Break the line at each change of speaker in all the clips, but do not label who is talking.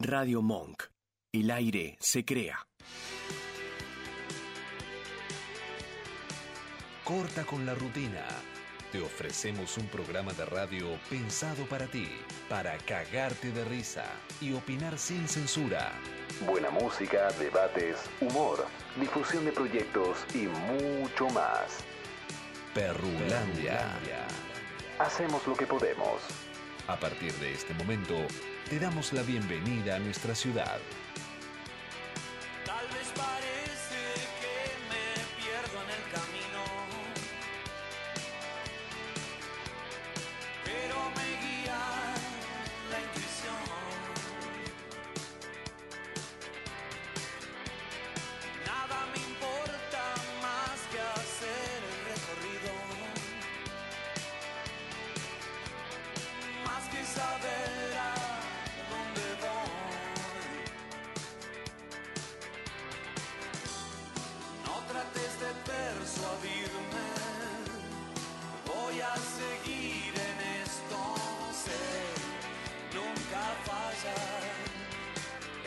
Radio Monk. El aire se crea.
Corta con la rutina. Te ofrecemos un programa de radio pensado para ti, para cagarte de risa y opinar sin censura. Buena música, debates, humor, difusión de proyectos y mucho más. Perrulandia. Hacemos lo que podemos. A partir de este momento, te damos la bienvenida a nuestra ciudad.
Tal vez parece que me pierdo en el camino, pero me guía la intuición. Nada me importa más que hacer el recorrido, más que saber a dónde voy. No trates de persuadirme, voy a seguir en esto, sé, nunca falla.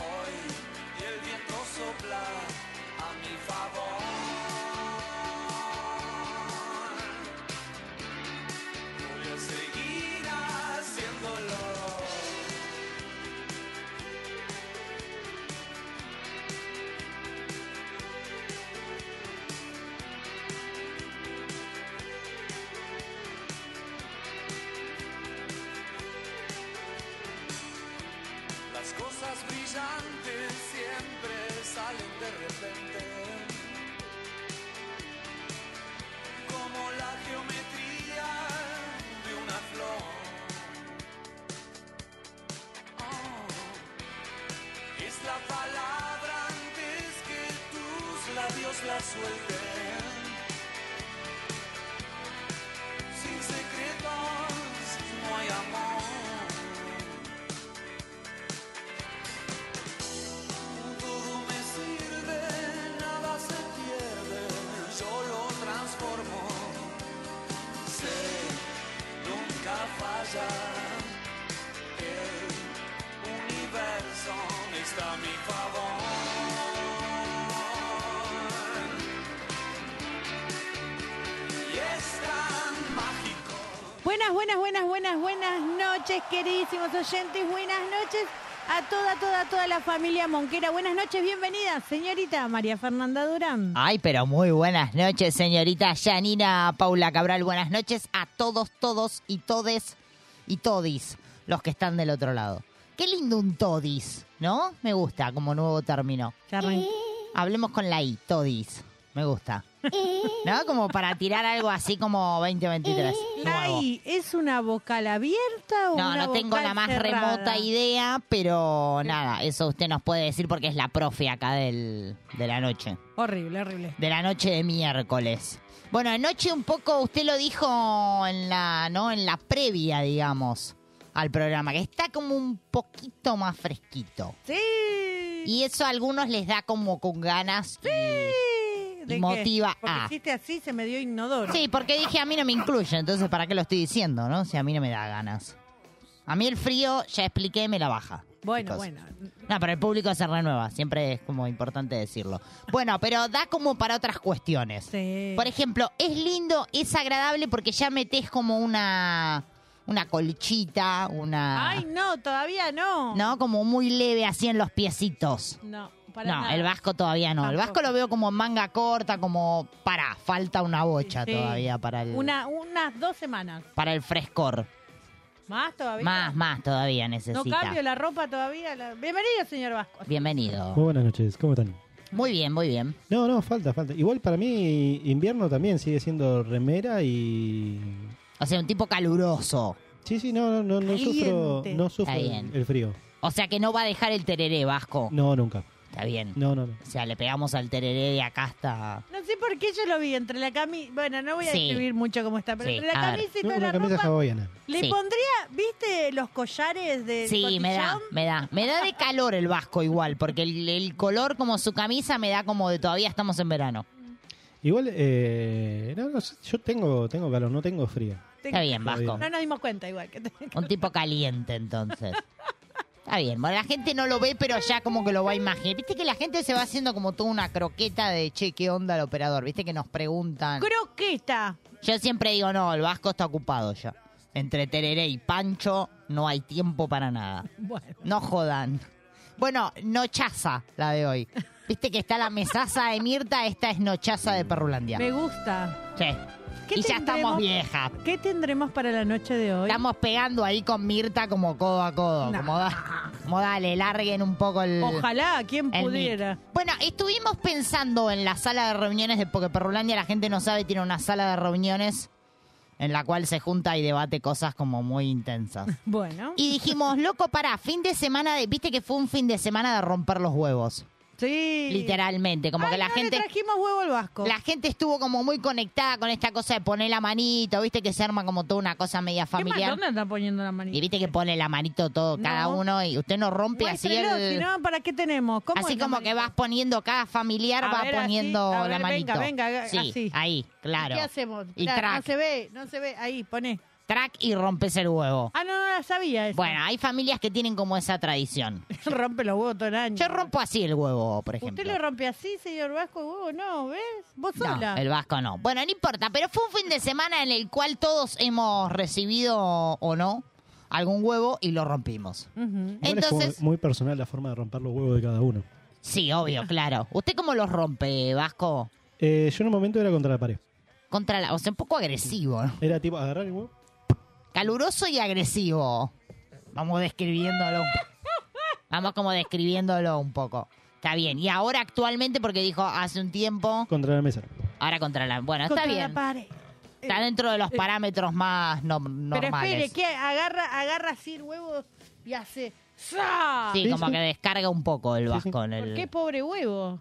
Hoy y el viento sopla a mi favor. Voy a seguir haciéndolo. Las cosas brillantes siempre salen de repente. Como la geometría de una flor. Oh, Es la palabra antes que tus labios la suelten. Sin secretos no hay amor. Todo me sirve, nada se pierde, yo lo transformo. Sé, nunca falla. El universo está a mi favor. Y es tan mágico.
Buenas, buenas, buenas, buenas, buenas noches, queridísimos oyentes. Buenas noches a toda, toda, toda la familia Monquera. Buenas noches, bienvenida, señorita María Fernanda Durán.
Ay, pero muy buenas noches, señorita Janina Paula Cabral. Buenas noches a todos, todos y todes y todis los que están del otro lado. Qué lindo un todis, ¿no? Me gusta como nuevo término.
Ya arran-
Hablemos con la I, todis. Me gusta. ¿No? Como para tirar algo así como 2023. nuevo.
Eh, Ay, ¿es una vocal abierta o
No,
una
no tengo
vocal
la más
cerrada?
remota idea, pero nada, eso usted nos puede decir porque es la profe acá del, de la noche.
Horrible, horrible.
de la noche de miércoles. Bueno, anoche un poco usted lo dijo en la, ¿no? En la previa, digamos, al programa, que está como un poquito más fresquito.
Sí.
Y eso a algunos les da como con ganas. y-
¿De qué?
motiva
Porque
a-
hiciste así, se me dio inodoro.
Ah. Sí, porque dije a mí no me incluye, entonces ¿para qué lo estoy diciendo, no? Si a mí no me da ganas. A mí el frío, ya expliqué, me la baja.
Bueno,
Chicos.
bueno.
No, pero el público se renueva, siempre es como importante decirlo. Bueno, pero da como para otras cuestiones.
Sí.
Por ejemplo, es lindo, es agradable porque ya metes como una una colchita, una
Ay, no, todavía no.
no, como muy leve así en los piecitos.
No, para
No,
nada.
el vasco todavía no. El
Tampoco.
vasco lo veo como en manga corta, como para, falta una bocha
Sí.
todavía para el
Una, unas dos semanas.
para el frescor.
Más todavía.
Más, más todavía necesita.
No cambio la ropa todavía. la- Bienvenido, señor Vasco.
Bienvenido.
Muy buenas noches, ¿cómo están?
Muy bien, muy bien.
No, no, falta, falta. Igual para mí invierno también sigue siendo remera y...
O sea, un tipo caluroso.
Sí, sí, no, no, no, no sufro,
Caliente.
no sufro
Está bien.
el frío.
O sea que no va a dejar el tereré vasco.
No, nunca.
Está bien.
No, no, no.
O sea, le pegamos al tereré de acá hasta
No sé por qué yo lo vi entre la camisa. Bueno, no voy a
Sí.
describir mucho cómo está, pero
Sí,
entre la
a ver.
camisa y
No,
toda
una
la
camisa
ropa.
hawaiana.
Le
Sí.
pondría, ¿viste los collares de
Sí, me da, me da. Me da de calor el vasco igual, porque el, el color como su camisa me da como de todavía estamos en verano.
Igual, eh, no, no, sé, yo tengo, tengo calor, no tengo frío.
Está bien, vasco.
No nos dimos cuenta igual. que te-
Un tipo caliente entonces. Está bien, bueno, la gente no lo ve, pero ya como que lo va a imaginar. Viste que la gente se va haciendo como toda una croqueta de, che, ¿qué onda el operador? Viste que nos preguntan.
Croqueta.
Yo siempre digo, no, el Vasco está ocupado ya. Entre Tereré y Pancho no hay tiempo para nada.
Bueno.
No jodan. Bueno, nochaza la de hoy. Viste que está la mesaza de Mirta, esta es nochaza de Perrulandia.
Me gusta.
Sí.
¿Qué
Y ya estamos
tendremos?
viejas.
¿Qué tendremos para la noche de hoy?
Estamos pegando ahí con Mirta como codo a codo.
Nah.
Como, da- como dale, larguen un poco el.
Ojalá, quien
el mic.
pudiera.
Bueno, estuvimos pensando en la sala de reuniones de porque Perrulandia, la gente no sabe, tiene una sala de reuniones en la cual se junta y debate cosas como muy intensas.
Bueno.
Y dijimos, loco, para, fin de semana, de, viste que fue un fin de semana de romper los huevos,
sí.
literalmente, como
Ay,
que la
no le
gente...
trajimos huevo al vasco.
La gente estuvo como muy conectada con esta cosa de poner la manito, viste que se arma como toda una cosa media
¿Qué
familiar.
McDonald's está poniendo la
Y
manita?
viste que pone la manito todo, cada
No.
uno, y usted no rompe así
Muéstrelo,
el-
si no, ¿para qué tenemos? ¿Cómo
así
es la
como que
manita?
vas poniendo, cada familiar
A
va
ver, así,
poniendo
a ver,
la manito.
venga, venga, haga-
sí,
así.
ahí, claro.
¿Qué hacemos?
Y
Mirá, No
track,
se ve, no se ve. Ahí, poné.
track y rompes el huevo.
Ah, no, no la sabía eso.
Bueno, hay familias que tienen como esa tradición.
Rompe los huevos todo el año.
Yo rompo así el huevo, por ejemplo.
¿Usted lo rompe así, señor Vasco, el huevo? No, ¿ves? Vos
No,
sola.
el Vasco no. Bueno, no importa, pero fue un fin de semana en el cual todos hemos recibido o no algún huevo y lo rompimos.
Ujú.
Igual es como
Entonces,
muy personal la forma de romper los huevos de cada uno.
sí, obvio, claro. ¿Usted cómo los rompe, Vasco?
Eh, yo en un momento era contra la pared.
Contra la, o sea, un poco agresivo, ¿no?
Era tipo agarrar el huevo.
caluroso y agresivo. Vamos describiéndolo. un po- Vamos como describiéndolo un poco. Está bien. Y ahora actualmente, porque dijo hace un tiempo,
Contra la mesa.
ahora contra la... Bueno,
Contra
está
la
bien.
pared. Eh,
Está dentro de los parámetros más no-
Pero espere,
normales.
que agarra, agarra así el huevo y hace. ¡Za!
Sí,
Sí,
como
sí.
que descarga un poco el
Sí, sí.
vasco. en
¿Por
el-
qué pobre huevo?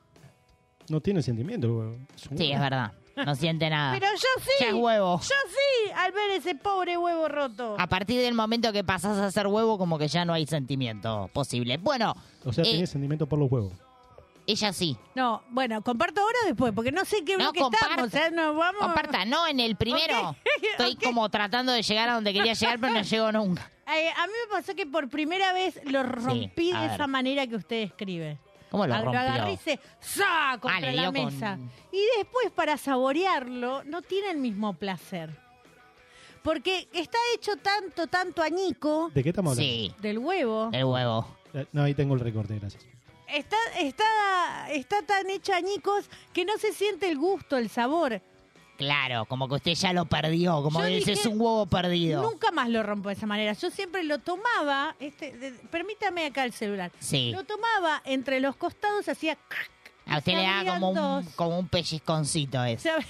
No tiene sentimiento el huevo. Es un
Sí, es
huevo.
verdad. No siente nada.
Pero yo sí.
Ah. Ya es huevo.
Yo sí, al ver ese pobre huevo roto.
A partir del momento que pasás a ser huevo, como que ya no hay sentimiento posible. Bueno,
O sea,
eh,
tiene sentimiento por los huevos.
ella sí.
No, bueno, comparto ahora o después, porque no sé qué
No,
bloque estamos. O sea, nos vamos.
Comparta, no en el primero.
Ok,
Estoy
ok.
como tratando de llegar a donde quería llegar, pero no llego nunca.
Eh, a mí me pasó que por primera vez lo rompí
a
de
ver.
esa manera que usted describe.
¿Cómo lo
Ah,
rompió?
agarré y se ¡za! contra
Ah, le
la
dio con-
mesa. Y después, para saborearlo, no tiene el mismo placer. Porque está hecho tanto, tanto añico
¿De qué estamos hablando?
Sí,
del huevo.
el huevo.
Eh, No, ahí tengo el recorte, gracias.
Está, está, está tan hecho añicos que no se siente el gusto, el sabor.
Claro, como que usted ya lo perdió, como
Yo
dice,
dije,
es un huevo perdido.
Nunca más lo rompo de esa manera. Yo siempre lo tomaba, este, de- permítame acá el celular.
Sí,
Lo tomaba entre los costados, hacía. crac,
a usted le da
Sabían
como un,
dos.
como un pellizconcito es,
Se, ab-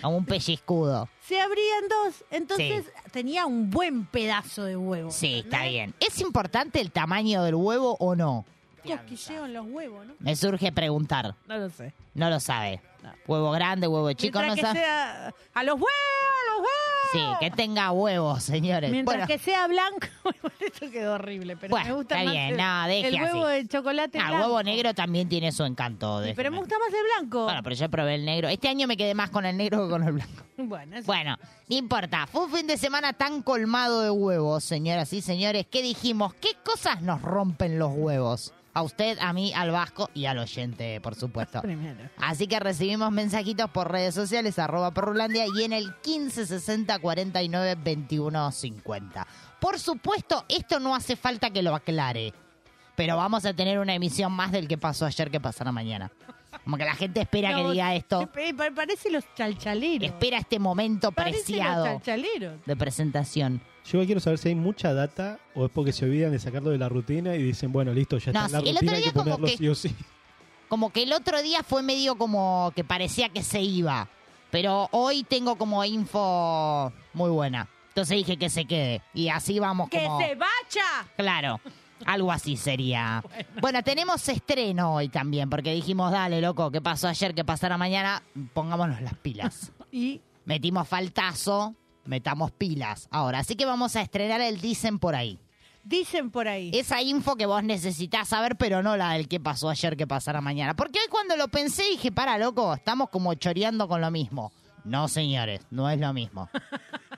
como un pellizcudo.
se abrían dos. Entonces tenía un buen pedazo de huevo.
Sí, está bien. ¿Es importante el tamaño del huevo o no?
Cosquilleo en los huevos, ¿no?
Me surge preguntar.
No lo sé.
No lo sabe.
No.
Huevo grande, huevo chico,
Mientras
no
que
sabe.
sea. ¡A los huevos! ¡A los huevos!
Sí, que tenga huevos, señores.
Mientras
Bueno.
que sea blanco, esto quedó horrible, pero
Bueno,
me gusta
está
más
bien,
el,
no, deje
el huevo
así.
de chocolate
Ah,
blanco.
huevo negro también tiene su encanto.
Sí, Pero
déjeme.
me gusta más el blanco.
Bueno, pero yo probé el negro. Este año me quedé más con el negro que con el blanco.
Bueno, eso-
Bueno, no importa. Fue un fin de semana tan colmado de huevos, señoras y señores, que dijimos, ¿qué cosas nos rompen los huevos? A usted, a mí, al vasco y al oyente, por supuesto.
primero.
Así que recibimos mensajitos por redes sociales, arroba perrulandia y en el 1560 49 21 50. Por supuesto, esto no hace falta que lo aclare, pero vamos a tener una emisión más del que pasó ayer que pasará mañana. Como que la gente espera
No,
que diga esto,
eh, pa- Parece los chalchaleros.
espera este momento
Parece los
preciado
chalchaleros.
de presentación.
Yo igual quiero saber si hay mucha data o es porque se olvidan de sacarlo de la rutina y dicen, bueno, listo, ya
No,
está en la
sí, el otro
rutina, hay
día
que
como
ponerlo
que-
sí o sí.
Como que el otro día fue medio como que parecía que se iba, pero hoy tengo como info muy buena. Entonces dije que se quede y así vamos
¡Que
como...
se vaya!
Claro, algo así sería. Bueno, tenemos estreno hoy también, porque dijimos, dale, loco, ¿qué pasó ayer? ¿Qué pasará mañana? Pongámonos las pilas.
Y
Metimos faltazo, metamos pilas ahora. Así que vamos a estrenar el Dicen por ahí.
dicen por ahí.
Esa info que vos necesitas saber, pero no la del qué pasó ayer, qué pasará mañana. Porque hoy cuando lo pensé dije, para, loco, estamos como choreando con lo mismo. No, señores, no es lo mismo.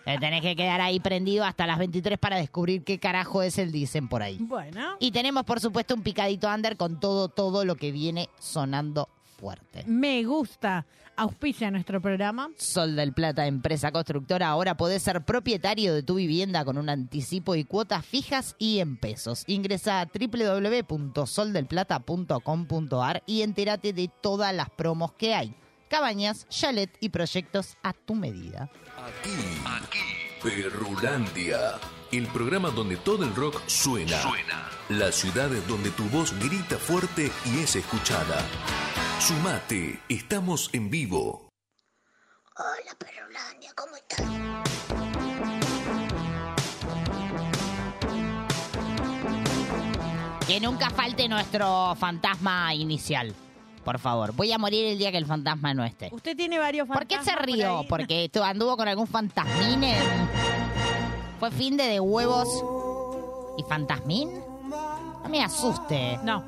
Te tenés que quedar ahí prendido hasta las 23 para descubrir qué carajo es el dicen por ahí.
Bueno,
Y tenemos, por supuesto, un picadito under con todo, todo lo que viene sonando fuerte.
me gusta. Auspicia nuestro programa.
Sol del Plata, empresa constructora, ahora podés ser propietario de tu vivienda con un anticipo y cuotas fijas y en pesos. Ingresa a www.soldelplata.com.ar y entérate de todas las promos que hay. Cabañas, chalet y proyectos a tu medida.
Aquí, aquí, Perrulandia. El programa donde todo el rock suena. Suena. Las ciudades donde tu voz grita fuerte y es escuchada. Sumate, estamos en vivo.
Hola, Perolandia, ¿cómo estás?
Que nunca falte nuestro fantasma inicial. Por favor, voy a morir el día que el fantasma no esté.
Usted tiene varios
¿Por qué se
fantasmas por
rió?
ahí.
Porque esto anduvo con algún fantasmín. en- Fue fin de, de huevos y fantasmín. No me asuste.
No,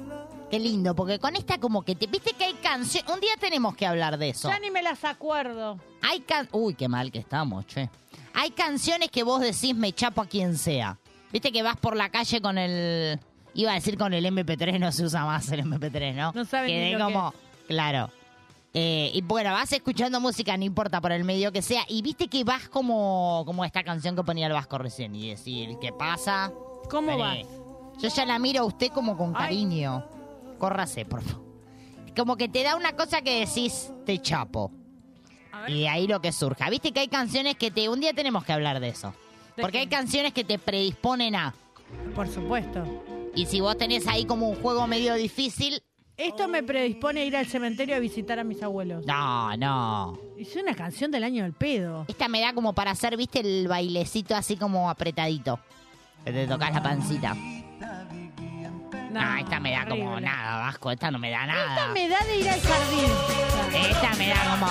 Qué lindo, porque con esta como que te viste que hay canción. Un día tenemos que hablar de eso.
ya ni me las acuerdo.
Hay can... Uy, qué mal que estamos, che. Hay canciones que vos decís me chapo a quien sea. Viste que vas por la calle con el... Iba a decir con el MP3, no se usa más el MP3, ¿no?
No saben
Quedé
ni lo que
como... Claro. Eh, y bueno, vas escuchando música, no importa por el medio que sea. Y viste que vas como, como esta canción que ponía el Vasco recién. Y decís, el que pasa...
¿Cómo vas?
Vení. Yo ya la miro a usted como con
Ay.
cariño. Córrase, por favor. Como que te da una cosa que decís, te chapo.
A ver.
Y de ahí lo que surja. Viste que hay canciones que te. Un día tenemos que hablar de eso.
¿De
Porque
qué?
hay canciones que te predisponen a.
Por supuesto.
Y si vos tenés ahí como un juego medio difícil.
Esto me predispone a ir al cementerio a visitar a mis abuelos.
No, no.
Hice una canción del año del pedo.
Esta me da como para hacer, viste, el bailecito así como apretadito. Que te tocas la pancita.
No,
no, esta me da como
horrible.
nada, Vasco. Esta no me da nada.
Esta me da de ir al jardín.
Esta me da como.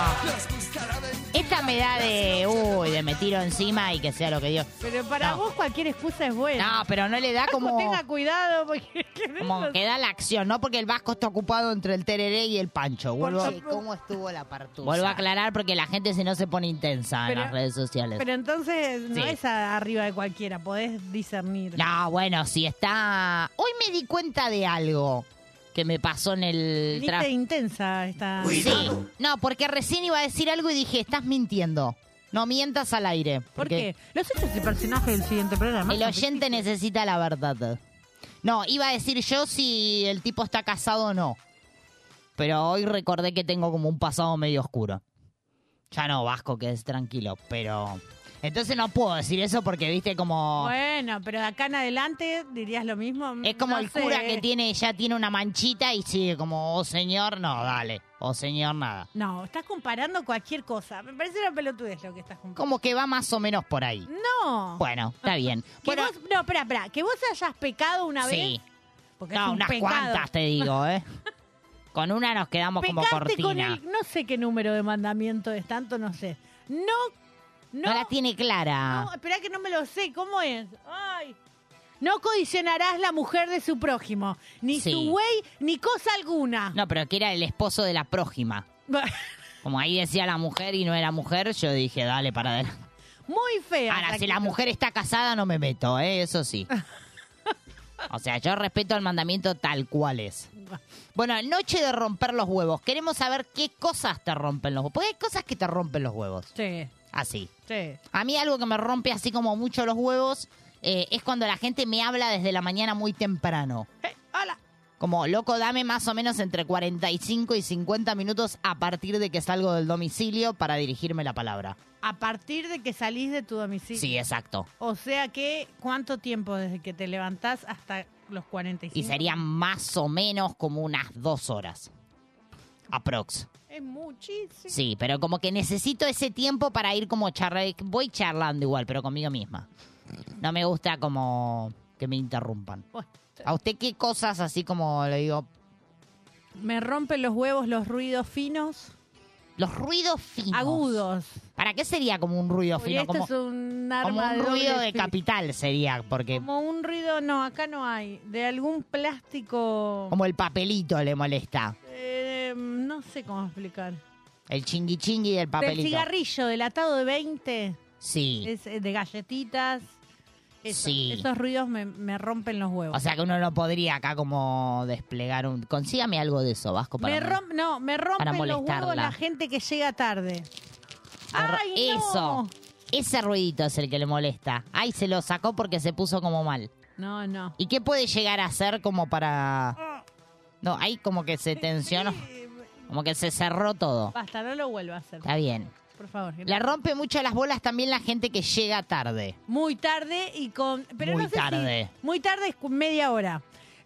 Esta me da de. Uy, de me tiro encima y que sea lo que Dios.
Pero para
No.
vos cualquier excusa es buena.
No, pero no le da
Vasco,
como.
tenga cuidado porque...
Como que da la acción, no porque el Vasco está ocupado entre el tereré y el pancho. Vuelvo,
Che, ¿cómo
estuvo la partusa? Vuelvo a aclarar porque la gente si no se pone intensa
Pero-
en las redes sociales.
Pero entonces no
Sí.
es a- arriba de cualquiera, podés discernir.
No, bueno, si está... Hoy me di cuenta de algo que me pasó en el
Viniste
tráfico.
intensa esta...
Sí. No, porque recién iba a decir algo y dije, estás mintiendo. No mientas al aire.
¿Por qué? Los hechos y personajes del siguiente programa.
El oyente necesita la verdad. No, iba a decir yo si el tipo está casado o no. Pero hoy recordé que tengo como un pasado medio oscuro. Ya no, Vasco, que es tranquilo, pero... Entonces no puedo decir eso porque, viste, como...
Bueno, pero de acá en adelante dirías lo mismo.
es como
No
el
sé.
cura que tiene ya tiene una manchita y sigue como, oh señor, no, dale. Oh señor, nada.
No, estás comparando cualquier cosa. Me parece una pelotudez lo que estás comparando.
Como que va más o menos por ahí.
No.
Bueno, está bien.
Que
Bueno,
vos- no, espera, espera. Que vos hayas pecado una
sí.
vez. Porque es
No,
un
unas
pecado.
cuantas te digo, ¿eh? Con una nos quedamos como
Pecaste
cortina.
con el. No sé qué número de mandamiento es tanto, no sé. No. No.
No la tiene clara.
no espera que no me lo sé. ¿Cómo es? Ay. No codicionarás la mujer de su prójimo. Ni
Sí.
su güey, ni cosa alguna.
No, pero que era el esposo de la prójima. Como ahí decía la mujer y no era mujer, yo dije, dale, para adelante.
Muy fea.
Ahora, si la
Raquel.
mujer está casada, no me meto, ¿eh? Eso sí. O sea, yo respeto el mandamiento tal cual es. Bueno, noche de romper los huevos. Queremos saber qué cosas te rompen los huevos. Porque hay cosas que te rompen los huevos.
Sí,
Así.
sí.
A mí algo que me rompe así como mucho los huevos eh, es cuando la gente me habla desde la mañana muy temprano.
Eh, hola.
Como, loco, dame más o menos entre 45 y 50 minutos a partir de que salgo del domicilio para dirigirme la palabra.
A partir de que salís de tu
Sí,
domicilio.
exacto.
O sea que, ¿cuánto tiempo desde que te levantás hasta los 45?
Y serían más o menos como unas dos horas. Aprox.
Es muchísimo.
Sí, pero como que necesito ese tiempo para ir como charlar. Voy charlando igual, pero conmigo misma. No me gusta como que me interrumpan.
Bueno,
¿A usted qué cosas así como le digo?
me rompen los huevos los ruidos finos,
Los ruidos finos.
agudos.
¿Para qué sería como un ruido
Y
fino?
esto
Como,
es un
como
arma
un ruido
doble
de
filo.
capital sería, porque
Como un ruido, no, acá no hay. De algún plástico.
Como el papelito le molesta.
eh, no sé cómo explicar.
El chingui chingui del
Del
papelito.
cigarrillo, del atado de 20.
Sí.
Es, eh, de galletitas. Eso-
Sí.
Esos ruidos me, me rompen los huevos.
O sea que uno no podría acá como desplegar un... Consígame algo de eso, Vasco, para
me
mí.
romp, no, me rompen los huevos
molestarla.
la gente que llega tarde.
Me ro-
¡Ay, no!
Eso. Ese ruidito es el que le molesta. Ay, se lo sacó porque se puso como mal.
No, no.
¿Y qué puede llegar a hacer como para...? No, ahí como que se tensionó. Como que se cerró todo.
Basta, no lo vuelva a hacer.
Está bien.
Por favor.
Le rompe mucho las bolas también la gente que llega tarde.
Muy tarde y con. Pero
Muy
no sé
tarde.
si- muy tarde es cu- media hora.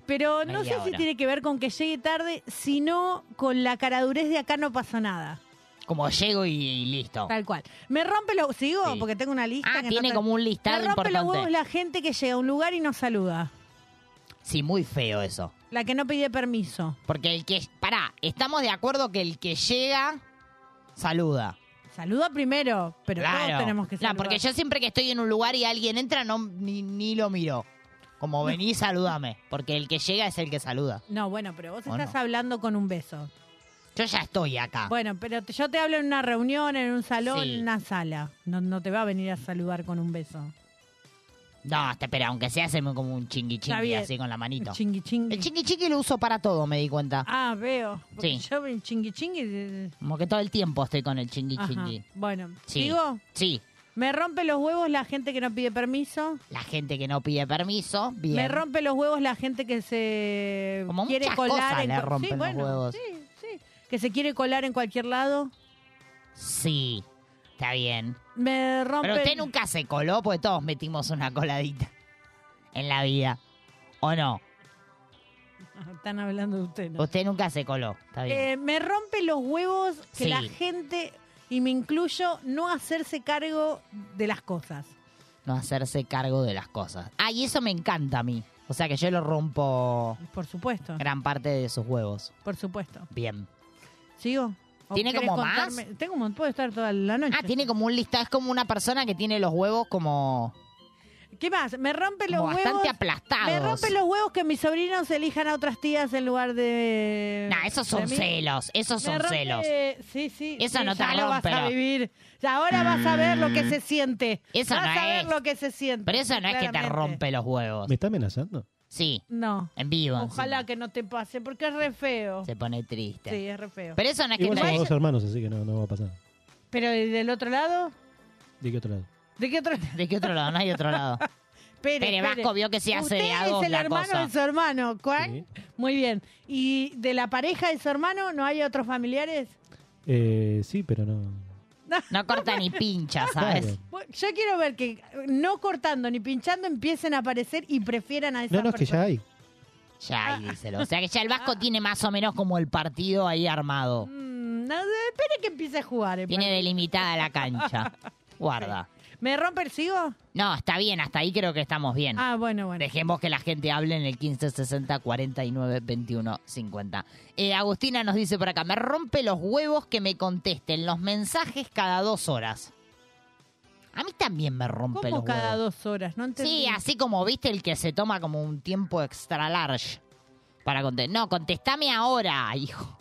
Pero no
Media
sé si
hora.
tiene que ver con que llegue tarde, sino con la caradurez de acá no pasa nada.
Como llego y, y listo.
Tal cual. Me rompe los. ¿Sigo?
Oh. Sí.
Porque tengo una lista.
Ah,
que no
tiene
te-
como un listado
Me rompe los
importante.
huevos la gente que llega a un lugar y no saluda.
Sí, muy feo eso.
La que no pide permiso.
Porque el que... Pará, estamos de acuerdo que el que llega, saluda.
Saluda primero, pero todos
Claro.
tenemos que saludar.
No, porque yo siempre que estoy en un lugar y alguien entra, no ni, ni lo miro. Como vení, salúdame. Porque el que llega es el que saluda.
No, bueno, pero vos
Bueno.
estás hablando con un beso.
Yo ya estoy acá.
Bueno, pero te- yo te hablo en una reunión, en un salón,
Sí.
en una sala. No, no te va a venir a saludar con un beso.
No, hasta, pero aunque sea, haceme como un chingui
Está
chingui
bien.
así con la manito.
Chingui chingui.
El chingui chingui lo uso para todo, me di cuenta.
Ah, veo. Porque
Sí.
Yo el chingui chingui. eh,
Como que todo el tiempo estoy con el chingui
ajá.
chingui.
Bueno,
Sí.
digo,
Sí.
me rompe los huevos la gente que no pide permiso.
La gente que no pide permiso, bien.
Me rompe los huevos la gente que se
Como
quiere
muchas
colar
cosas
en
le
cu- sí,
rompen los
bueno,
huevos.
Sí, sí. Que se quiere colar en cualquier lado.
Sí. Está bien.
Me rompe.
Pero usted nunca se coló porque todos metimos una coladita en la vida. ¿O no?
Ah, Están hablando de usted, ¿no?
Usted nunca se coló. Está bien.
Eh, me rompe los huevos que
Sí.
la gente, y me incluyo, no hacerse cargo de las cosas.
no hacerse cargo de las cosas. Ah, y eso me encanta a mí. O sea que yo lo rompo
Por supuesto,
gran parte de sus huevos.
por supuesto.
Bien.
¿Sigo? ¿O
¿Tiene
querés
como más?
Tengo un montón, puedo estar toda la noche.
Ah, tiene como un listado. Es como una persona que tiene los huevos como,
¿Qué más? Me rompe los
como
huevos.
bastante
me
aplastados.
rompe los huevos que mis sobrinos elijan a otras tías en lugar de.
Nah, esos
de
son
mí.
celos. Esos
Me
son
rompe-
celos.
Sí, sí.
Eso
sí,
no te
ya lo vas
rompe,
a
no.
vivir. Ya ahora vas a ver lo que se siente.
Eso
vas
no
a ver
es.
lo que se siente.
Pero eso no es que te
claramente.
rompe los huevos.
¿Me está amenazando?
Sí,
No.
en vivo.
Ojalá
encima.
que no te pase, porque es re feo. Sí,
Se pone triste.
es re feo.
Pero eso no es que
Igual somos
te...
dos hermanos, así que no, no va a pasar.
Pero ¿y del otro lado?
¿De qué otro lado?
¿De qué otro
¿De qué otro lado? No hay otro lado.
Espere,
Pero
espere.
Vasco vio que se hace
Usted
de a
es
dos
el
la
hermano
cosa.
de su hermano, ¿cuál?
Sí.
Muy bien. ¿Y de la pareja de su hermano no hay otros familiares?
Eh, sí, pero no.
No corta ni pincha, ¿sabes?
Claro.
Bueno, Yo quiero ver que no cortando ni pinchando empiecen a aparecer y prefieran a esa
No, no, es que ya
persona.
hay.
Ya,
Ah,
ahí díselo. O sea que ya el Vasco tiene más o menos como el partido ahí armado.
Mm, no, espere que empiece a jugar. eh,
Tiene
para-
delimitada la cancha. Guarda.
¿Me rompe el sigo?
No, está bien, hasta ahí creo que estamos bien.
Ah, bueno, bueno.
Dejemos que la gente hable en el 1560 49 21 50. Eh, Agustina nos dice por acá: Me rompe los huevos que me contesten los mensajes cada dos horas. A mí también me rompe los
¿Cómo cada
huevos.
dos horas? No entendí.
Sí, así como viste el que se toma como un tiempo extra large para contestar. No, contestame ahora, hijo.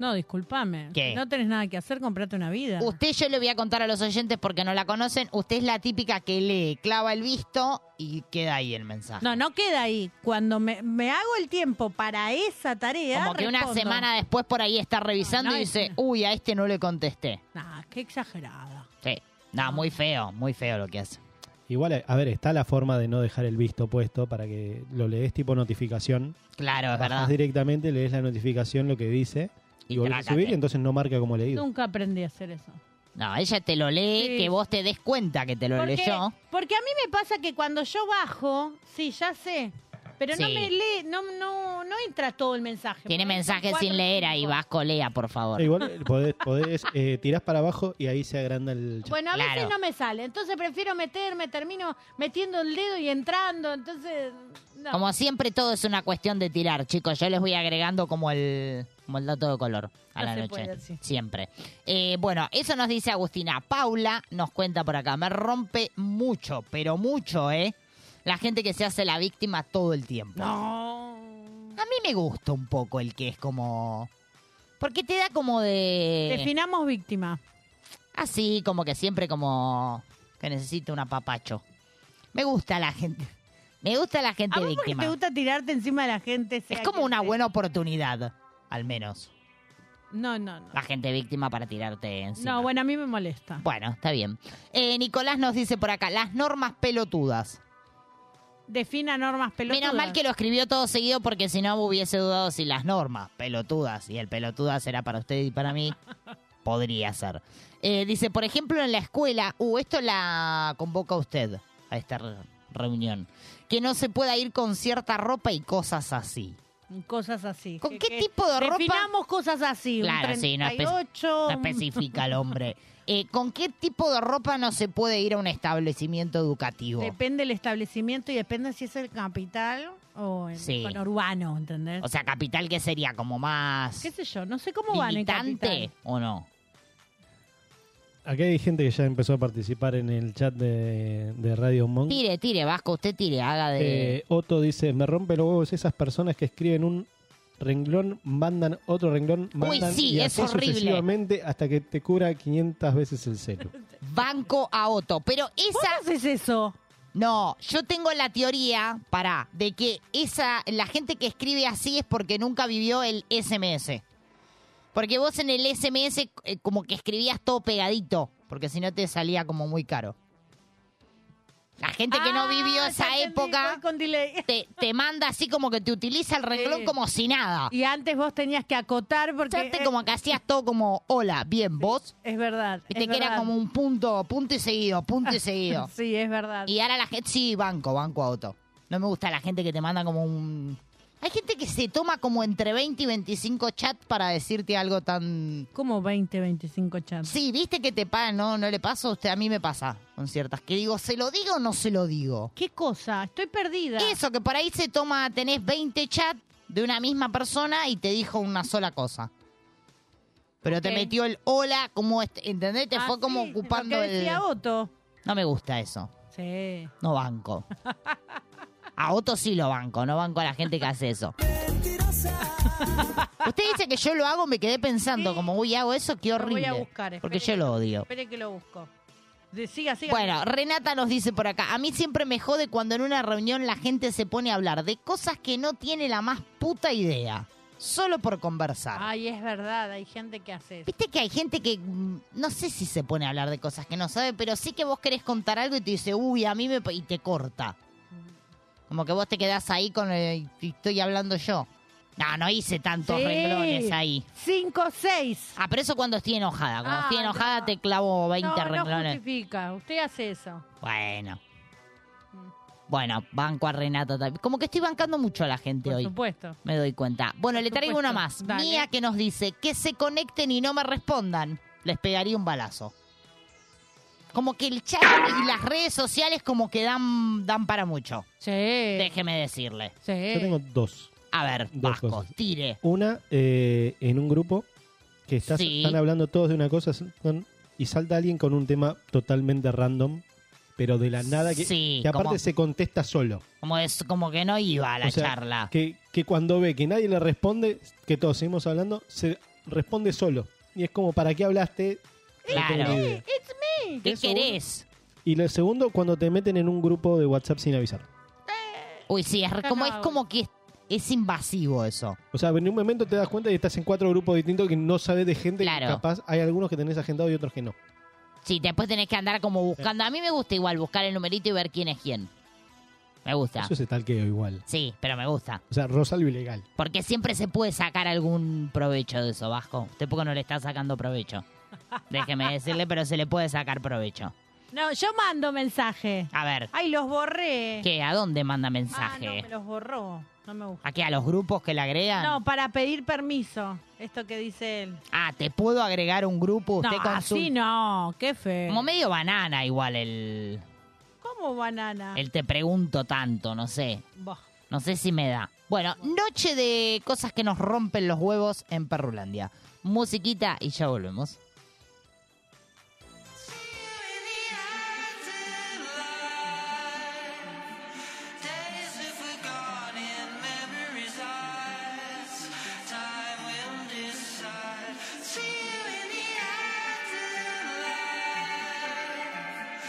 No, discúlpame.
¿Qué?
No tenés nada que hacer, comprate una vida.
Usted, yo le voy a contar a los oyentes porque no la conocen. Usted es la típica que le clava el visto y queda ahí el mensaje.
No, no queda ahí. Cuando me, me hago el tiempo para esa tarea.
Como que una
respondo.
semana después por ahí está revisando
No, no,
y
es-
dice, uy, a este no le contesté.
Nah, qué exagerada.
Sí. No, muy feo, muy feo lo que hace.
Igual, a ver, está la forma de no dejar el visto puesto para que lo lees tipo notificación.
Claro, es
Bajás
verdad.
directamente, lees la notificación, lo que dice.
Y
Y, volvés a
trácate.
subir y entonces no marca como leído.
Nunca aprendí a hacer eso.
No, ella te lo lee,
Sí.
que vos te des cuenta que te lo
Porque,
leyó.
porque a mí me pasa que cuando yo bajo, sí, ya sé, pero no
Sí.
me lee, no, no, no entra todo el mensaje.
Tiene
Porque son
mensajes
cuatro,
sin leer ahí,
cinco.
Vasco, lea, por favor.
Eh, Igual eh, podés, podés, eh, tirás para abajo y ahí se agranda el chat.
Bueno, a
Claro.
veces no me sale, entonces prefiero meterme, termino metiendo el dedo y entrando, entonces... no.
Como siempre, todo es una cuestión de tirar, chicos. Yo les voy agregando como el, como el dato de color a
No
la
se
noche.
puede así.
Siempre. Eh, bueno, eso nos dice Agustina. Paula nos cuenta por acá. Me rompe mucho, pero mucho, ¿eh? La gente que se hace la víctima todo el tiempo.
No.
A mí me gusta un poco el que es como. Porque te da como de.
Definamos víctima.
Así, como que siempre como. que necesita un apapacho. Me gusta la gente. Me gusta la gente
A vos porque
víctima.
te gusta tirarte encima de la gente. sea
Es como
que
una
sea.
buena oportunidad, al menos.
No, no, no.
La gente víctima para tirarte encima.
No, bueno, a mí me molesta.
Bueno, está bien. Eh, Nicolás nos dice por acá, las normas pelotudas.
Defina normas pelotudas.
Menos mal que lo escribió todo seguido porque si no hubiese dudado si las normas pelotudas y el pelotudas era para usted y para mí. Podría ser. Eh, dice, por ejemplo, en la escuela, uh, esto la convoca usted a esta re- reunión, que no se pueda ir con cierta ropa y cosas así.
Cosas así.
¿Con
Que-
qué
que
tipo de ropa?
Definamos cosas así. un
Claro, sí, no, espe-
38,
no especifica el hombre. Eh, ¿Con qué tipo de ropa no se puede ir a un establecimiento educativo?
Depende del establecimiento y depende si es el capital o el
Sí.
urbano, ¿entendés?
O sea, capital que sería como más
¿Qué sé yo? No sé cómo van en
limitante
capital.
o no.
Acá hay gente que ya empezó a participar en el chat de, de Radio Monk.
Tire, tire, Vasco, usted tire, haga de...
Eh, Otto dice, me rompe los huevos esas personas que escriben un renglón, mandan otro renglón, mandan
sí,
y
es
así
horrible.
sucesivamente hasta que te cura 500 veces el celu.
banco a Otto. Pero
¿Vos
esa...
haces eso?
No, yo tengo la teoría, pará, de que esa, la gente que escribe así es porque nunca vivió el SMS. Porque vos en el SMS eh, como que escribías todo pegadito, porque si no te salía como muy caro. La gente que no
Ah,
vivió
ya
esa
entendí,
época
voy con delay.
te, te manda así como que te utiliza el renglón
Sí.
como si nada.
Y antes vos tenías que acotar porque... eh,
Fíjate como que hacías todo como, hola, bien, vos.
Es verdad.
Viste
es
que era
verdad.
como un punto, punto y seguido, punto y seguido.
Sí, es verdad.
Y ahora la gente, sí, banco, banco auto. No me gusta la gente que te manda como un... Hay gente que se toma como entre 20 y 25 chat para decirte algo tan...
Como 20, 25 chats.
Sí, viste que te pagan, no, no le pasa, usted a mí me pasa con ciertas. Que digo, ¿se lo digo o no se lo digo?
¿Qué cosa? Estoy perdida.
Eso, que por ahí se toma, tenés 20 chat de una misma persona y te dijo una sola cosa. Pero
Ok.
te metió el hola, como, este- ¿entendés? Te
Ah,
fue como
sí,
ocupando
lo que decía
el...
Otto.
No me gusta eso.
Sí.
No banco. A Otto sí lo banco, no banco a la gente que hace eso. Usted dice que yo lo hago, me quedé pensando,
Sí.
como, uy, hago eso, qué
voy a
horrible.
buscar,
porque yo
espere.
lo odio.
Espere que lo busco. De- siga, siga.
Bueno, Renata nos dice por acá, a mí siempre me jode cuando en una reunión la gente se pone a hablar de cosas que no tiene la más puta idea, solo por conversar.
Ay, es verdad, hay gente que hace eso.
Viste que hay gente que mm, no sé si se pone a hablar de cosas que no sabe, pero sí que vos querés contar algo y te dice, uy, a mí me. pa-", y te corta.
Mm.
Como que vos te quedás ahí con el. y estoy hablando yo. No, no hice tantos
Sí.
renglones ahí.
5, 6.
Ah, pero eso cuando estoy enojada. Cuando
Ah,
estoy enojada
no.
te clavo 20
No, no
renglones.
justifica. Usted hace eso.
bueno.
Mm.
Bueno, banco a Renato también. Como que estoy bancando mucho a la gente
Por
hoy.
supuesto.
Me doy cuenta. Bueno,
Por
le traigo
supuesto.
una más.
Dale.
Mía que nos dice que se conecten y no me respondan. Les pegaría un balazo. Como que el chat y las redes sociales como que dan, dan para mucho.
Sí.
Déjeme decirle.
Sí.
Yo tengo dos.
Eh, A ver,
Dos
Vasco,
cosas.
tire.
Una, eh, en un grupo que estás-
Sí.
están hablando todos de una cosa son- y salta alguien con un tema totalmente random, pero de la nada que,
Sí,
que aparte
como-
se contesta solo.
Como, es, como que no iba a la
O sea,
charla.
Que, que cuando ve que nadie le responde, que todos seguimos hablando, se responde solo. Y es como, ¿para qué hablaste? No tengo
Claro.
ni idea.
¿Qué
eso
querés?
Y lo segundo, cuando te meten en un grupo de WhatsApp sin avisar.
Uy, sí, es, re-
Ya
como,
no
es
hago
como que es, es invasivo eso.
O sea, en un momento te das cuenta y estás en cuatro grupos distintos que no sabes de gente. que
Claro.
Capaz hay algunos que tenés agendado y otros que no.
Sí, después tenés que andar como buscando. A mí me gusta igual buscar el numerito y ver quién es quién. Me gusta.
Eso se talqueo igual.
Sí, pero me gusta.
O sea, Rosalio ilegal.
Porque siempre se puede sacar algún provecho de eso, Vasco. Usted porque no le está sacando provecho. Déjeme decirle, pero se le puede sacar provecho.
No, yo mando mensaje.
A ver,
Ay, los borré.
Ah. ¿qué? ¿A dónde manda
Ah, no,
mensaje?
me los borró. No me gusta.
¿A qué? ¿A los grupos que le agregan?
No, para pedir permiso. Esto que dice él.
Ah, ¿te puedo agregar un grupo? Usted
no,
con
así no. Qué feo.
Como medio banana igual el,
¿Cómo banana?
el te pregunto tanto, no sé.
Bah.
No sé si me da. Bueno, noche de cosas que nos rompen los huevos en Perrulandia. Musiquita y ya volvemos.
See you in the afterlife.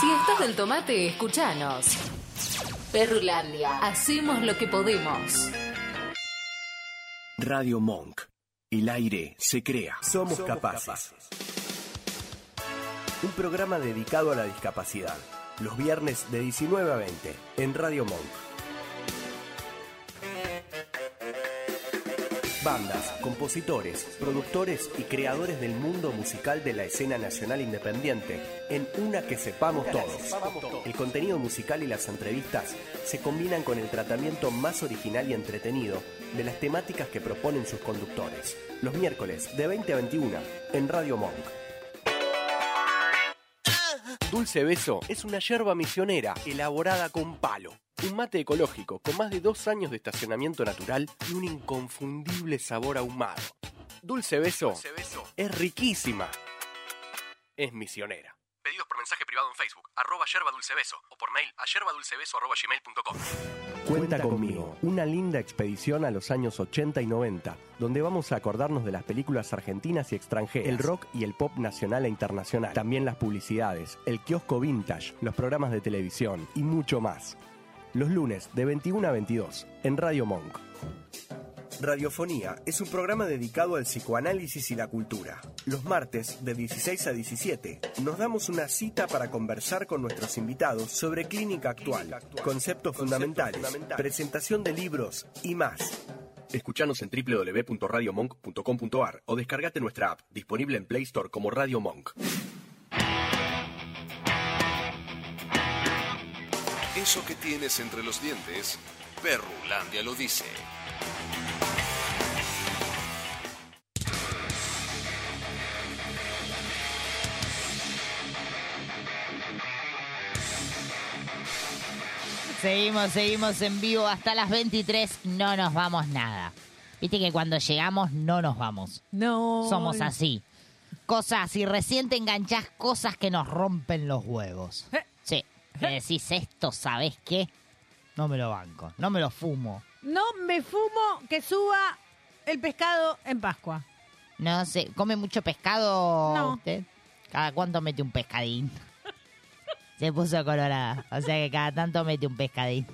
Si estás del tomate, escúchanos. Perrulandia. Hacemos lo que podemos.
Radio Monk. El aire se crea.
Somos, capaces. Un programa dedicado a la discapacidad. Los viernes de 19 a 20 en Radio Monk. Bandas, compositores, productores y creadores del mundo musical de la escena nacional independiente, en una que sepamos todos. El contenido musical y las entrevistas se combinan con el tratamiento más original y entretenido de las temáticas que proponen sus conductores. Los miércoles de 20 a 21 en Radio Monk. Dulce Beso es una yerba misionera elaborada con palo. Un mate ecológico con más de dos años de estacionamiento natural y un inconfundible sabor ahumado. Dulce Beso, es riquísima. Es misionera. Pedidos por mensaje privado en Facebook, arroba yerba dulce beso o por mail a yerbadulcebeso arroba gmail.com. Cuenta conmigo, una linda expedición a los años 80 y 90, donde vamos a acordarnos de las películas argentinas y extranjeras, el rock y el pop nacional e internacional, también las publicidades, el kiosco vintage, los programas de televisión y mucho más. Los lunes de 21 a 22 en Radio Monk. Radiofonía es un programa dedicado al psicoanálisis y la cultura. Los martes, de 16 a 17, nos damos una cita para conversar con nuestros invitados sobre clínica actual, conceptos, fundamentales, presentación de libros y más. Escuchanos en www.radiomonk.com.ar o descargate nuestra app, disponible en Play Store como Radio Monk.
Eso que tienes entre los dientes, Perrulandia lo dice.
Seguimos, seguimos en vivo hasta las 23. No nos vamos nada. Viste que cuando llegamos no nos vamos.
No.
Somos así. Cosas, si recién te enganchás, cosas que nos rompen los huevos.
Eh.
Sí. Que decís esto, ¿sabés qué? No me lo banco, no me lo fumo.
No me fumo que suba el pescado en Pascua.
No sé, ¿come mucho pescado
No.
usted? ¿Cada cuánto mete un pescadín? Se puso colorada. O sea que cada tanto mete un pescadín.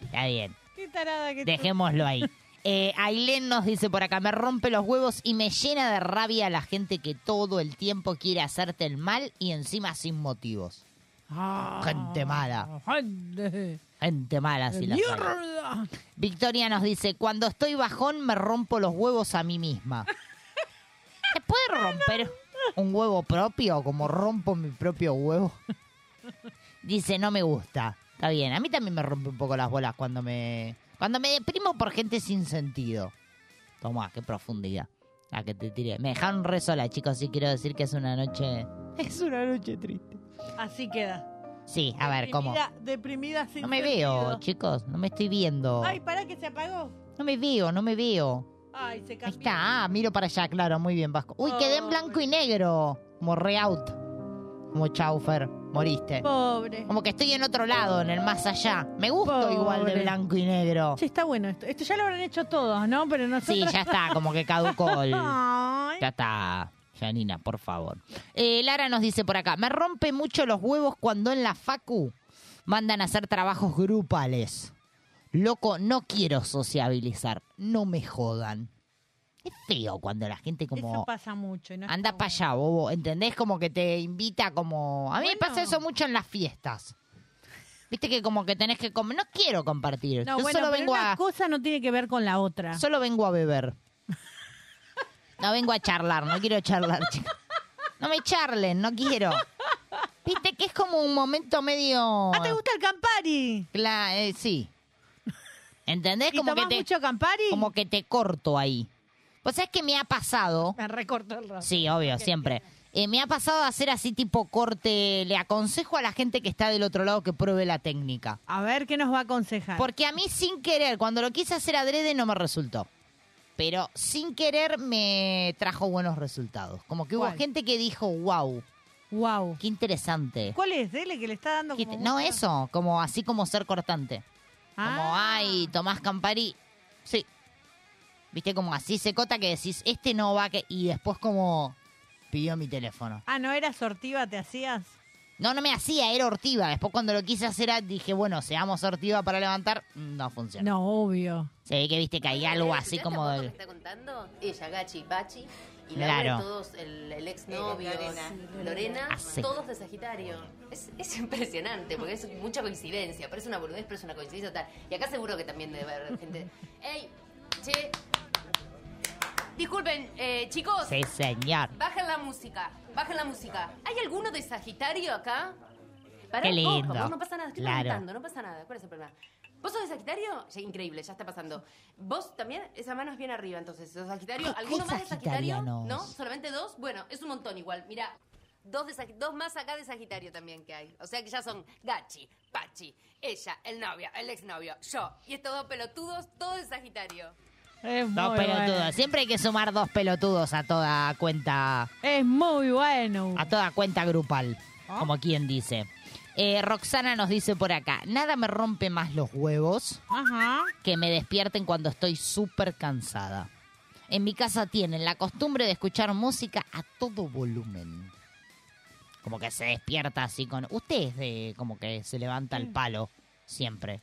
Está bien.
Qué tarada que
Dejémoslo ahí. Eh, Ailén nos dice por acá, me rompe los huevos y me llena de rabia la gente que todo el tiempo quiere hacerte el mal y encima sin motivos. Gente mala.
Ah, Gente.
Gente mala, si la hay.
Mierda.
Victoria nos dice, cuando estoy bajón me rompo los huevos a mí misma. ¿Se puede romper un huevo propio como rompo mi propio huevo? Dice, no me gusta. Está bien, a mí también me rompe un poco las bolas cuando me cuando me deprimo por gente sin sentido. Tomá, qué profundidad. La que te tiré. Me dejaron re sola, chicos, y quiero decir que es una noche... Es una noche triste.
Así queda.
Sí, a ver, ¿cómo?
Deprimida- Deprimida sin
No me
sentido.
veo, chicos, no me estoy viendo.
Ay, pará que se apagó.
No me veo, no me veo.
Ay, se
Ahí
cambió.
está, ah, miro para allá, claro, muy bien, Vasco. Uy, quedé en blanco y negro. Como re out. Como chaufer, moriste.
Pobre.
Como que estoy en otro lado, en el más allá. Me gusto
Pobre.
igual de blanco y negro.
Che, está bueno esto. Esto ya lo habrán hecho todos, ¿no? Pero nosotros...
Sí, ya está, como que caducó el.
Ay.
Ya está. Janina, por favor. Eh, Lara nos dice por acá, me rompe mucho los huevos cuando en la facu mandan a hacer trabajos grupales. Loco, no quiero sociabilizar, no me jodan. Es feo cuando la gente como...
Eso pasa mucho. y no está
Anda para allá, bobo. ¿Entendés? Como que te invita como... A mí me
Bueno.
pasa eso mucho en las fiestas. Viste que como que tenés que... com- No quiero compartir.
No,
Yo
bueno,
solo
pero
vengo
una
a...
cosa no tiene que ver con la otra.
Solo vengo a beber. No vengo a charlar, no quiero charlar, chicos. No me charlen, no quiero. Viste que es como un momento medio...
¿Ah, te gusta el Campari?
Cla- eh, sí. ¿Entendés?
¿Y
Como que,
tomás
te,
mucho Campari?
como que te corto ahí. Pues es que me ha pasado...
Me recortó el rostro.
Sí, obvio, siempre. Eh, me ha pasado a hacer así tipo corte, le aconsejo a la gente que está del otro lado que pruebe la técnica.
A ver qué nos va a aconsejar.
Porque a mí sin querer, cuando lo quise hacer adrede no me resultó. Pero sin querer me trajo buenos resultados. Como que hubo
¿Cuál?
gente que dijo, wow,
Wow.
qué interesante.
¿Cuál es? Dele que le está dando
Qué
como
te- No,
mucho-
eso, como así como ser cortante. Como,
Ah.
ay, Tomás Campari. Sí. Viste, como así secota que decís, este no va que... Y después como pidió mi teléfono.
Ah, ¿no era sortiva te hacías?
No, no me hacía, era ortiva. Después cuando lo quise hacer, dije, bueno, seamos ortiva para levantar. No funciona.
No, obvio.
Se ve que viste que hay algo así como
¿Escuchaste la
del...
foto que está contando? Ella, Gachi, Pachi. Y
Claro.
claro. todos, el, el exnovio, Lorena, Lorena
Ah, sí.
todos de Sagitario. Es, es impresionante, porque es mucha coincidencia. Parece una boludez, pero es una coincidencia total. Y acá seguro que también debe haber gente. ¡Ey! ¡Che! Disculpen, eh, chicos.
Sí, señor.
Bajen la música, bajen la música. ¿Hay alguno de Sagitario acá? Pará,
Qué
vos,
lindo.
vos, no pasa nada, estoy
Claro.
preguntando, no pasa nada. ¿Cuál es el problema? ¿Vos sos de Sagitario? Ya, increíble, ya está pasando. ¿Vos también? Esa mano es bien arriba, entonces. ¿Sos Sagitario?
¿Qué-
¿Alguno
qué
más de Sagitario?
sagitarianos?
¿No? ¿Solamente dos? Bueno, es un montón igual. Mira, dos, de Sag- dos más acá de Sagitario también que hay. O sea que ya son Gachi, Pachi, ella, el novio, el exnovio, yo. Y estos dos pelotudos, todos de Sagitario.
Es muy
Dos pelotudos.
bueno.
Siempre hay que sumar dos pelotudos a toda cuenta,
Es muy bueno. ¿Ah?
a toda cuenta grupal, como quien dice. Eh, Roxana nos dice por acá, nada me rompe más los huevos
Ajá.
que me despierten cuando estoy súper cansada. En mi casa tienen la costumbre de escuchar música a todo volumen. Como que se despierta así con... Usted es de... como que se levanta
Mm.
el palo siempre.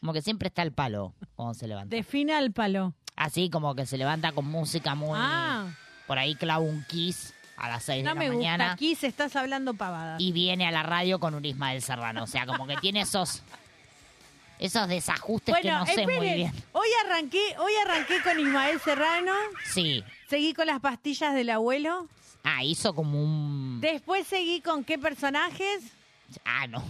Como que siempre está el palo cuando se levanta.
Defina el palo.
Así como que se levanta con música muy...
Ah,
Por ahí clava un kiss a las 6
no
de
me
la
gusta.
mañana
Aquí se estás hablando pavadas.
y viene a la radio con un Ismael Serrano. O sea, como que tiene esos... Esos desajustes que no sé muy bien.
Hoy arranqué, hoy arranqué con Ismael Serrano,
Sí.
seguí con las pastillas del abuelo,
Ah, hizo como un...
después seguí con qué personajes,
Ah, no.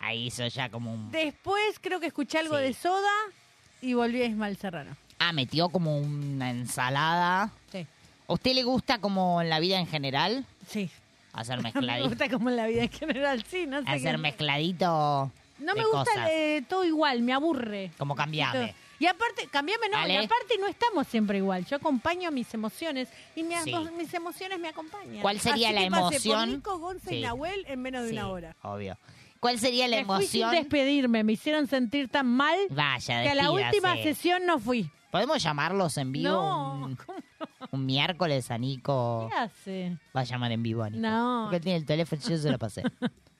Ahí hizo ya como un...
después creo que escuché algo
Sí.
de soda y volví a Ismael Serrano.
Ah, metió como una ensalada.
Sí.
¿A usted le gusta como en la vida en general?
Sí.
Hacer
Me
mezcladito.
gusta como en la vida en general, sí, no sé.
Hacer
qué-
mezcladito.
No
de
me gusta
cosas.
eh, todo igual, me aburre.
Como cambiame.
Y aparte, cambiame no,
Dale.
y aparte no estamos siempre igual. Yo acompaño mis emociones y mis,
Sí.
mis emociones me acompañan.
¿Cuál sería
Así
la
que pasé por
emoción?
Nico, Gonza
Sí.
y Nahuel en menos de
Sí,
una hora.
Obvio. ¿Cuál sería la
Me fui sin
emoción?
despedirme, me hicieron sentir tan mal
Vaya,
que a la
despídase.
última sesión no fui.
¿Podemos llamarlos en vivo?
No,
Un,
¿cómo
un miércoles a Nico.
se hace?
Va a llamar en vivo a Nico.
No.
Porque él tiene el teléfono, yo se lo pasé.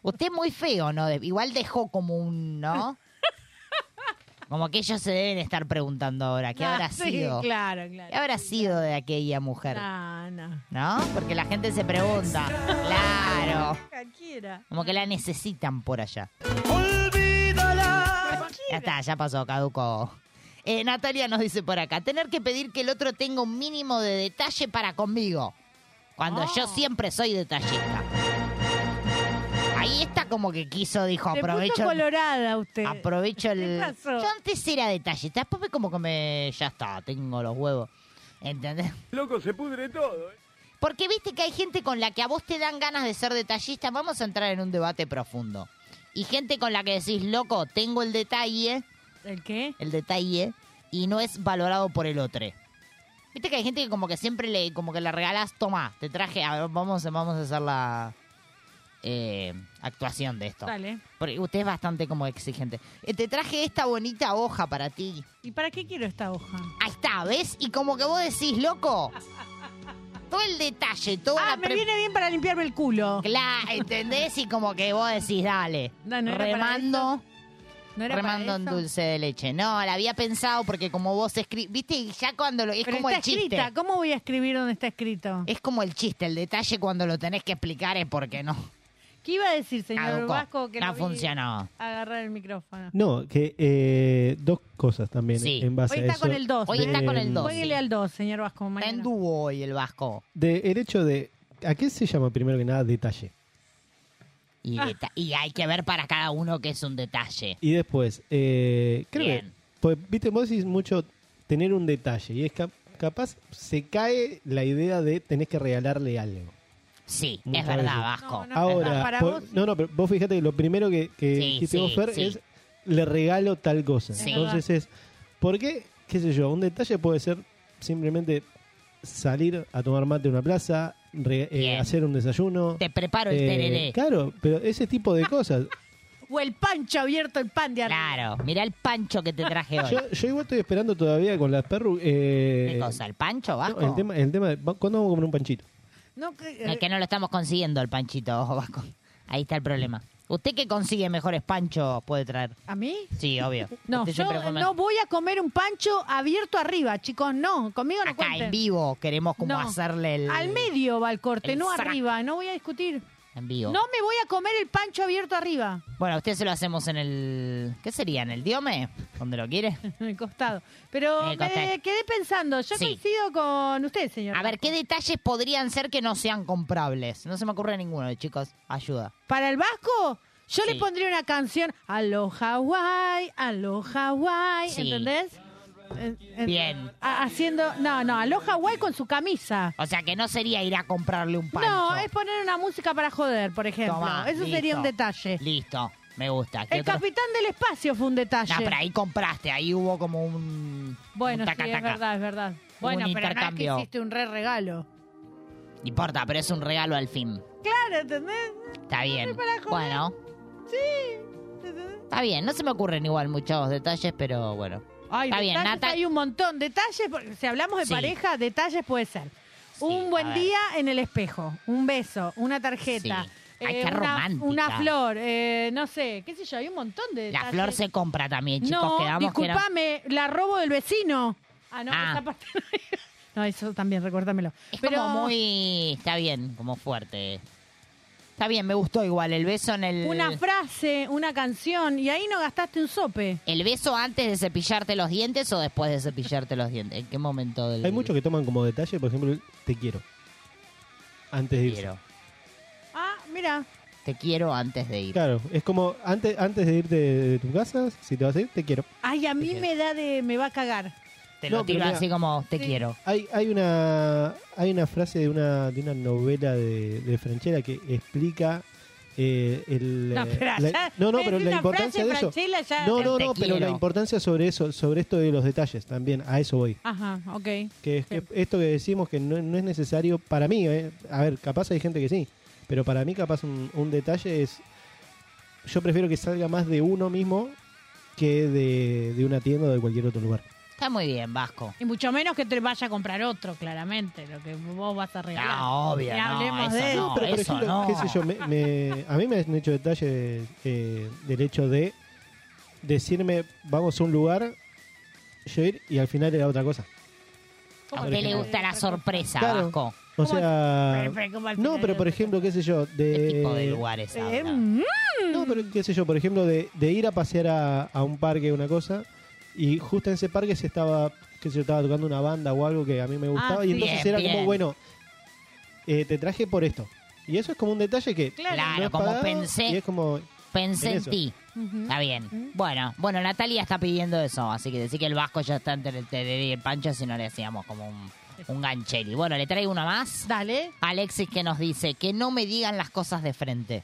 Usted es muy feo, ¿no? De- Igual dejó como un, ¿no? Como que ellos se deben estar preguntando ahora, ¿qué
Ah,
habrá
sí,
sido?
Claro, claro.
¿Qué habrá sido de aquella mujer?
No, no.
¿No? Porque la gente se pregunta. Claro.
Cualquiera.
Como que la necesitan por allá.
Olvídala.
Ya está, ya pasó, caduco. Eh, Natalia nos dice por acá, tener que pedir que el otro tenga un mínimo de detalle para conmigo. Cuando
Ah.
yo siempre soy detallista. Ahí está como que quiso, dijo,
Se puso
aprovecho.
colorada usted.
Aprovecho el.
¿Qué pasó?
Yo antes era detallista, después me como que me. Ya está, tengo los huevos. ¿Entendés?
Loco, se pudre todo. ¿eh?
Porque viste que hay gente con la que a vos te dan ganas de ser detallista. Vamos a entrar en un debate profundo. Y gente con la que decís, loco, tengo el detalle,
¿El qué?
el detalle, y no es valorado por el otro. Viste que hay gente que como que siempre le, como que le regalás, toma, te traje, a ver, vamos, vamos a hacer la eh, actuación de esto.
Dale.
Porque usted es bastante como exigente. Eh, te traje esta bonita hoja para ti. Ah.
¿Y para qué quiero esta hoja?
Ahí está, ¿ves? Y como que vos decís, loco, todo el detalle, toda
Ah,
la
me
pre-
viene bien para limpiarme el culo.
Claro, ¿entendés? Y como que vos decís, dale.
No, no era para
remando,
¿No era para
remando en
eso?
dulce de leche. No, la había pensado porque como vos escribís, viste, y ya cuando lo... Es
Pero
como
está
el chiste.
escrita. ¿Cómo voy a escribir donde está escrito?
Es como el chiste, el detalle cuando lo tenés que explicar es porque no.
¿Qué iba a decir, señor
Caducó.
Vasco? Que
no
lo vi
funcionó.
Agarrar el micrófono.
No, que eh, dos cosas también
Sí.
en base
Hoy
a
está
eso. Eh,
con el 2.
Hoy está con el 2,
Jueguele
sí.
al 2, señor Vasco.
Está en
mañana.
dúo hoy el vasco.
De, el hecho de. ¿A qué se llama primero que nada detalle?
Y,
Ah.
deta- y hay que ver para cada uno que es un detalle.
Y después, eh, creo
Bien.
que. Pues, viste, vos decís mucho tener un detalle. Y es cap- capaz se cae la idea de tenés que regalarle algo.
Sí, es
Muchas
verdad,
veces.
Vasco.
No,
Ahora,
para
po-
vos-
no, no, pero vos fíjate que lo primero que, que
Sí,
dijiste
sí,
vos, Fer,
sí.
es le regalo tal cosa.
Sí.
Entonces es, ¿por qué? ¿Qué sé yo? Un detalle puede ser simplemente salir a tomar mate en una plaza, re- eh,
Bien.
hacer un desayuno.
Te preparo el
eh,
tereré. Ah,
Claro, pero ese tipo de cosas.
O el pancho abierto, el pan de arriba.
Claro, mirá el pancho que te traje hoy.
yo, yo igual estoy esperando todavía con las perru... eh,
¿Qué cosa? ¿El pancho,
no,
Vasco?
el tema, el tema de, ¿cuándo vamos a comer un panchito?
No, que- eh,
Es que no lo estamos consiguiendo el panchito, Vasco. Ahí está el problema. ¿Usted que consigue mejores panchos puede traer?
¿A mí?
Sí, obvio.
No,
Usted
yo eh,
siempre come-
no voy a comer un pancho abierto arriba, chicos, no. Conmigo no
Acá
cuenten.
en vivo queremos como
No.
hacerle el...
Al medio va el corte,
el
no
sac.
arriba, no voy a discutir.
En vivo.
No me voy a comer el pancho abierto arriba,
Bueno, a usted se lo hacemos en el... ¿Qué sería? ¿En el diome? ¿Donde lo quiere?
en el costado. Pero
En
me
el costado.
quedé pensando, yo
Sí.
coincido con usted, señor.
A ver, ¿qué detalles podrían ser que no sean comprables? No se me ocurre ninguno, chicos. Ayuda.
Para el vasco, yo
Sí.
le pondría una canción a lo Hawái, a lo Hawái,
Sí.
¿entendés? En- en-
Bien.
a- haciendo, no, no, a lo Hawái con su camisa.
O sea, que no sería ir a comprarle un pancho.
No, es poner una música para joder, por ejemplo.
Tomá,
Eso sería
listo.
un detalle.
Listo, me gusta. ¿Qué
El
otro?
capitán del espacio fue un detalle.
No, pero ahí compraste, ahí hubo como un...
Bueno,
un taca,
sí, es
taca.
verdad, es verdad. Bueno,
un
pero no es que
intercambio.
hiciste un re regalo.
No Importa, pero es un regalo al fin.
Claro, ¿entendés?
Está bien.
para joder.
Bueno,
Sí.
está bien. No se me ocurren igual muchos detalles, pero bueno.
Ay,
está bien,
detalles
Nata.
Hay un montón. Detalles, porque si hablamos de
Sí.
pareja, detalles puede ser. un
a
buen
ver.
día en el espejo, un beso, una tarjeta. eh,
Sí. Ay, qué
una,
romántica.
una flor, eh, no sé, qué sé yo, hay un montón de
La
detalles.
flor se compra también, chicos.
no,
Quedamos que era-
disculpame, la robo del vecino. Ah, no,
Ah.
esa parte no. No, eso también, recuérdamelo.
Es
Pero-
como muy... Está bien, como fuerte. Está bien, me gustó igual el beso en el...
Una frase, una canción, y ahí no gastaste un sope.
¿El beso antes de cepillarte los dientes o después de cepillarte los dientes? ¿En qué momento del
Hay muchos que toman como detalle, por ejemplo, el te quiero. Antes de irse.
quiero?
Ah, mira,
Te quiero antes de ir.
Claro, es como antes, antes de irte de, de tu casa, si te vas a ir, te quiero.
ay, a mí me da de, me va a cagar.
Te
No, pero
lo tiro
mira,
así como te
Sí.
quiero.
Hay, hay una hay una frase de una, de una novela de, de Franchella que explica eh, el
No, pero
la-
ya-
no, no,
me
pero
decís
la
una
importancia
frase,
de eso.
Franchella, ya-
No,
El
no,
te
no, pero
quiero.
la importancia sobre eso, sobre esto de los detalles también, a eso voy.
Ajá, ok.
Que es que esto que decimos que no, no es necesario para mí, eh, a ver, capaz hay gente que sí, pero para mí capaz un, un detalle es yo prefiero que salga más de uno mismo que de, de una tienda o de cualquier otro lugar.
Está muy bien, Vasco.
Y mucho menos que te vaya a comprar otro, claramente, lo que vos vas a regalar.
No, Ah, obvio,
Ni
no,
hablemos
eso
de
no.
pero por
eso
ejemplo,
no.
qué sé yo, me- me- a mí me han hecho detalles eh, del hecho de decirme vamos a un lugar, yo ir y al final era otra cosa.
A
Por
usted le
ejemplo.
gusta la sorpresa,
Claro.
Vasco.
O
¿Cómo
sea,
Pero, pero, ¿cómo al
no,
final
pero por
era
ejemplo, qué sé yo,
¿Qué
de
tipo de lugares
Eh,
habla?
mm,
No, pero qué sé yo, por ejemplo, de, de ir a pasear a, a un parque, una cosa, y justo en ese parque se estaba, que se estaba tocando una banda o algo que a mí me gustaba, y
Ah, sí.
entonces
Bien,
era
bien.
como, bueno, eh, te traje por esto. Y eso es como un detalle que no
Claro.
Claro,
es
como
pagado,
pensé.
y es como
Pensé
en
en Ah.
eso.
ti.
ujú.
Está
Mm.
bien. Bueno, bueno, Natalia está pidiendo eso, así que decir que el Vasco ya está entre el Tereré y el Pancho si no le hacíamos como un, un gancheli. Bueno, le traigo una más.
Dale.
Alexis que nos dice que no me digan las cosas de frente.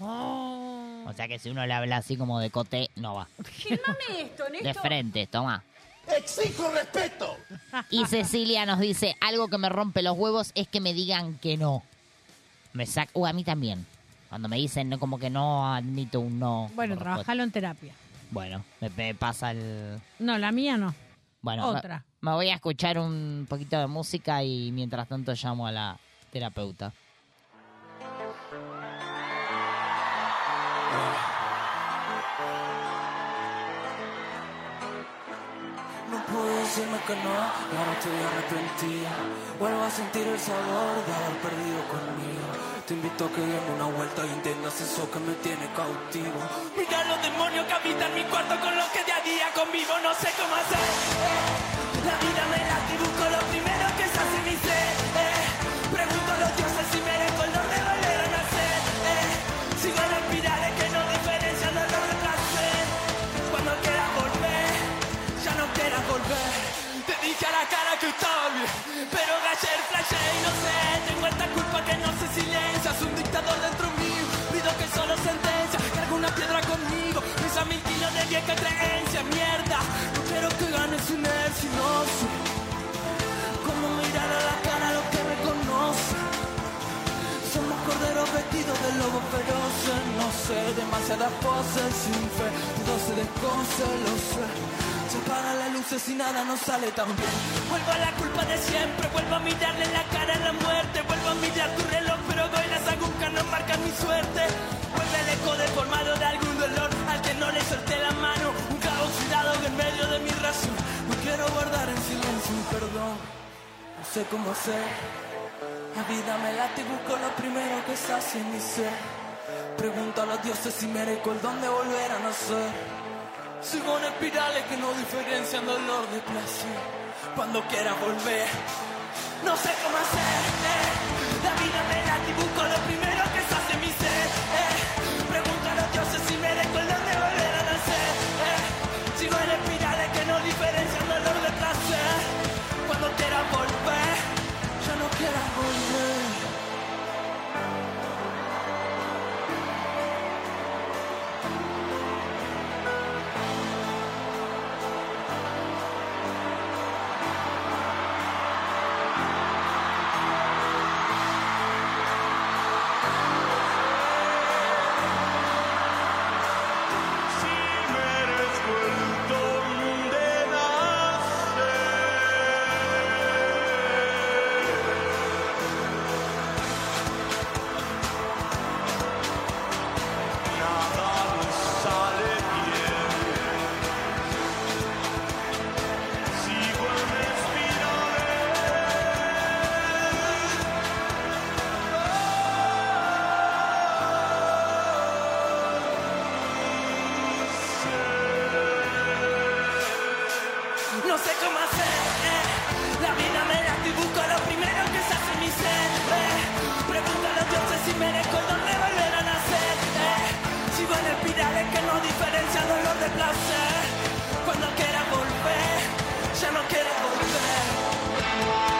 Oh.
O sea que si uno le habla así como de coté, no va.
esto,
De frente, toma. ¡Exijo respeto! Y Cecilia nos dice, algo que me rompe los huevos es que me digan que no. Me saca... Uh, a mí también. Cuando me dicen no, como que no admito un no.
Bueno,
como respuesta.
trabajalo en terapia.
Bueno, me, me pasa el...
No, la mía no.
Bueno, me-
Otra.
Me, voy a escuchar un poquito de música y mientras tanto llamo a la terapeuta.
No pude decirme que no, y ahora estoy arrepentida. Vuelvo a sentir el sabor de haber perdido conmigo. Te invito a que demos una vuelta y entiendas eso que me tiene cautivo. Mira los demonios que habitan mi cuarto con los que día a día convivo, no sé cómo hacer. eh. La vida me la dibujo, lo primero que se hace mi ser. eh. Pregunto a los dioses si merezco el de volver a nacer. eh. Sigo en las espirales que no diferencian dolor de placer. Cuando quieras volver ya no quieras volver. Te dije a la cara que estaba bien, pero ayer flashé y no sé. Tengo esta culpa que no se silencia, es un dictador dentro mío. Pido que solo sentencia, cargo una piedra conmigo. Pesa mil kilos de vieja creencia, mierda. No quiero que ganes un él, si no sé cómo mirar a la cara a los que me conocen. Somos corderos vestidos de lobos feroces, no sé, demasiadas poses sin fe, todo se descoce, lo sé. Se apagan las luces y nada nos sale tan bien. Vuelvo a la culpa de siempre, vuelvo a mirarle la cara a la muerte, vuelvo a mirar tu reloj, pero doy la Las agujas no marcan mi suerte. Vuelve el eco deformado de algún dolor al que no le solté la mano. Un cabo oxidado que en medio de mi razón. No quiero guardar en silencio un perdón. No sé cómo hacer. La vida me late y busco lo primero que sacia en mi ser. Pregunto a los dioses si merezco el don de volver a nacer. Sigo en espirales que no diferencian dolor de placer. Cuando quiera volver, no sé cómo hacer. eh. La vida me late y busco lo primero que sacia en mi ser. eh. Pregunto a los dioses si merezco el don de volver a nacer. eh. Sigo en espirales que no diferencian dolor de placer. Cuando quiera volver, ya no quiera volver.
Si merezco el don de nacer, nada me sale bien. Sigo en espirales.
No sé cómo hacer, eh. la vida me la y busco lo primero que se hace en mi ser. Eh. Pregunto a los dioses si merezco el don de volver a nacer. Eh. Sigo en espirales que no diferencia dolor de placer. Cuando quiera volver, ya no quiero volver.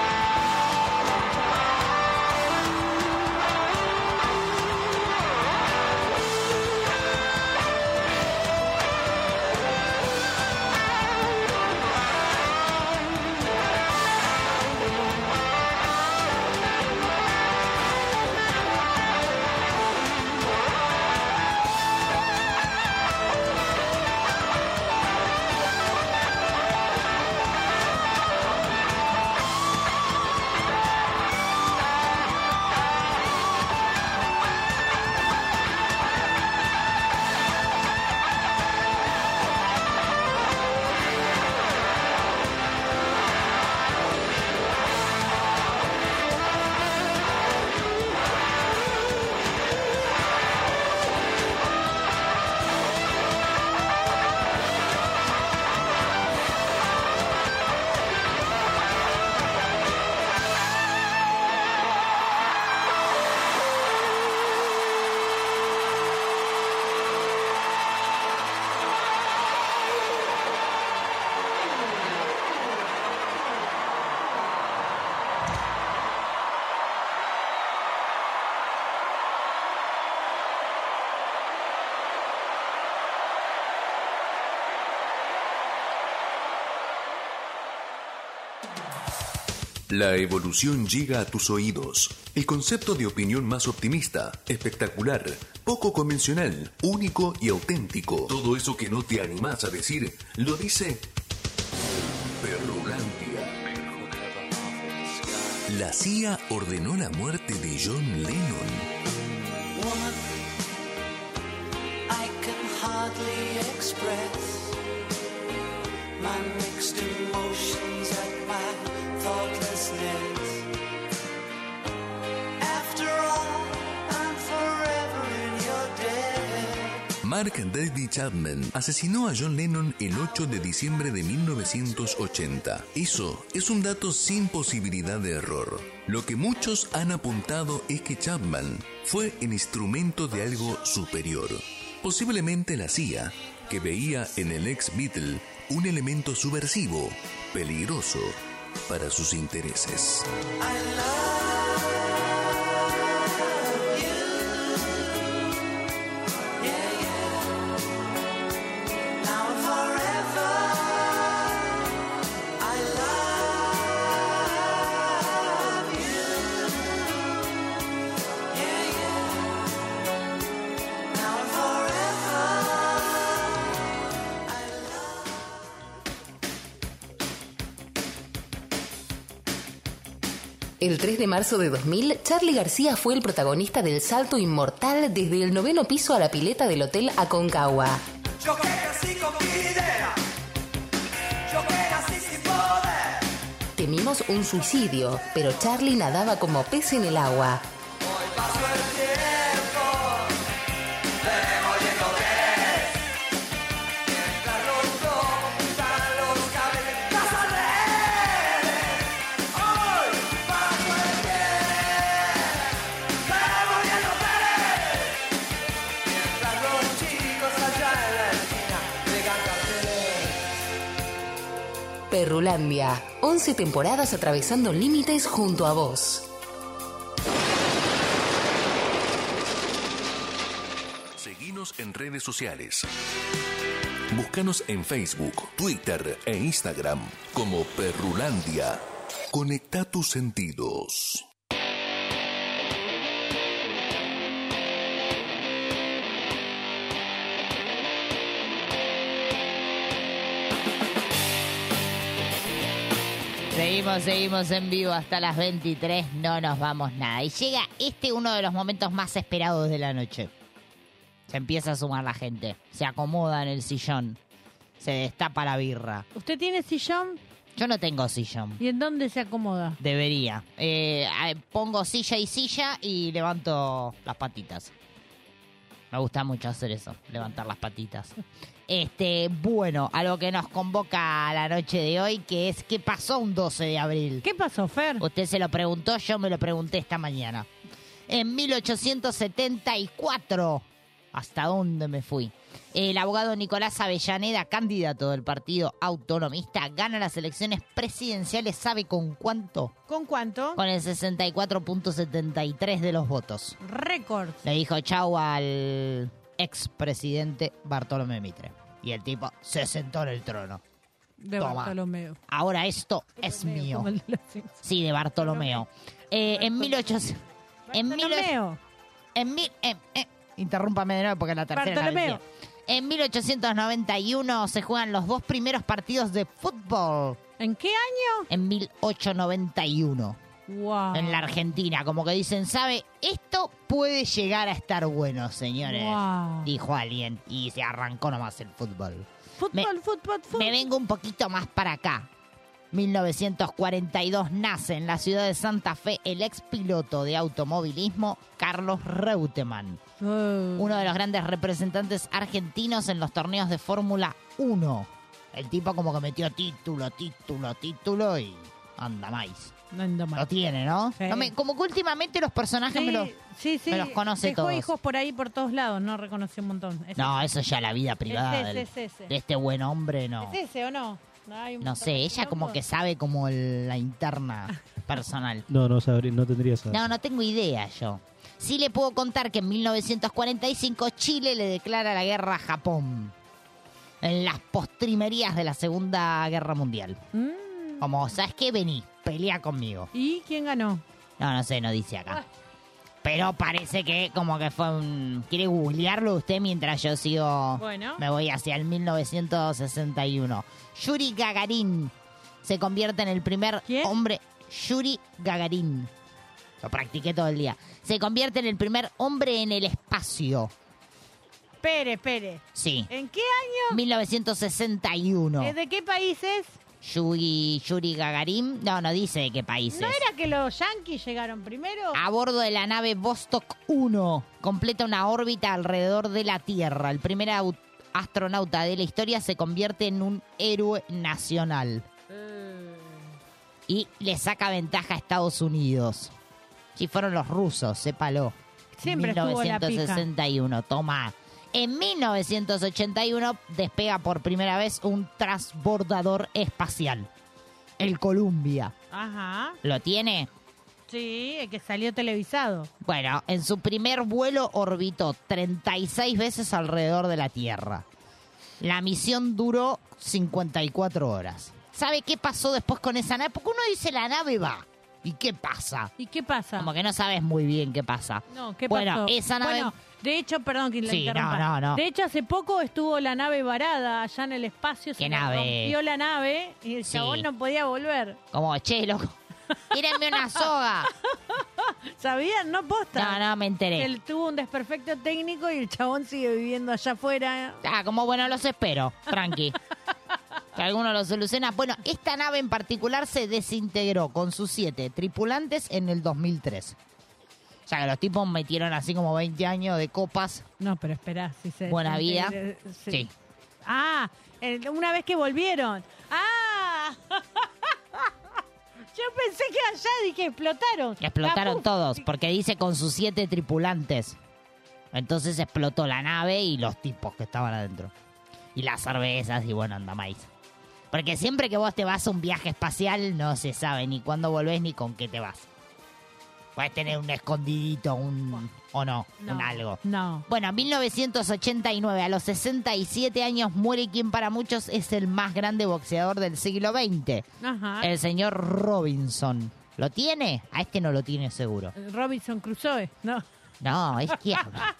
La evolución llega a tus oídos. El concepto de opinión más optimista, espectacular, poco convencional, único y auténtico. Todo eso que no te animás a decir, lo dice Perrulandia. La CIA ordenó la muerte de John Lennon.
Woman, I can hardly express my mixed emotions at my thoughtlessness. After all, I'm forever in your debt.
Mark David Chapman asesinó a John Lennon el 8 de diciembre de 1980. Eso es un dato sin posibilidad de error. Lo que muchos han apuntado es que Chapman fue el instrumento de algo superior, posiblemente la CIA, que veía en el ex Beatle un elemento subversivo, peligroso para sus intereses.
Now and forever, I love you. Yeah, yeah. Now and forever.
El 3 de marzo de 2000, Charlie García fue el protagonista del salto inmortal desde el noveno piso a la pileta del Hotel Aconcagua.
Yo que nací con mi idea. Yo que nací sin poder.
Temimos un suicidio, pero Charlie nadaba como pez en el agua.
Los chicos allá en la esquina llegan carteles.
Perrulandia, 11 temporadas atravesando límites junto a vos.
Seguinos en redes sociales. Búscanos en Facebook, Twitter e Instagram como Perrulandia. Conecta tus sentidos.
Seguimos, seguimos en vivo hasta las 23, no nos vamos nada. Y llega este uno de los momentos más esperados de la noche. Se empieza a sumar la gente, se acomoda en el sillón, se destapa la birra.
¿Usted tiene sillón?
Yo no tengo sillón,
¿Y en dónde se acomoda?
debería. Eh, ah, pongo silla y silla y levanto las patitas. Me gusta mucho hacer eso, levantar las patitas. Este, bueno, a lo que nos convoca a la noche de hoy, que es ¿qué pasó un 12 de abril?
¿Qué pasó, Fer?
Usted se lo preguntó, yo me lo pregunté esta mañana. En 1874, ¿hasta dónde me fui? El abogado Nicolás Avellaneda, candidato del Partido Autonomista, gana las elecciones presidenciales, ¿sabe con cuánto?
¿Con cuánto?
Con el 64.73 de los votos.
Récord.
Le dijo chau al expresidente Bartolomé Mitre. Y el tipo se sentó en el trono.
De
Toma.
Bartolomeo.
Ahora esto es mío.
como el de los Simpsons.
Sí, de Bartolomeo. Eh, en 1800... En
Bartolomeo.
1800 En mil... eh, eh, interrúmpame de nuevo porque la tercera... es la
Bartolomeo.
vencida. En 1891 se juegan los dos primeros partidos de fútbol.
¿En qué año? Ah.
En 1891.
Wow.
En la Argentina, como que dicen, ¿sabe? Esto puede llegar a estar bueno, señores.
Wow.
Dijo alguien y se arrancó nomás el fútbol.
Fútbol, fútbol, fútbol.
Me vengo un poquito más para acá. 1942 nace en la ciudad de Santa Fe el ex piloto de automovilismo Carlos Reutemann, uno de los grandes representantes argentinos en los torneos de Fórmula 1. El tipo como que metió título, título, título y anda más.
No ando mal.
Lo tiene, ¿no?
Sí.
No me- como que últimamente los personajes
Sí,
me los,
sí, sí.
me los conoce
Dejó
todos.
hijos por ahí, por todos lados. No reconoció un montón. Es
No, eso ya la vida privada
ese,
del-
es ese.
de este buen hombre, no.
¿Es ese o no? No, hay un
No
montón
sé,
de
ella como
quilombos.
que sabe como el- la interna personal.
No, no sabría, no tendría saber.
No, no tengo idea yo. Sí le puedo contar que en 1945 Chile le declara la guerra a Japón. En las postrimerías de la Segunda Guerra Mundial. Como, ¿sabes qué? Vení, pelea conmigo.
Mm. ¿Y quién ganó? Ah.
No, no sé, no dice acá. Pero parece que como que fue un... ¿Quiere googlearlo usted mientras yo sigo?
Bueno.
Me voy hacia el 1961. Yuri Gagarin se convierte en el primer hombre... Yuri Gagarin. Lo practiqué todo el día. Se convierte en el primer hombre en el espacio.
Pere, Pere.
Sí.
¿En qué año?
1961.
¿Eh, ¿De qué país es?
Yuri, Yuri Gagarin... No, no dice de qué país
¿No
es.
era que los yanquis llegaron primero?
a bordo de la nave Vostok 1. Completa una órbita alrededor de la Tierra. El primer au- astronauta de la historia se convierte en un héroe nacional.
Mm.
Y le saca ventaja a Estados Unidos. Si fueron los rusos, sépalo.
Siempre estuvo la pija.
1961, toma. En 1981 despega por primera vez un transbordador espacial, el Columbia.
Ajá.
¿Lo tiene?
Sí, el que salió televisado.
Bueno, en su primer vuelo orbitó 36 veces alrededor de la Tierra. La misión duró 54 horas. ¿Sabe qué pasó después con esa nave? Porque uno dice la nave va. ¿Y qué pasa?
¿Y qué pasa?
Como que no sabes muy bien qué pasa.
No, ¿qué
bueno,
pasó?
esa nave...
Bueno, de hecho, perdón que la
Sí, no,
interrumpa.
no, no.
De hecho, hace poco estuvo la nave varada allá en el espacio.
¿Qué
le
nave?
rompió la nave y el
Sí.
chabón no podía volver.
Como, che, loco, Tírenme una soga.
¿Sabían? No posta.
No, no, me enteré.
Él tuvo un desperfecto técnico y el chabón sigue viviendo allá afuera.
Ah, como bueno, los espero, tranqui. que alguno lo soluciona. Bueno, esta nave en particular se desintegró con sus siete tripulantes en el 2003. O sea que los tipos metieron así como 20 años de copas.
No, pero esperá, si se.
Buena vida.
eh, eh,
Sí.
Ah, el- una vez que volvieron. Ah. Yo pensé que allá dije explotaron.
Explotaron
La pu-
todos, porque dice con sus siete tripulantes. Entonces explotó la nave y los tipos que estaban adentro. Y las cervezas y bueno, anda maíz. Porque siempre que vos te vas a un viaje espacial, no se sabe ni cuándo volvés ni con qué te vas. Puedes tener un escondidito, un. o no,
No.
un algo.
No.
Bueno, 1989, a los 67 años muere quien para muchos es el más grande boxeador del siglo XX.
Ajá.
El señor Robinson. ¿Lo tiene? A este no lo tiene seguro.
Robinson Crusoe, no.
No, es que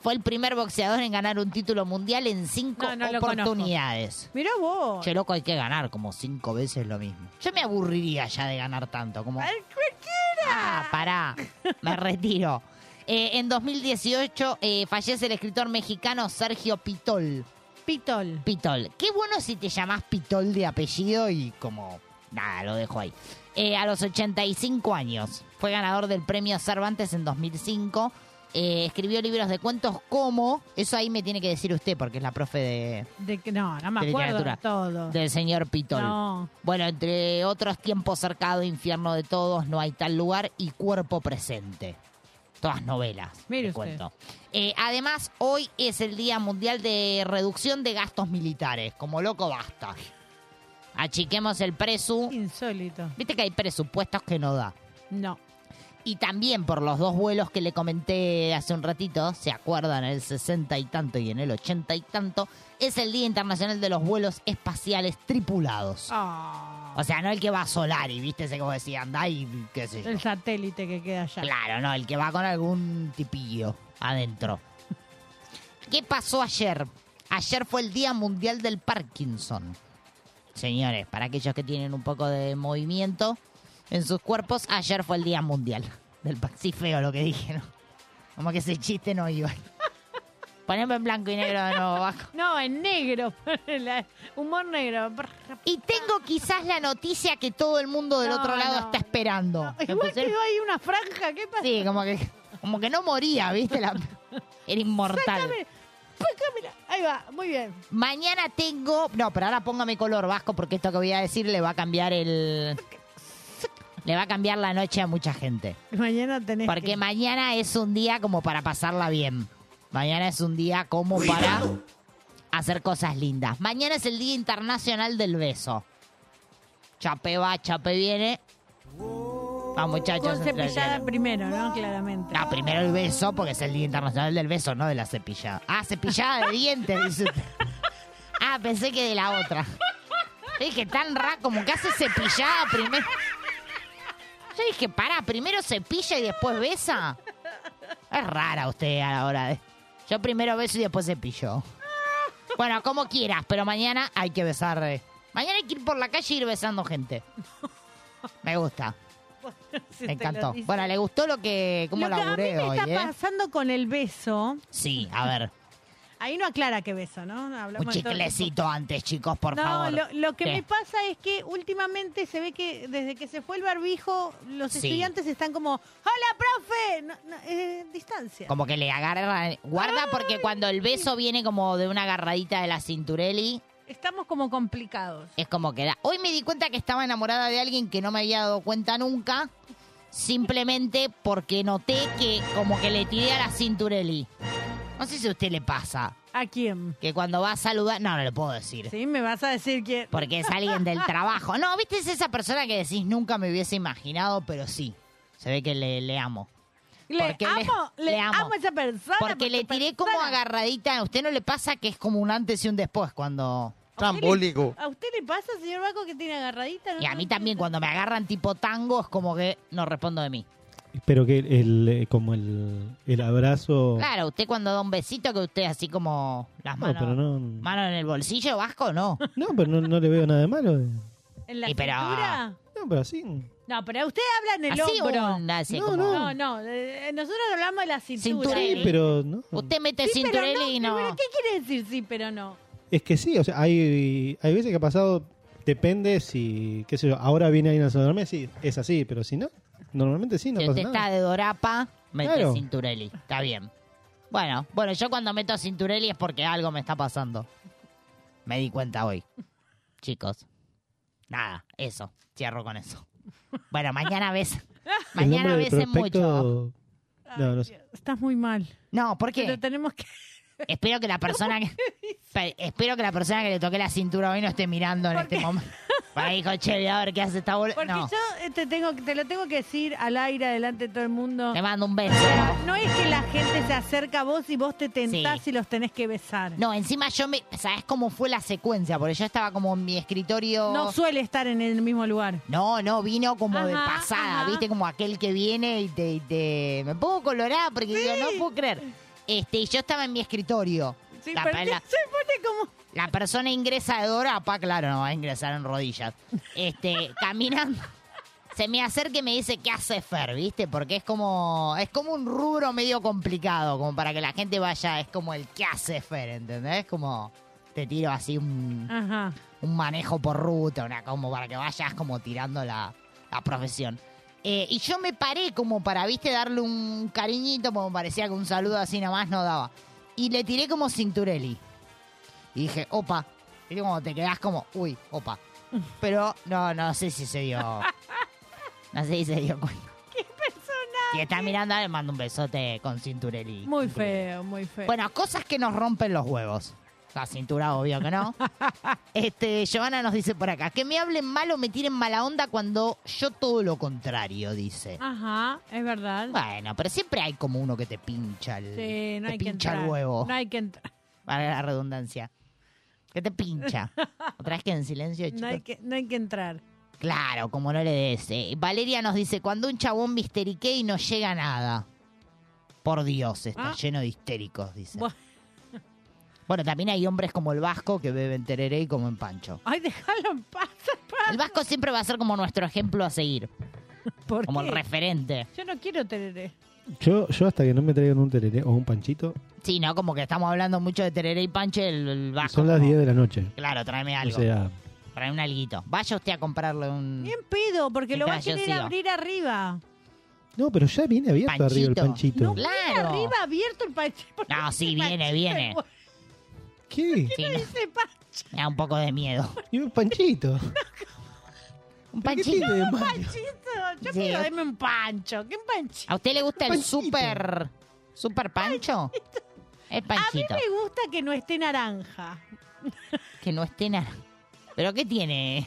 fue el primer boxeador en ganar un título mundial en cinco
No, no lo conozco.
oportunidades.
Mirá vos.
Che, loco, hay que ganar como cinco veces lo mismo. Yo me aburriría ya de ganar tanto. Como,
¡Ay, cualquiera!
ah, pará, me retiro. Eh, en 2018 eh, fallece el escritor mexicano Sergio Pitol.
Pitol.
Pitol. Qué bueno si te llamás Pitol de apellido y como... Nada, lo dejo ahí. Eh, a los 85 años. Fue ganador del premio Cervantes en 2005. Eh, escribió libros de cuentos como... Eso ahí me tiene que decir usted porque es la profe de,
De que- no, no
de
me acuerdo de
literatura
todo.
del señor Pitol.
No.
Bueno, entre otros, Tiempo Cercado, Infierno de Todos, No hay tal lugar y Cuerpo Presente. Todas novelas.
Mire
te
usted.
cuento. Eh, además, hoy es el Día Mundial de Reducción de Gastos Militares. Como loco, basta. Achiquemos el presu.
Insólito.
Viste que hay presupuestos que no da.
No.
Y también por los dos vuelos que le comenté hace un ratito, se acuerdan, el 60 y tanto y en el 80 y tanto, es el Día Internacional de los Vuelos Espaciales Tripulados.
Ah,
O sea, no el que va a Solari, ¿viste? Ese que vos decías, andá y qué sé yo.
El satélite que queda allá.
Claro, no, el que va con algún tipillo adentro. ¿Qué pasó ayer? Ayer fue el Día Mundial del Parkinson. Señores, para aquellos que tienen un poco de movimiento en sus cuerpos, ayer fue el Día Mundial del Parkinson. Sí, feo lo que dije, ¿no? Como que ese chiste no iba. Poneme en blanco y negro de nuevo, Vasco.
No, en negro. ponela, Humor negro.
Y tengo quizás la noticia que todo el mundo del
No,
otro lado
no,
está esperando. Me
Igual
pusieron-
quedó ahí una franja. ¿Qué pasa?
Sí, como que, como que no moría, ¿viste? La- Era inmortal.
Sácame, sácamela. Ahí va, muy bien.
Mañana tengo. No, pero ahora póngame color vasco porque esto que voy a decir le va a cambiar el. Le va a cambiar la noche a mucha gente.
Mañana tenés
Porque
que-
mañana es un día como para pasarla bien. Mañana es un día como para hacer cosas lindas. Mañana es el Día Internacional del Beso. Chape va, chape viene. Vamos, muchachos.
Con
entre-
cepillada primero, ¿no? Claramente.
no, primero el beso, porque es el Día Internacional del Beso, no de la cepillada. Ah, cepillada de dientes, dice usted. Ah, pensé que de la otra. Yo dije, tan raro, como que hace cepillada primero. Yo dije, pará, primero cepilla y después besa. Es rara usted a la hora de... Yo primero beso y después cepillo. Bueno, como quieras, pero mañana hay que besar. eh. Mañana hay que ir por la calle y ir besando gente. Me gusta.
Si
Me
te lo
encantó.
dice.
Bueno, ¿le gustó lo que... cómo
Lo que a mí
laburé
me
hoy,
está
eh?
pasando con el beso.
Sí, a ver.
Ahí no aclara qué beso, ¿no? Hablamos
Un
de todo-
chiclecito antes, chicos, por
no,
favor.
lo, lo que
¿Qué?
me pasa es que últimamente se ve que desde que se fue el barbijo, los
Sí.
estudiantes están como, hola, profe, No, no, eh, distancia.
Como que le agarra. Guarda porque cuando el beso viene como de una agarradita de la cinturelli,
Estamos como complicados.
es como que da. Hoy me di cuenta que estaba enamorada de alguien que no me había dado cuenta nunca, simplemente porque noté que como que le tiré a la cinturelli. No sé si a usted le pasa.
¿A quién?
Que cuando va a saludar. No, no le puedo decir.
Sí, me vas a decir que...
Porque es alguien del trabajo. No, viste, es esa persona que decís nunca me hubiese imaginado, pero sí. Se ve que le, le amo.
Le
porque le-
amo, le,
le
amo.
amo.
a esa persona.
Porque, le
esa
tiré
persona-
como agarradita. ¿A usted no le pasa que es como un antes y un después cuando...
Trambólico. ¿A usted le pasa, señor Baco, que tiene agarradita?
Y a mí también cuando me agarran tipo tango es como que no respondo de mí.
Pero que el, eh, como el, el abrazo...
Claro, usted cuando da un besito que usted así como las
No,
manos,
pero no,
manos en el bolsillo, vasco, no.
no, pero no, no le veo nada de malo.
¿En la
Y pero-
cintura?
No, pero así.
No, pero usted habla en el
Así
hombro.
un- así
no,
como-
no, no, eh, nosotros hablamos de la cintura.
Cinturelli. Sí,
pero no.
Usted mete
Sí, pero
cinturelli y no.
no, pero ¿Qué quiere decir sí, pero no?
Es que sí, o sea, hay, hay veces que ha pasado, depende si, qué sé yo, ahora viene alguien a saludarme, sí, es así, pero si no, normalmente sí, no
Si
pasa
usted
nada.
está de dorapa, mete
Claro.
cinturelli. Está bien. Bueno, bueno, yo cuando meto cinturelli es porque algo me está pasando. Me di cuenta hoy. Chicos. Nada, eso. Cierro con eso. Bueno, mañana ves.
El
mañana
nombre del
besen mucho.
prospecto- No, no sé.
Estás muy mal.
No, ¿por qué?
Pero tenemos que...
Espero que la persona que, Pe- espero que la persona que le toque la cintura hoy no esté mirando en este momento. Para dijo, che, voy a ver qué hace esta bol-".
Porque
No.
yo eh, te, tengo, te lo tengo que decir al aire, delante de todo el mundo.
Te mando un beso.
No es que la gente se acerca a vos y vos te tentás y los tenés que besar.
No, encima yo me. ¿Sabes cómo fue la secuencia? Porque yo estaba como en mi escritorio.
No suele estar en el mismo lugar.
No, no, vino como de
Ajá,
pasada,
ajá.
¿viste? Como aquel que viene y te. y te- Me pongo colorada porque digo, no puedo creer. Este, y yo estaba en mi escritorio.
Sí, pero es que se pone como.
La persona ingresa de Dorapa, claro, no va a ingresar en rodillas. Este, caminando. Se me acerca y me dice, ¿qué hace Fer? ¿Viste? Porque es como. Es como un rubro medio complicado, como para que la gente vaya. Es como el ¿qué hace Fer? ¿Entendés? Como. Te tiro así un
Ajá.
un manejo por ruta, una, como para que vayas como tirando la, la profesión. Eh, y yo me paré como para, viste, darle un cariñito, como parecía que un saludo así nomás no daba. Y le tiré como cinturelli. Y dije, opa. Y como te quedás como, uy, opa. Pero no, no sé si se dio. No sé si se dio cuenta. Y está mirando, le mando un besote con cinturelli.
Muy feo, muy feo.
Bueno, cosas que nos rompen los huevos. La cintura, obvio que no. Este, Giovanna nos dice por acá, que me hablen mal o me tiren mala onda cuando yo todo lo contrario, dice.
Ah. Ajá, es verdad.
Bueno, pero siempre hay como uno que te pincha el,
Sí, no
te
hay que
pincha
entrar.
el huevo.
No hay que entrar.
Para la redundancia. Que te pincha. Otra vez que en silencio, chicos.
No hay que, no hay que entrar.
Claro, como no le des. eh. Valeria nos dice, cuando un chabón misterique y no llega nada. Por Dios, está
Ah.
lleno de histéricos, dice.
Bu-
Bueno, también hay hombres como el vasco que beben tereré y como en pancho.
Ay, déjalo en paz.
El vasco siempre va a ser como nuestro ejemplo a seguir. como el
qué?
referente.
Yo no quiero tener. eh,
Yo, yo hasta que no me traigan un tereré o un panchito,
Sí, ¿no? Como que estamos hablando mucho de tereré y pancho, el, el vasco.
son las 10 de la noche.
Claro, tráeme Ah, algo.
O sea,
Tráeme un alguito. Vaya usted a comprarle un...
Bien pedo, porque lo va a
Mientras yo
querer
sigo.
abrir arriba.
no, pero ya viene abierto arriba el panchito.
No, viene
Claro.
arriba abierto el panchito.
No, sí, viene, viene.
¿Qué?
Sí, no,
Ese pancho.
me da un poco de miedo.
Y un panchito. ¿Pero qué
Un panchito.
tiene de malo?
Panchito, Yo
Sí.
quiero darme un pancho. ¿Qué pancho?
¿A usted le gusta el
Panchito.
super... super pancho? Es
A mí
panchito.
me gusta que no esté naranja.
Que no esté nada. ¿Pero qué tiene?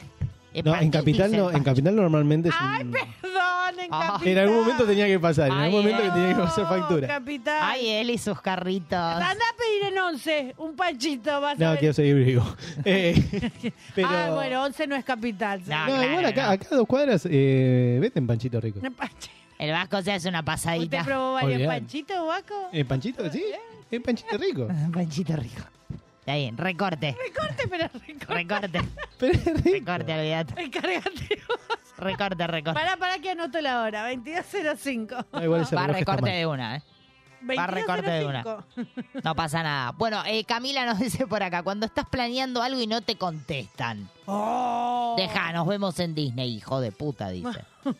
Es
No, en
panchito y
Capital
ser
no, en
pancho.
Capital normalmente es
Ay,
un-
perdón, en
Ah.
capital.
En algún momento tenía que pasar, en
Ay,
algún momento
eh.
que tenía que pasar factura.
capital.
Ay, él y sus carritos.
Anda a pedir en once un panchito. Vas a
No,
ver.
quiero seguir vivo. Eh, pero...
Ah, bueno, once no es capital. sí.
No,
No,
Ah, claro,
igual acá,
no.
acá a dos cuadras eh, venden panchito rico.
Un panchito.
El Vasco se hace una
¿Usted
pasadita.
probó varios
Olvidate.
panchitos, Guaco?
¿El Eh, panchito? Sí, el panchito rico.
Panchito rico. Está bien, recorte,
Recorte, pero recorte.
recorte,
Pero es rico.
recorte, olvidate.
Recargate vos.
Recorte, recorte.
Pará, pará que anoto la hora. 22.05.
No, Ah, igual ese
Va
reloj está
recorte
mal.
de una, ¿eh?
22.05.
Va recorte de una. No pasa nada. Bueno, eh, Camila nos dice por acá, cuando estás planeando algo y no te contestan.
Oh.
Deja, nos vemos en Disney, hijo de puta, dice.
Ah.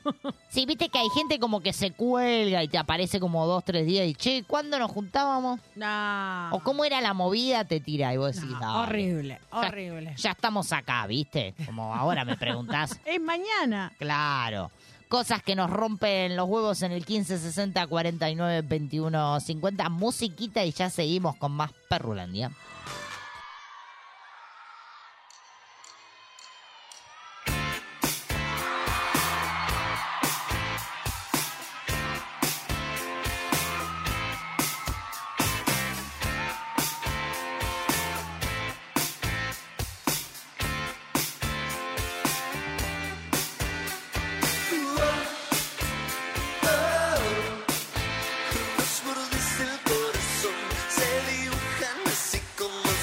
Sí, viste que hay gente como que se cuelga y te aparece como dos, tres días y, che, ¿cuándo nos juntábamos?
No.
O cómo era la movida, te tira y vos decís,
Ah. No,
"Dale".
horrible, horrible.
Ya estamos acá, ¿viste? Como ahora me preguntás.
Es mañana.
Claro. Cosas que nos rompen los huevos en el 1560 49 21 50. Musiquita y ya seguimos con más Perrulandia.
Los bordes del corazón se dibujan así como
é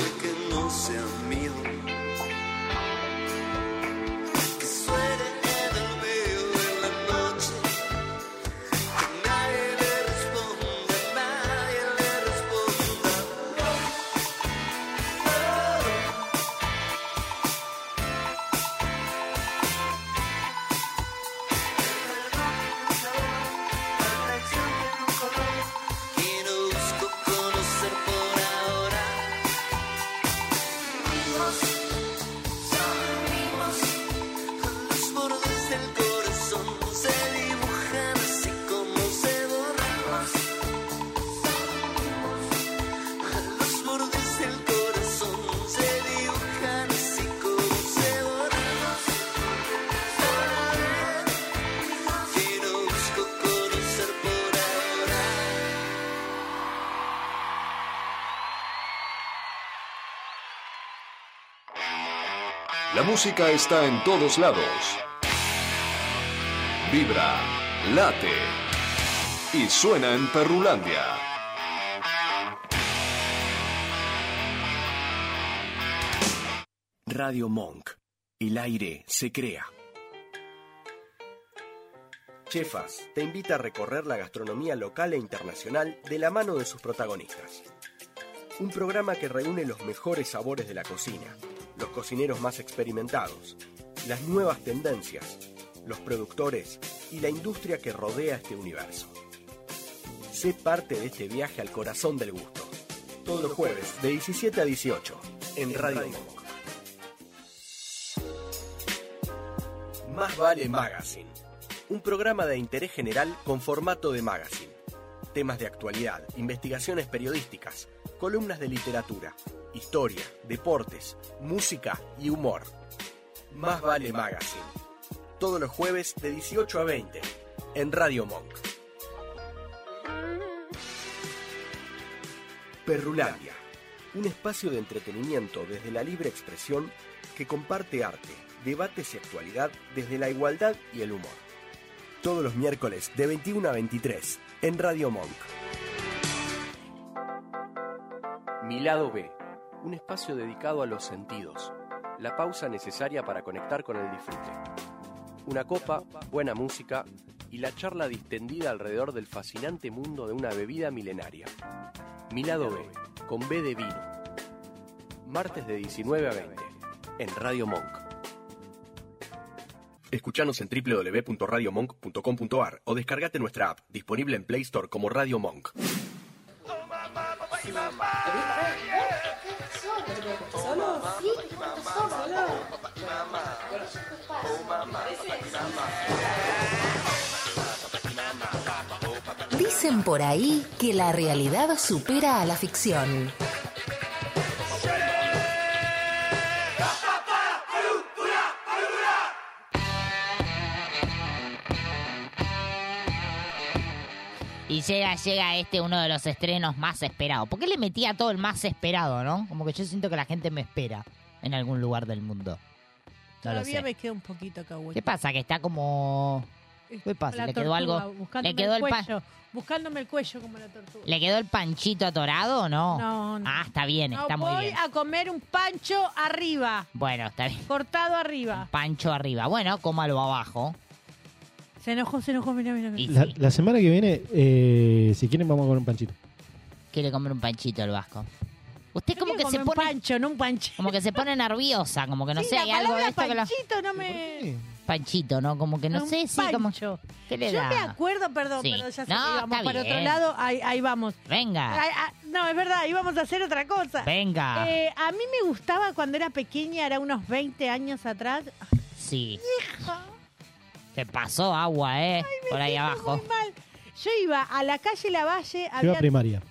sin miedo. Que suene en el medio de la noche. Que nadie le responda, nadie le responda. No, no. Que no busco conocer por ahora. Vivos, solo vivos. Con los bordes del corazón se dibujan así como se borran. Con los bordes del corazón se dibujan así como se borran. Que no busco conocer por ahora.
La música está en todos lados. Vibra, late y suena en Perrulandia.
Radio Monk. El aire se crea.
Chefas te invita a recorrer la gastronomía local e internacional de la mano de sus protagonistas. Un programa que reúne los mejores sabores de la cocina, los cocineros más experimentados, las nuevas tendencias, los productores y la industria que rodea este universo. Sé parte de este viaje al corazón del gusto. Todos los jueves de 17 a 18 en Radio Monk. Más vale Magazine. Un programa de interés general con formato de magazine. Temas de actualidad, investigaciones periodísticas, columnas de literatura, historia, deportes, música y humor. Más vale Magazine. Todos los jueves de 18 a 20 en Radio Monk. Perrulandia. Un espacio de entretenimiento desde la libre expresión que comparte arte, debates y actualidad desde la igualdad y el humor. Todos los miércoles de 21 a 23 en Radio Monk. Mi lado B, un espacio dedicado a los sentidos, la pausa necesaria para conectar con el disfrute. Una copa, buena música y la charla distendida alrededor del fascinante mundo de una bebida milenaria. Mi lado B, con B de vino. Martes de 19 a 20, en Radio Monk. Escuchanos en www.radiomonk.com.ar o descargate nuestra app, disponible en Play Store como Radio Monk.
Dicen por ahí que la realidad supera a la ficción.
Y llega, llega este uno de los estrenos más esperados. ¿Por qué le metía todo el más esperado, no? Como que yo siento que la gente me espera en algún lugar del mundo. No lo
Todavía
sé.
me queda un poquito acá, güey.
¿Qué pasa? Que está como... ¿Qué pasa?
La
¿Le quedó
tortuga,
algo?
buscándome
¿Le quedó el,
el
pan-
cuello, buscándole el cuello como la tortuga.
¿Le quedó el panchito atorado o no?
No, no.
Ah, está bien,
No,
está muy
voy
bien.
a comer un pancho arriba,
Bueno, está bien.
cortado arriba.
Pancho arriba. Bueno, cómalo abajo.
Se enojó, se enojó, mira, mira.
La, la semana que viene, eh, si quieren, vamos a comer un panchito.
Quiere comer un panchito el vasco. Usted como que se pone...
pancho, no un panchito.
Como que se pone nerviosa, como que no
Sí,
sé,
la
hay algo de
palabra
esto que
panchito
la-
no me...
Panchito, ¿no? Como que no
Un
sé, sí, como... ¿Qué le
Yo
da?
me acuerdo, perdón,
Sí.
pero ya sé
No,
que íbamos
está
para otro
bien.
lado, ahí, ahí vamos.
Venga.
Ay, ah, no, es verdad, íbamos a hacer otra cosa.
Venga.
Eh, a mí me gustaba cuando era pequeña, era unos 20 años atrás.
Sí.
Hija,
Te pasó agua, ¿eh? Por ahí abajo.
Yo iba a la calle Lavalle,
Yo
había...
a primaria.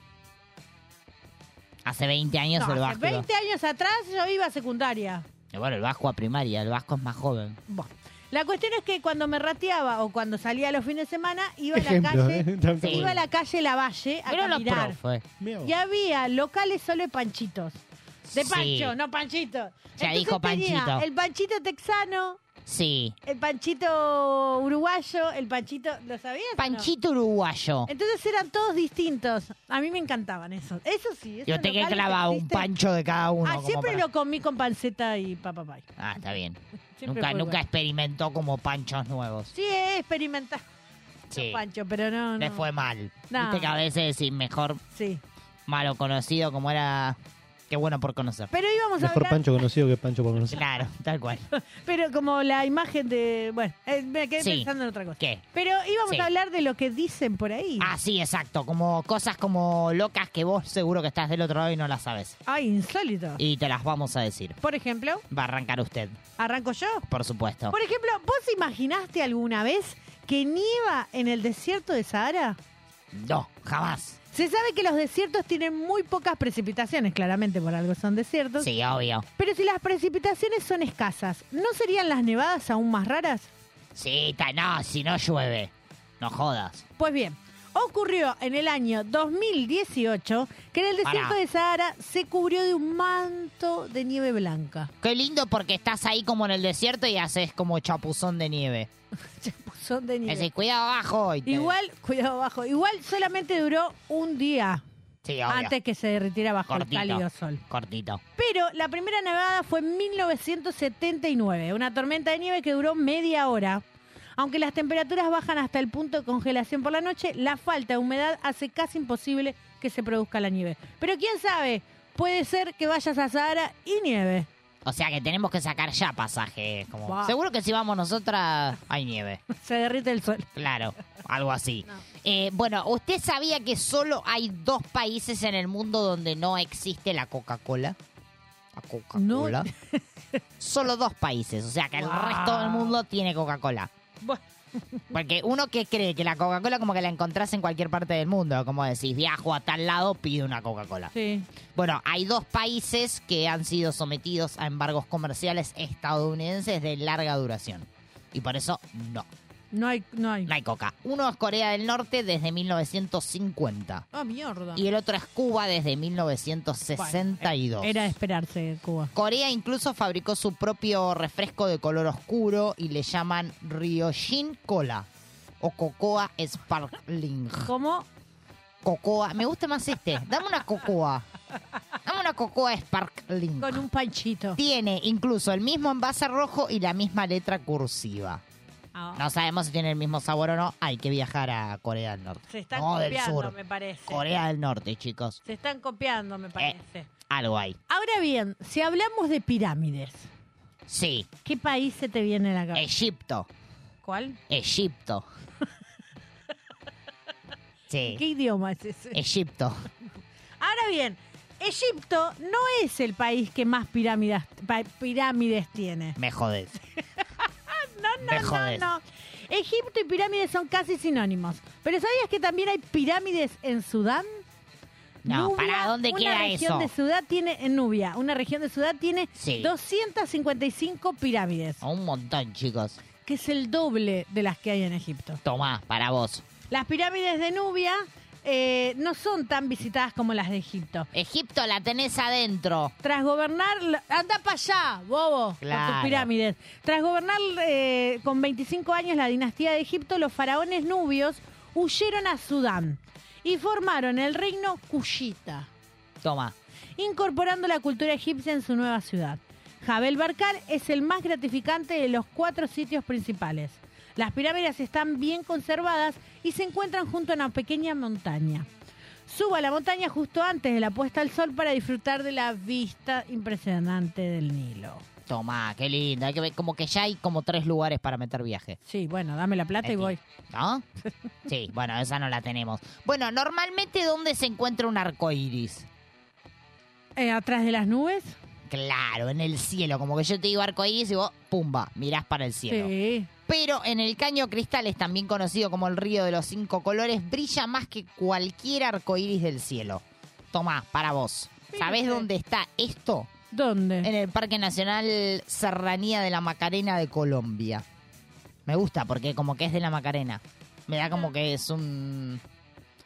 Hace 20 años
No,
el
hace
vasco.
20 años atrás yo iba a secundaria.
Y Bueno, el vasco a primaria, el vasco es más joven.
La cuestión es que cuando me rateaba o cuando salía los fines de semana, iba a la
Ejemplo,
calle,
¿eh? Tanto
iba a la calle Lavalle a
Pero los
caminar.
profes.
Y había locales solo de panchitos. De
Sí.
pancho, no panchito.
Ya dijo
tenía
panchito.
El panchito texano,
Sí.
El panchito uruguayo, el panchito, ¿lo sabías? o no?
Panchito uruguayo.
Entonces eran todos distintos. A mí me encantaban esos. Eso sí. esos
Yo te que
locales
clavaba un
existen.
pancho de cada uno.
Ah,
como
siempre
para-
lo comí con panceta y papapay.
Ah, está bien.
Siempre
Nunca,
fue
nunca
bueno.
experimentó como panchos nuevos.
Sí, he experimentado
Sí.
pancho, pero no,
Le
no.
fue mal.
No.
Viste que a veces decís mejor
sí.
malo conocido como era. Qué bueno por conocer.
Pero íbamos a
Mejor
hablar,
Pancho conocido que Pancho por conocer.
Claro, tal cual.
pero como la imagen de... Bueno, eh, me quedé
Sí.
pensando en otra cosa.
¿Qué?
Pero íbamos
Sí.
a hablar de lo que dicen por ahí.
Ah, sí, exacto. Como cosas como locas que vos seguro que estás del otro lado y no las sabes.
Ay, insólito.
Y te las vamos a decir.
Por ejemplo,
Va a arrancar usted,
¿arranco yo?
por supuesto.
Por ejemplo, ¿vos imaginaste alguna vez que nieva en el desierto de Sahara?
No, jamás.
Se sabe que los desiertos tienen muy pocas precipitaciones, claramente por algo son desiertos.
Sí, obvio.
Pero si las precipitaciones son escasas, ¿no serían las nevadas aún más raras?
Sí, ta- no, si no llueve. No jodas.
Pues bien, ocurrió en el año 2018 que en el
Pará.
desierto de Sahara se cubrió de un manto de nieve blanca.
Qué lindo porque estás ahí como en el desierto y haces como chapuzón de nieve.
Son de nieve.
Decís, cuidado abajo. y te-
Igual, cuidado abajo, igual solamente duró un día
Sí, obvio.
antes que se derritiera bajo
Cortito.
el cálido sol.
Cortito.
Pero la primera nevada fue en 1979, una tormenta de nieve que duró media hora. Aunque las temperaturas bajan hasta el punto de congelación por la noche, la falta de humedad hace casi imposible que se produzca la nieve. Pero quién sabe, puede ser que vayas a Sahara y nieve.
O sea que tenemos que sacar ya pasaje. Como...
Va.
Seguro que si vamos nosotras hay nieve.
Se derrite el sol.
Claro, algo así. Eh, bueno, ¿usted sabía que solo hay dos países en el mundo donde no existe la Coca-Cola? La Coca-Cola. Solo dos países, o sea que el
Wow.
resto del mundo tiene Coca-Cola. Porque uno que cree que la Coca-Cola como que la encontrás en cualquier parte del mundo, como decís, viajo a tal lado, pido una Coca-Cola.
Sí.
Bueno, hay dos países que han sido sometidos a embargos comerciales estadounidenses de larga duración. Y por eso no.
No hay, no hay.
No hay coca. Uno es Corea del Norte desde 1950.
Ah, mierda.
Y el otro es Cuba desde 1962.
Bueno, eh, era de esperarse Cuba.
Corea incluso fabricó su propio refresco de color oscuro y le llaman Ryojin Cola o Cocoa Sparkling.
¿Cómo?
Cocoa. Me gusta más este. Dame una Cocoa. Dame una Cocoa Sparkling.
Con un panchito.
Tiene incluso el mismo envase rojo y la misma letra cursiva.
Ah,
No sabemos si tiene el mismo sabor o no. Hay que viajar a Corea del Norte.
se están
no, del
copiando,
sur.
me parece.
Corea del Norte, chicos.
Se están copiando,
Eh.
me parece.
Algo ahí.
Ahora bien, si hablamos de pirámides,
Sí.
¿qué país se te viene a la cabeza?
Egipto.
¿Cuál?
Egipto. Sí.
¿Qué idioma es ese?
Egipto.
Ahora bien, Egipto no es el país que más pirámidas, pa- pirámides tiene.
Me jodés.
No,
Me
no,
jodés.
no. Egipto y pirámides son casi sinónimos. Pero ¿sabías que también hay pirámides en Sudán?
No,
Nubia,
¿para dónde
una
queda
región
eso?
De Sudán tiene, en Nubia, una región de Sudán tiene
Sí.
255 pirámides,
Un montón, chicos.
que es el doble de las que hay en Egipto.
Tomá, para vos.
Las pirámides de Nubia eh, no son tan visitadas como las de Egipto.
Egipto la tenés adentro.
Tras gobernar, anda para allá, bobo, con tus
Claro.
pirámides. Tras gobernar eh, con 25 años la dinastía de Egipto, los faraones nubios huyeron a Sudán y formaron el reino Kushita,
Toma.
incorporando la cultura egipcia en su nueva ciudad. Jabel Barkal es el más gratificante de los cuatro sitios principales. Las pirámides están bien conservadas y se encuentran junto a una pequeña montaña. Suba a la montaña justo antes de la puesta al sol para disfrutar de la vista impresionante del Nilo.
Toma, qué lindo. Hay que ver, como que ya hay como tres lugares para meter viaje.
Sí, bueno, dame la plata y
Metí.
voy.
¿No? Sí, bueno, esa no la tenemos. Bueno, normalmente, ¿dónde se encuentra un arco iris?
Eh, ¿Atrás de las nubes?
Claro, en el cielo. Como que yo te digo arco iris y vos, pumba, mirás para el cielo.
Sí.
Pero en el Caño Cristales, también conocido como el Río de los Cinco Colores, brilla más que cualquier arco iris del cielo. Tomá, para vos. ¿Sabés dónde está esto?
¿Dónde?
En el Parque Nacional Serranía de la Macarena de Colombia. Me gusta porque como que es de la Macarena. Me da
Ah.
como que es un...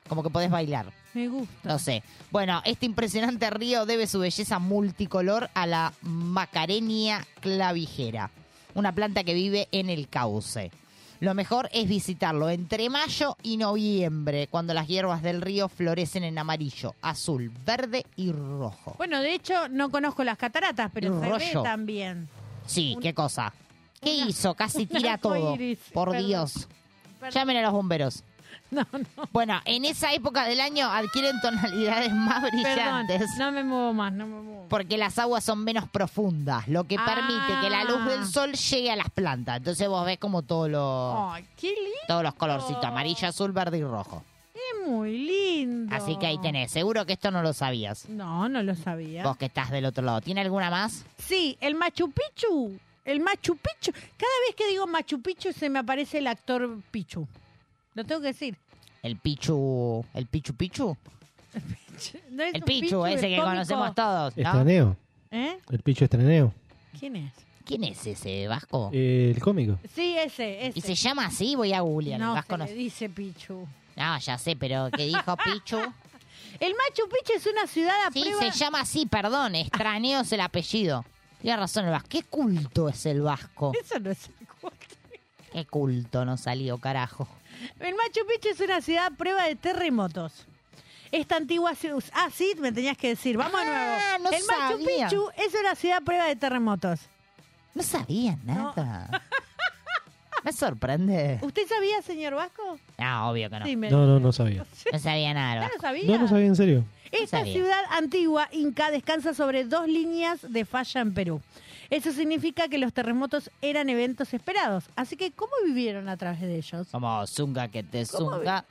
Como que podés bailar.
Me gusta.
No sé. Bueno, este impresionante río debe su belleza multicolor a la Macarenia clavijera, una planta que vive en el cauce. Lo mejor es visitarlo entre mayo y noviembre, cuando las hierbas del río florecen en amarillo, azul, verde y rojo.
Bueno, de hecho, no conozco las cataratas, pero
Un
se ve
rollo.
también.
Sí, qué cosa. ¿Qué hizo? Casi
un
tira
arco
todo.
iris,
Por
perdón.
Dios.
Perdón.
Llamen a los bomberos. Bueno, en esa época del año adquieren tonalidades más brillantes.
no me muevo más, no me muevo.
Porque las aguas son menos profundas, lo que permite que la luz
Ah.
del sol llegue a las plantas. Entonces vos ves como todos los,
Ay, qué lindo.
todos los colorcitos, amarillo, azul, verde y rojo.
Es muy lindo.
Así que ahí tenés. Seguro que esto no lo sabías.
No, no lo sabía.
Vos que estás del otro lado. ¿Tiene alguna más?
Sí, el Machu Picchu. El Machu Picchu. Cada vez que digo Machu Picchu se me aparece el actor Pichu. Lo tengo que decir.
El Pichu. ¿El Pichu Pichu?
No es
El
un
Pichu,
es
ese que
cómico.
conocemos todos.
¿Este
¿no?
Estraneo.
¿Eh?
El picho estraneo.
¿Quién es?
¿Quién es ese Vasco?
Eh, el cómico.
Sí, ese, ese.
¿Y se llama así? Voy a googlear.
No,
Vasco
se
no-
le dice Pichu.
no, Ah, ya sé, pero ¿qué dijo Pichu?
El Machu Picchu es una ciudad a
Sí,
prueba...
se llama así, perdón, extraño es el apellido. Tiene razón el vasco. ¿Qué culto es el vasco?
Eso no es
¿Qué culto no salió, carajo?
El Machu Picchu es una ciudad a prueba de terremotos. Esta antigua ciudad... Ah, sí, me tenías que decir. Vamos de
Ah,
nuevo.
no
el Machu
sabía.
Picchu es una ciudad a prueba de terremotos.
No sabía nada. Me sorprende.
¿Usted sabía, señor Vasco?
No, obvio que no.
Sí, me-
No, no, no sabía.
No sabía nada. del
¿Ya
vasco.
lo sabía?
No, no sabía en serio.
Esta
sabía.
ciudad antigua inca descansa sobre dos líneas de falla en Perú. Eso significa que los terremotos eran eventos esperados. Así que, ¿cómo vivieron a través de ellos?
Como zunga que te
¿Cómo
zunga.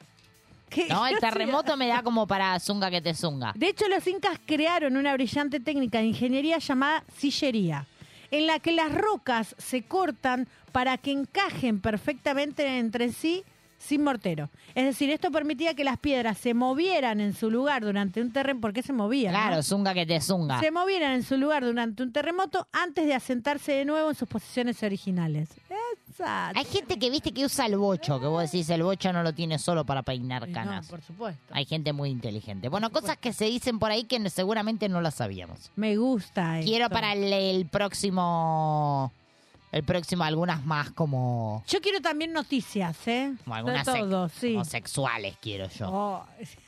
¿Qué?
No, el
O sea,
terremoto me da como para zunga que te zunga.
De hecho, los incas crearon una brillante técnica de ingeniería llamada sillería, en la que las rocas se cortan para que encajen perfectamente entre sí sin mortero. Es decir, esto permitía que las piedras se movieran en su lugar durante un terremoto. ¿Por qué se movían? no?
Claro, zunga que te zunga.
se movieran en su lugar durante un terremoto antes de asentarse de nuevo en sus posiciones originales.
Eh,
Esa.
Hay gente que viste que usa el bocho, que vos decís el bocho no lo tiene solo para peinar canas.
por supuesto.
Hay gente muy inteligente. Bueno, cosas que se dicen por ahí que no- seguramente no las sabíamos.
Me gusta. eh.
Quiero
esto.
para el, el próximo. El próximo, algunas más como.
Yo quiero también noticias, ¿eh?
como algunas
De
sec-
todo, sí.
como sexuales, quiero yo.
Oh,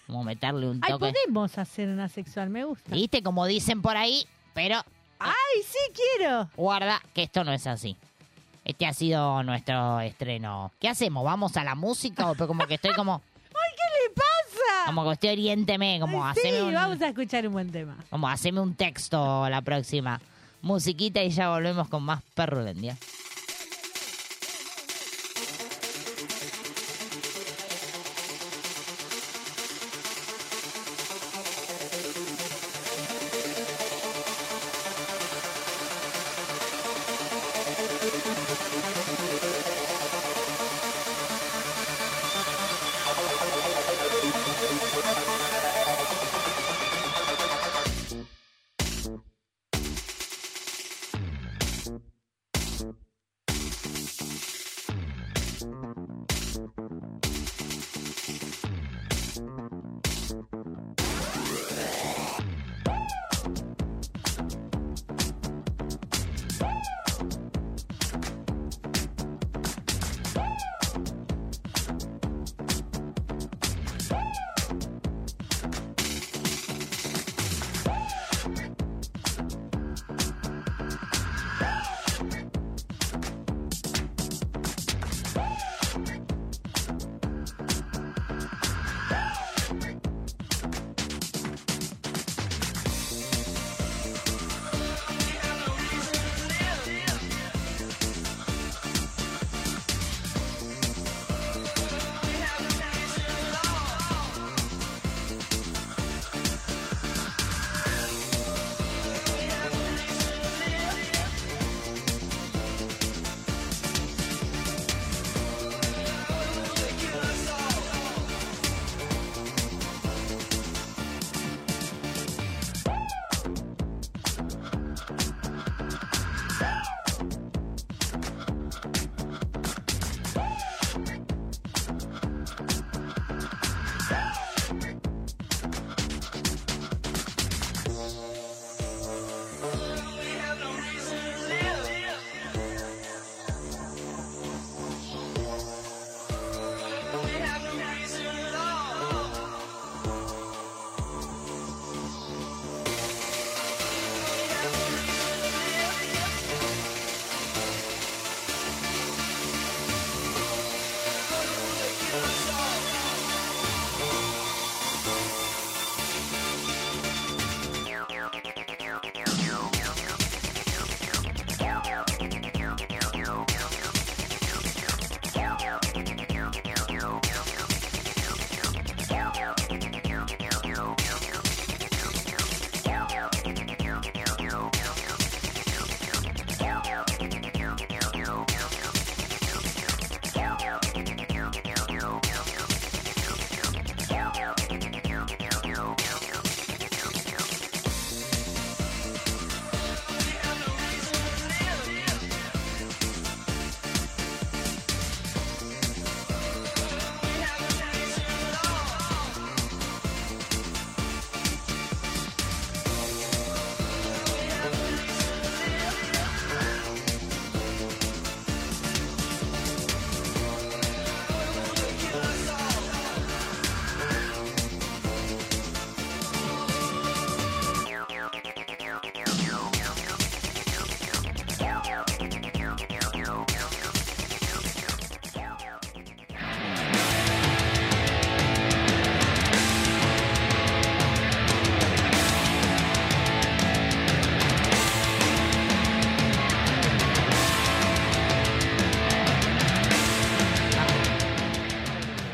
Como meterle un
Ay,
toque.
podemos hacer una sexual, me gusta.
¿Viste? Como dicen por ahí, pero
¡Ay, sí quiero!
guarda que esto no es así. Este ha sido nuestro estreno. ¿Qué hacemos? ¿Vamos a la música? O pe- como que estoy como.
¡Ay, qué le pasa!
Como que estoy oriénteme, como haceme
sí,
un.
vamos a escuchar un buen tema.
Como haceme un texto la próxima. Musiquita y ya volvemos con más Perrulendia.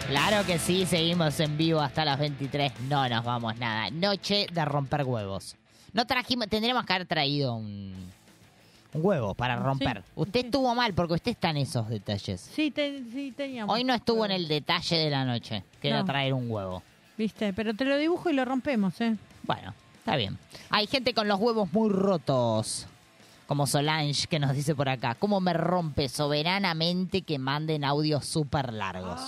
Claro que sí, seguimos en vivo hasta las 23. No nos vamos nada. Noche de romper huevos. No trajimos, tendríamos que haber traído un, un huevo para romper. usted estuvo mal porque usted está en esos detalles.
Sí, ten- sí, teníamos.
Hoy no estuvo en el detalle de la noche, que era
No.
traer un huevo.
Viste, pero te lo dibujo y lo rompemos, ¿eh?
Bueno, está bien. Hay gente con los huevos muy rotos. Como Solange que nos dice por acá, ¿cómo me rompe soberanamente que manden audios súper largos?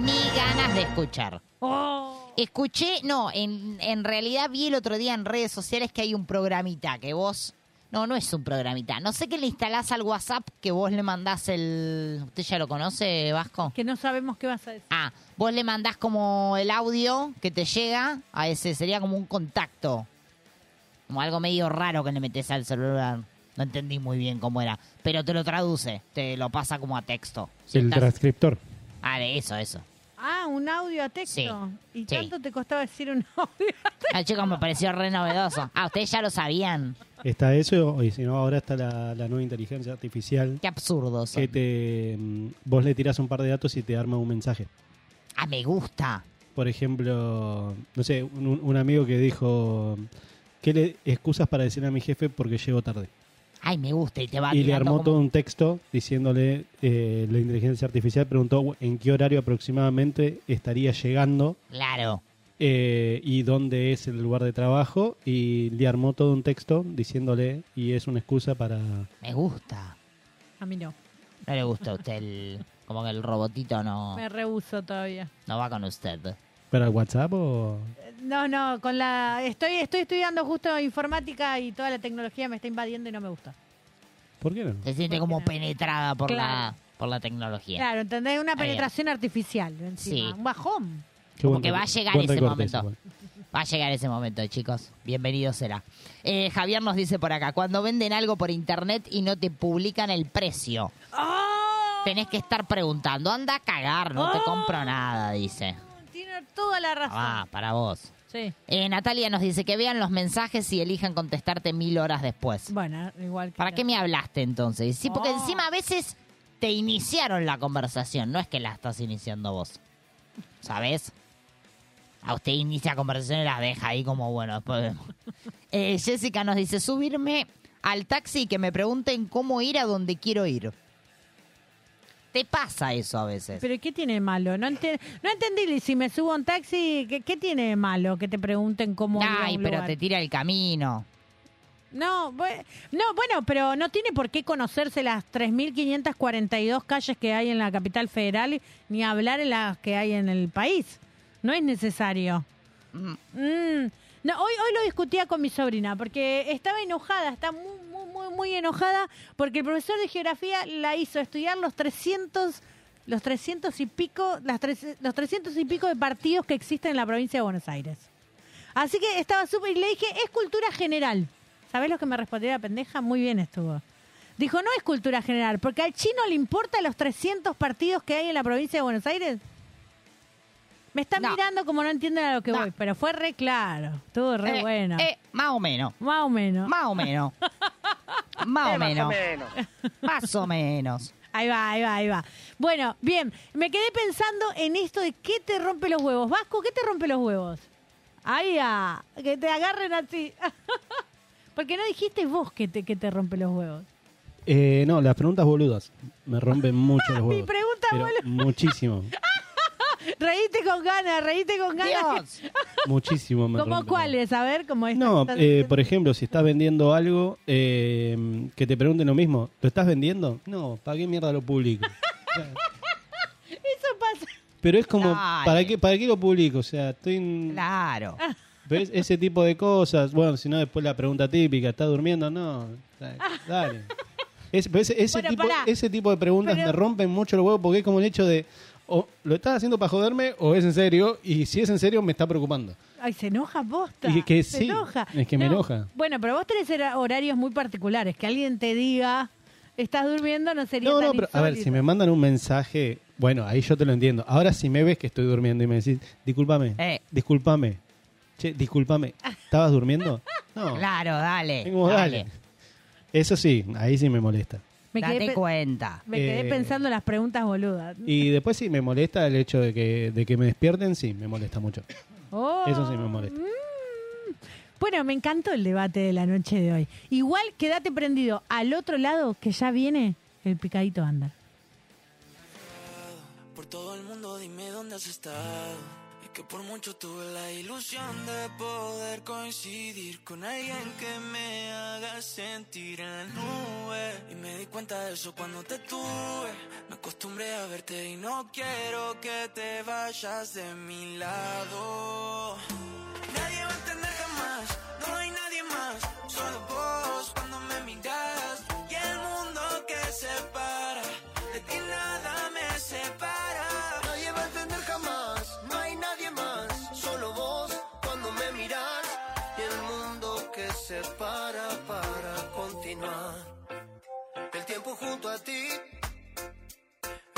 Ni ganas de escuchar.
Oh.
Escuché, no, en, en realidad vi el otro día en redes sociales que hay un programita que vos... No, no es un programita. No sé que le instalás al WhatsApp que vos le mandás el... ¿Usted ya lo conoce, Vasco?
Que no sabemos qué vas a decir.
Ah, vos le mandás como el audio que te llega a ese, sería como un contacto. Como algo medio raro que le metes al celular. No entendí muy bien cómo era. Pero te lo traduce, te lo pasa como a texto. Si
El
estás-
transcriptor.
Ah, de eso, eso.
Ah, un audio a texto. Y
sí. Ah,
tanto te costaba decir un audio.
Al chico me pareció re novedoso. Ah, ustedes ya lo sabían.
Está eso, y si no, ahora está la, la nueva inteligencia artificial.
Qué absurdo.
Que te, mm, vos le tiras un par de datos y te arma un mensaje.
Ah, me gusta.
Por ejemplo, no sé, un, un amigo que dijo, ¿qué le excusas para decirle a mi jefe porque llego tarde?
Ay, me gusta y te va
y le
tirando
armó
como-
todo un texto diciéndole, eh, la inteligencia artificial preguntó en qué horario aproximadamente estaría llegando
Claro.
eh, y dónde es el lugar de trabajo y le armó todo un texto diciéndole y es una excusa para...
Me gusta.
A mí no.
No le gusta a usted el... Como que el robotito no,
Me rehuso todavía.
no va con usted.
¿Para el WhatsApp o...?
No, no, con la estoy estoy estudiando justo informática y toda la tecnología me está invadiendo y no me gusta.
¿Por qué no?
Se siente como penetrada por la
Claro.
por la tecnología.
Claro, ¿entendés? Una
Está bien.
penetración artificial encima,
Sí.
un bajón.
Como que va a llegar ese momento.
igual.
Va a llegar ese momento, chicos. Bienvenido será. Eh, Javier nos dice por acá, cuando venden algo por internet y no te publican el precio,
¡Oh!
tenés que estar preguntando, anda a cagar, no te compro nada, dice.
Tiene toda la razón.
Ah, para vos.
Sí.
Eh, Natalia nos dice que vean los mensajes y elijan contestarte mil horas después.
Bueno, igual.
¿Para qué me hablaste entonces? Sí, porque encima a veces te iniciaron la conversación, no es que la estás iniciando vos. ¿Sabes? A usted inicia conversación y las deja ahí como bueno, después vemos. Eh, Jessica nos dice subirme al taxi y que me pregunten cómo ir a donde quiero ir. Te pasa eso a veces.
Pero ¿qué tiene de malo? No, ente- no entendí Liz, si me subo a un taxi, ¿qué, qué tiene de malo que te pregunten cómo ir a un
Ay, pero
lugar?
te tira el camino.
No, bue- no, bueno, pero no tiene por qué conocerse las 3.542 calles que hay en la capital federal ni hablar en las que hay en el país. No es necesario. Mm, No, hoy, hoy lo discutía con mi sobrina porque estaba enojada, está muy, muy, muy, muy enojada porque el profesor de geografía la hizo estudiar los 300, los 300 y pico, las tres- los 300 y pico de partidos que existen en la provincia de Buenos Aires. Así que estaba súper. Y le dije, es cultura general. ¿Sabés lo que me respondió la pendeja? Muy bien estuvo. Dijo, no es cultura general, porque al chino le importa los 300 partidos que hay en la provincia de Buenos Aires. Me están mirando como no entienden a lo que voy, pero fue re claro. Estuvo re
Eh,
bueno.
eh, más o menos.
Más o menos.
Más o menos. Eh, más o menos. Más o menos.
Ahí va, ahí va, ahí va. Bueno, bien, me quedé pensando en esto de qué te rompe los huevos. Vasco, ¿qué te rompe los huevos? Ahí, ah, que te agarren así. Porque no dijiste vos que te, que te rompe los huevos.
Eh, no, las preguntas boludas. Me rompen mucho los huevos.
pregunta
Pero
boluda.
Muchísimo,
Reíste con ganas, reíste con ganas.
muchísimo me
¿Cómo
rompen.
cuáles? A ver, como esta
No,
que estás
eh,
diciendo.
por ejemplo, si estás vendiendo algo, eh, que te pregunten lo mismo. ¿Lo estás vendiendo? No, ¿para qué mierda lo publico?
Eso pasa.
Pero es como,
Dale.
¿para qué, ¿para qué lo publico? O sea, estoy en...
Claro.
¿Ves? Ese tipo de cosas. Bueno, si no, después la pregunta típica, ¿estás durmiendo? No. Dale. Es- pero ese, ese
Bueno,
tipo,
pará.
ese tipo de preguntas
Pero-
me rompen mucho los huevos porque es como el hecho de, o lo estás haciendo para joderme o es en serio, y si es en serio me está preocupando.
Ay, se enoja posta.
Y que
se
sí,
enoja.
es que me enoja.
Bueno, pero vos tenés hora- horarios muy particulares. Que alguien te diga, estás durmiendo, no sería
No,
tan
no, pero a ver,
insólito.
si me mandan un mensaje, bueno, ahí yo te lo entiendo. Ahora si me ves que estoy durmiendo y me decís, discúlpame,
Eh.
discúlpame, che, discúlpame, ¿estabas durmiendo? No.
Claro, dale.
Tengo, dale. Eso sí, ahí sí me molesta.
Me quedé
Date
pe-
cuenta.
Me quedé
Eh,
pensando en las preguntas boludas.
Y después sí, me molesta el hecho de que, de que me despierten, sí, me molesta mucho.
Oh.
Eso sí me molesta.
Bueno, me encantó el debate de la noche de hoy. Igual quédate prendido al otro lado que ya viene el picadito andar.
Por todo el mundo dime dónde has estado. Es que por mucho tuve la ilusión de poder coincidir con alguien que me haga sentir en la nube. Y me di cuenta de eso cuando te tuve. Me acostumbré a verte y no quiero que te vayas de mi lado. Nadie va a entender jamás, no hay nadie más, solo vos cuando me miras y el mundo que separa, de ti nada me separa.
Nadie va a entender jamás, no hay nadie más, solo vos cuando me mirás y el mundo que se para para continuar. El tiempo junto a ti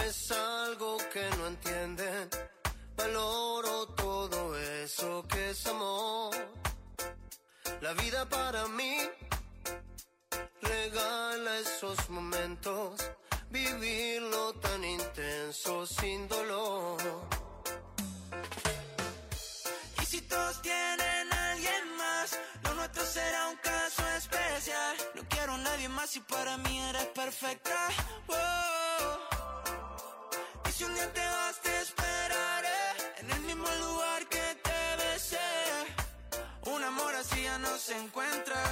es algo que no entienden. Valoro todo eso que es amor. La vida para mí regala esos momentos vivirlo tan intenso sin dolor.
Y si todos tienen a alguien más, lo nuestro será un caso especial. No quiero a nadie más y para mí eres perfecta. Oh. Y si un día te vas, te esperaré en el mismo lugar que te besé. Un amor así ya no se encuentra.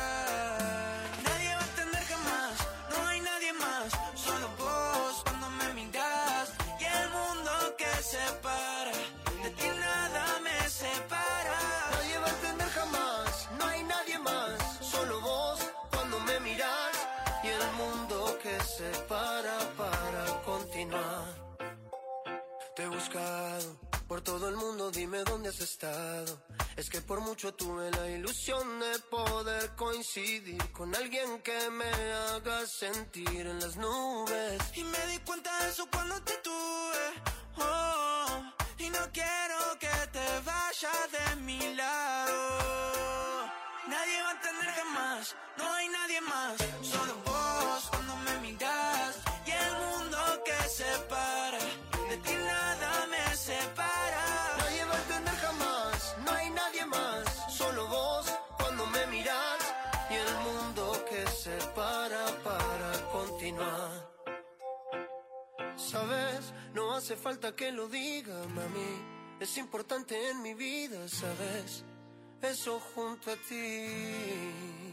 Nadie va a entender jamás, no hay nadie más. Solo vos cuando me miras y el mundo que separa. De ti nada me separa.
Nadie va a entender jamás, no hay nadie más, solo vos cuando me mirás y el mundo que se para para continuar. Te he buscado por todo el mundo, dime dónde has estado. Es que por mucho tuve la ilusión de poder coincidir con alguien que me haga sentir en las nubes.
Y me di cuenta de eso cuando te tuve. Oh, y no quiero que te vayas de mi lado. Nadie va a entender jamás, no hay nadie más. Solo vos cuando me miras y el mundo que se para. De ti nada me separa.
Nadie va a entender jamás, no hay nadie más, solo vos cuando me mirás y el mundo que se para para continuar. Sabes, no hace falta que lo diga, mami, es importante en mi vida, sabes, eso junto a ti.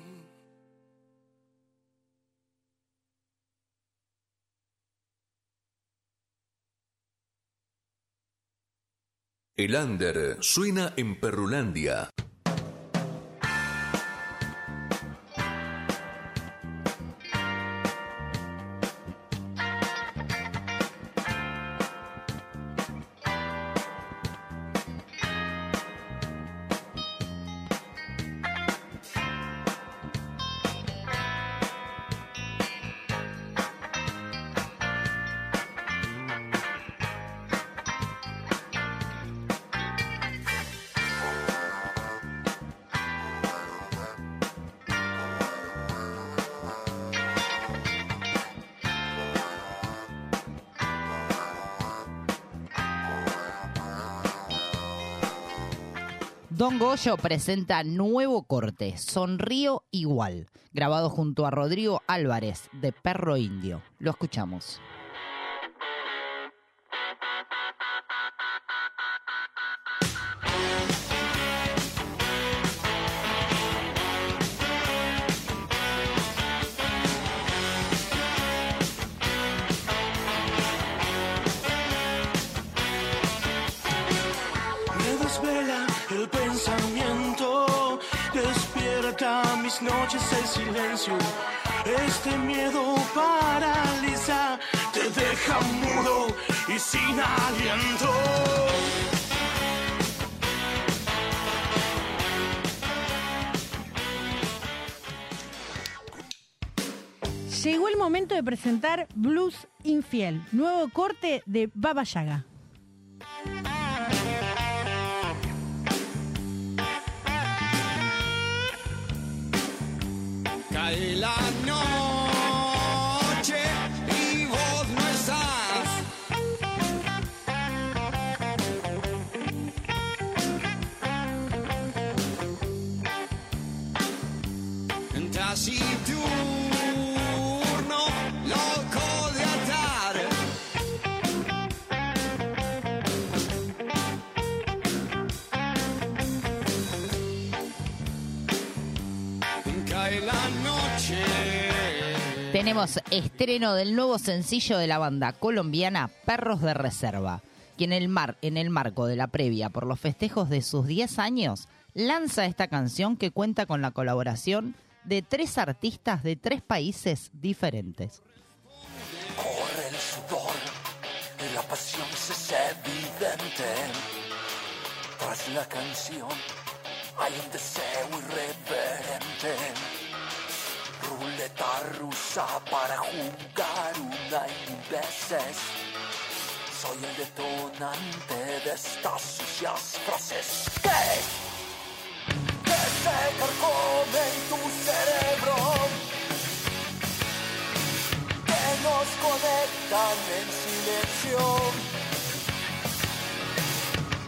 El under suena en Perrulandia.
Don Goyo presenta nuevo corte, Sonrío Igual, grabado junto a Rodrigo Álvarez, de Perro Indio. Lo escuchamos.
Me desvela el pensamiento, despierta mis noches el silencio. Este miedo paraliza, te deja mudo y sin aliento.
Llegó el momento de presentar Blues Infiel, nuevo corte de Baba Yaga.
Cae la noche
Tenemos estreno del nuevo sencillo de la banda colombiana Perros de Reserva, quien el mar, en el marco de la previa por los festejos de sus 10 años lanza esta canción que cuenta con la colaboración de tres artistas de tres países diferentes.
Corre el sudor y la pasión se es evidente. Tras la canción hay un deseo irreverente. Ruleta rusa para jugar una y veces. Soy el detonante de estas sucias frases. ¿Qué? Que se carcome en tu cerebro. Que nos conectan en silencio.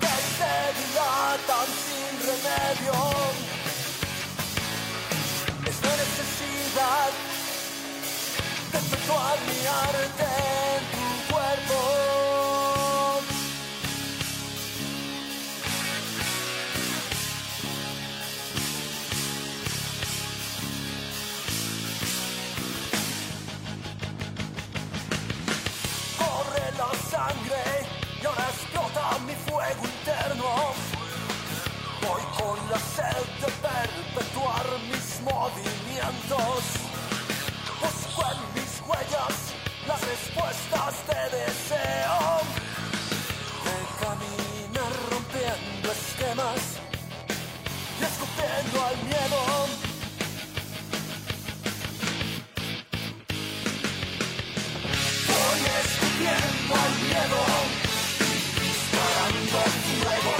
que se dilatan sin remedio. Es la necesidad de efectuar mi arte en tu cuerpo. Corre la sangre y ahora explota mi fuego interno. Voy con la sed de perpetuar mis movimientos. Busco en mis huellas las respuestas de deseo. De caminar rompiendo esquemas y escupiendo al miedo. Voy escupiendo al miedo, disparando fuego.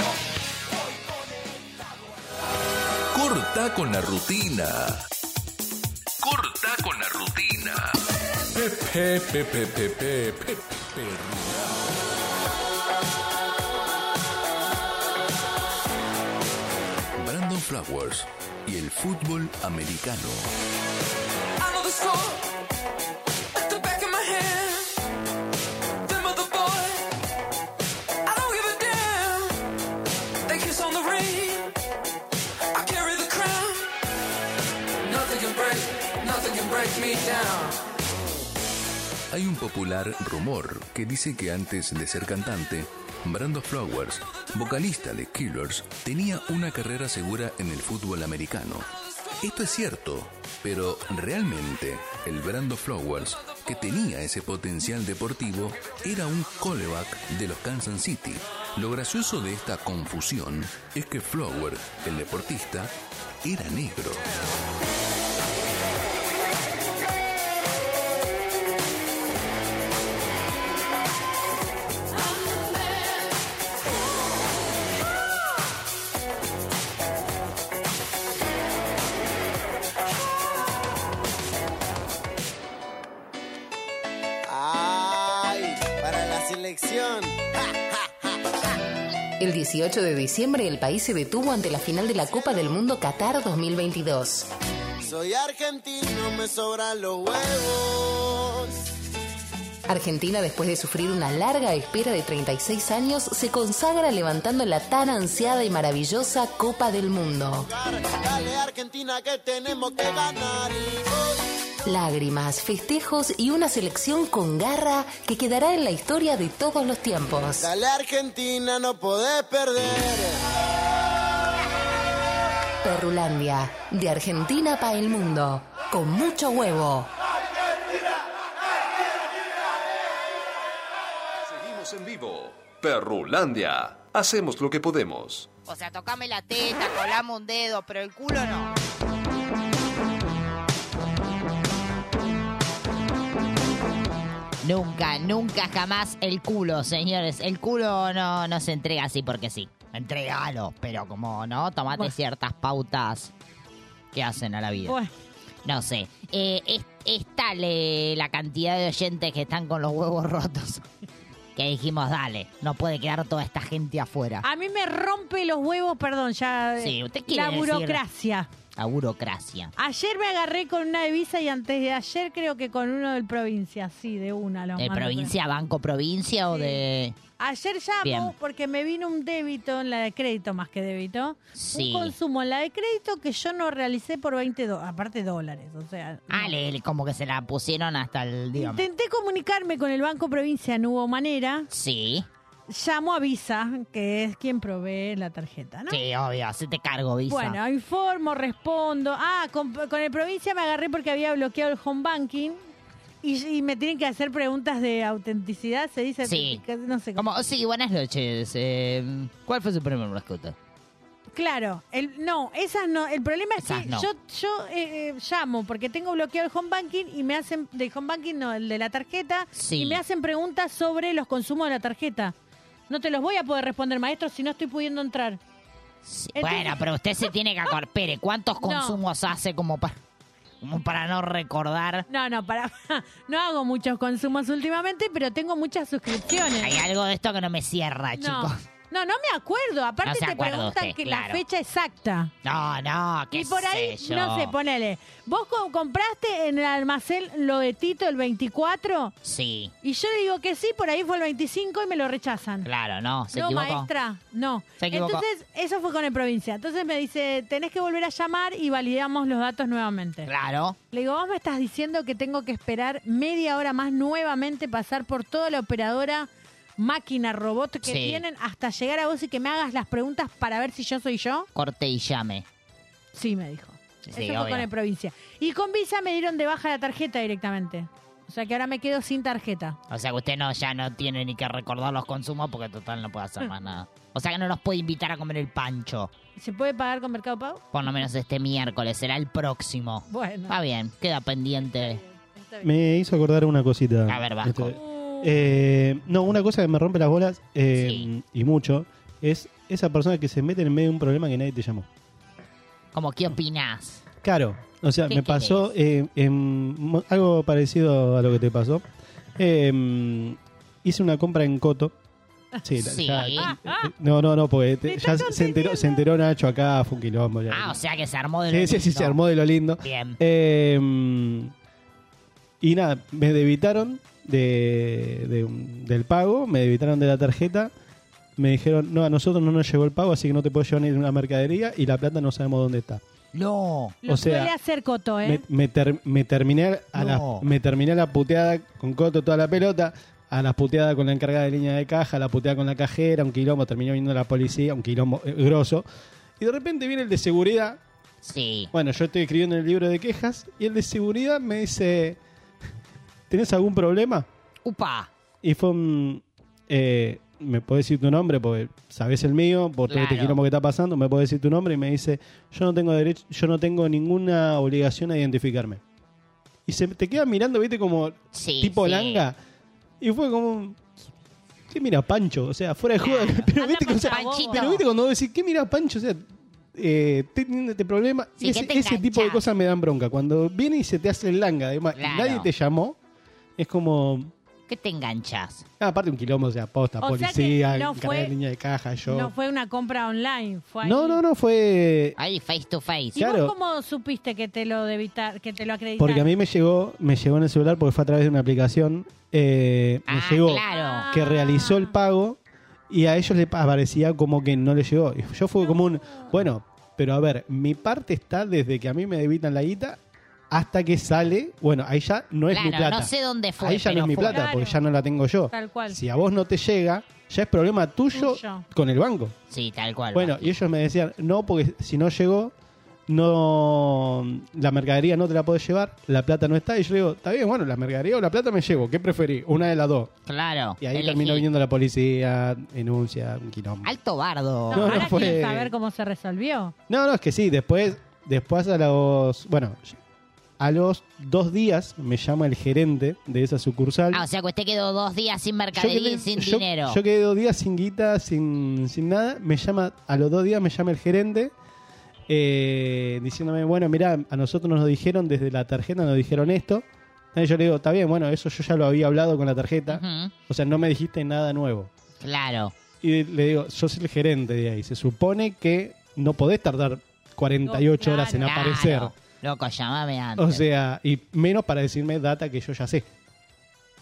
Corta con la rutina. Corta con la rutina. Pepe, pepe, pepe, pepe, Brandon Flowers y el fútbol americano.
I know the score at the back of my head. Them other boys, I don't give a damn. They kiss on the ring. I carry the crown. Nothing can break, nothing can break me down.
Hay un popular rumor que dice que antes de ser cantante, Brando Flowers, vocalista de Killers, tenía una carrera segura en el fútbol americano. Esto es cierto, pero realmente el Brando Flowers, que tenía ese potencial deportivo, era un coleback de los Kansas City. Lo gracioso de esta confusión es que Flowers, el deportista, era negro.
¡Ay! Para la selección.
El 18 de diciembre el país se detuvo ante la final de la Copa del Mundo Qatar 2022.
Soy argentino, me sobran los huevos.
Argentina, después de sufrir una larga espera de 36 años, se consagra levantando la tan ansiada y maravillosa Copa del Mundo.
Dale Argentina que tenemos que ganar. Y hoy
Lágrimas, festejos y una selección con garra que quedará en la historia de todos los tiempos.
Dale Argentina, no podés perder.
Perrulandia, de Argentina para el mundo, con mucho huevo.
Seguimos en vivo. Perrulandia. Hacemos lo que podemos.
O sea, tocame la teta, colame un dedo, pero el culo no. Nunca, nunca jamás el culo, señores. El culo no, no se entrega así porque sí. Entregalo, pero como no, tomate ciertas pautas que hacen a la vida.
Bueno.
No sé. Eh, es, es tal eh, la cantidad de oyentes que están con los huevos rotos que dijimos, dale, no puede quedar toda esta gente afuera.
A mí me rompe los huevos, perdón, ya. eh,
Sí, usted quiere
La
decir-
burocracia. Ah,
La burocracia.
Ayer me agarré con una divisa y antes de ayer creo que con uno del provincia, sí, de una. Los
¿De
mandé.
provincia, banco provincia o de...?
Ayer llamo
Bien.
porque me vino un débito en la de crédito, más que débito.
Sí.
Un consumo en la de crédito que yo no realicé por 20 dólares, aparte dólares, o sea...
Ah, le- le- como que se la pusieron hasta el... Digamos.
Intenté comunicarme con el Banco Provincia, no hubo manera.
Sí.
Llamo a Visa, que es quien provee la tarjeta, Ah, ¿no?
Sí, obvio, se te cargo, Visa.
Bueno, informo, respondo. Ah, con, con el provincia me agarré porque había bloqueado el home banking y, y me tienen que hacer preguntas de autenticidad, se dice.
Sí.
autentica- No sé cómo.
Como, sí, buenas noches. eh, ¿Cuál fue su primer mascota?
Claro, el, no, esas no. El problema es
Esas
que
no.
yo, yo eh, eh, llamo porque tengo bloqueado el home banking y me hacen, del home banking no, el de la tarjeta,
Sí.
y me hacen preguntas sobre los consumos de la tarjeta. No te los voy a poder responder, maestro, si no estoy pudiendo entrar. Entonces-
bueno, pero usted se tiene que acordar. Pere, ¿cuántos consumos hace como para, como para no recordar?
No, no, para, no hago muchos consumos últimamente, pero tengo muchas suscripciones.
Hay algo de esto que no me cierra,
No,
chicos.
no, no me acuerdo. Aparte
No se
te
acuerda
preguntan
usted,
que la
claro.
fecha exacta.
No, no, qué
Y por ahí,
sé yo.
no sé, ponele. Vos co- compraste en el almacén lo de Tito el 24
Sí,
y yo le digo que sí, por ahí fue el 25 y me lo rechazan.
claro, no, se
no,
equivocó.
maestra, no.
Se equivocó.
Entonces, eso fue con el provincia. Entonces me dice, tenés que volver a llamar y validamos los datos nuevamente.
Claro.
Le digo, vos me estás diciendo que tengo que esperar media hora más nuevamente, pasar por toda la operadora máquina robot que
Sí.
tienen hasta llegar a vos y que me hagas las preguntas para ver si yo soy yo.
Corte y llame.
Sí, me dijo.
Sí,
Eso fue
obvio.
con el provincia. Y con Visa me dieron de baja la tarjeta directamente. O sea que ahora me quedo sin tarjeta.
O sea que usted no, ya no tiene ni que recordar los consumos porque total no puede hacer más nada. O sea que no nos puede invitar a comer el pancho.
¿Se puede pagar con Mercado Pago?
Por lo menos este miércoles, será el próximo.
Bueno.
Va bien, queda pendiente.
Me hizo acordar una cosita.
A ver, Vasco.
Este, eh, no, una cosa que me rompe las bolas, eh, y mucho, es esa persona que se mete en medio de un problema que nadie te llamó.
Como, ¿qué opinás?
Claro, o sea,
¿Qué
me pasó eh, em, mo- algo parecido a lo que te pasó. Em, hice una compra en Coto. Sí, la-
Sí.
ya- no, no, no, porque te- ya se enteró, se enteró Nacho acá, fue un quilombo. ya.
Ah, o sea que se armó de
Sí,
lo
sí, sí,
lindo.
se armó de lo lindo.
Bien.
Eh, y nada, me debitaron de, de un- del pago, me debitaron de la tarjeta. Me dijeron, no, a nosotros no nos llegó el pago, así que no te puedo llevar ni una mercadería y la plata no sabemos dónde está.
No.
Lo
O sea,
suele hacer Coto, ¿eh?
Me, me ter- me terminé a
No.
la, me terminé la puteada con Coto toda la pelota, a la puteada con la encargada de línea de caja, a la puteada con la cajera, un quilombo, terminó viendo la policía, un quilombo eh, grosso. Y de repente viene el de seguridad.
Sí.
Bueno, yo estoy escribiendo el libro de quejas y el de seguridad me dice, ¿tenés algún problema?
Upa.
Y fue un... eh, me puedes decir tu nombre porque sabes el mío, por todo este
Claro.
quilombo que está pasando, me puedes decir tu nombre y me dice, yo no tengo derecho, yo no tengo ninguna obligación a identificarme. Y se te queda mirando, viste, como tipo
sí.
langa. Y fue como un, ¿Qué mira Pancho? O sea, fuera de juego. Pero viste, o sea,
Panchito.
pero viste cuando vos decís, ¿qué mira Pancho? O sea, eh, teniendo este problema.
Sí,
ese,
que te
ese tipo de cosas me dan bronca. Cuando viene y se te hace el langa, además, y
Claro.
nadie te llamó, es como.
¿Qué te enganchas?
Ah, aparte un quilombo, o sea, posta,
O sea que
policía,
no
encargada de
fue-
línea de caja, yo.
No fue una compra online, fue ahí.
no, no, no, fue.
Ahí, face to face.
¿Y vos cómo supiste que te lo debitar, que te lo acreditaron?
Porque a mí me llegó, me llegó en el celular porque fue a través de una aplicación. eh, me llegó
Ah, claro.
que realizó el pago y a ellos les aparecía como que no les llegó. Y Yo fue como un,
Ah.
bueno, pero a ver, mi parte está desde que a mí me debitan la guita hasta que sale, bueno, ahí ya no es
claro,
mi plata.
no sé dónde fue.
ahí ya no
pero
es mi
fue.
plata porque ya no la tengo yo.
Tal cual.
Si a vos no te llega, ya es problema tuyo,
Tuyo.
con el banco.
Sí, tal cual.
Bueno, y ellos me decían, no, porque si no llegó, no la mercadería no te la podés llevar, la plata no está. Y yo le digo, está bien, bueno, la mercadería o la plata me llevo, ¿qué preferí? Una de las dos.
Claro.
Y ahí
elegí.
terminó viniendo la policía, denuncia, un quilombo.
Alto bardo.
No, no,
Ahora
fue-
quiero saber cómo se resolvió.
No, no, es que sí, después, después a los, bueno, a los dos días me llama el gerente de esa sucursal.
Ah, o sea que usted quedó dos días sin mercadería y sin
yo,
dinero.
yo quedé dos días sin guita, sin, sin nada. Me llama, a los dos días me llama el gerente eh, diciéndome, bueno, mira, a nosotros nos dijeron desde la tarjeta, nos dijeron esto. Entonces yo le digo, está bien, bueno, eso yo ya lo había hablado con la tarjeta.
Ujú.
O sea, no me dijiste nada nuevo.
Claro.
Y le digo, sos el gerente de ahí. Se supone que no podés tardar 48 horas en
Claro.
aparecer.
Loco, llámame antes.
O sea, y menos para decirme data que yo ya sé.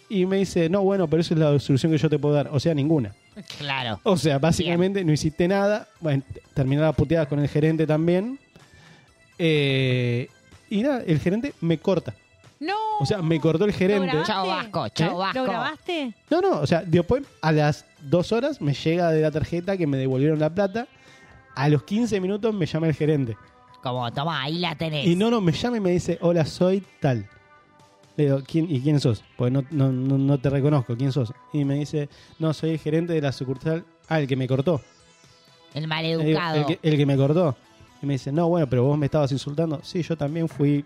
Y me dice, no, bueno, pero esa es la solución que yo te puedo dar. O sea, ninguna.
Claro.
O sea, básicamente no hiciste nada. Bueno, t- terminé las puteadas con el gerente también. Eh, y nada, el gerente me corta.
No.
O sea, me cortó el gerente.
grabaste? Chau, Vasco, chau, ¿Eh? Vasco. ¿Lo grabaste?
No, no, o sea, después a las dos horas me llega de la tarjeta que me devolvieron la plata. A los 15 minutos me llama el gerente.
Como, toma, ahí la tenés.
Y no, no, me llama y me dice, hola, soy tal. Le digo, ¿Quién, ¿y quién sos? Pues no, no, no, no te reconozco, ¿quién sos? Y me dice, no, soy el gerente de la sucursal. Ah, el que me cortó.
El
Le digo,
maleducado.
el, que, el que me cortó. Y me dice, no, bueno, pero vos me estabas insultando. Sí, yo también fui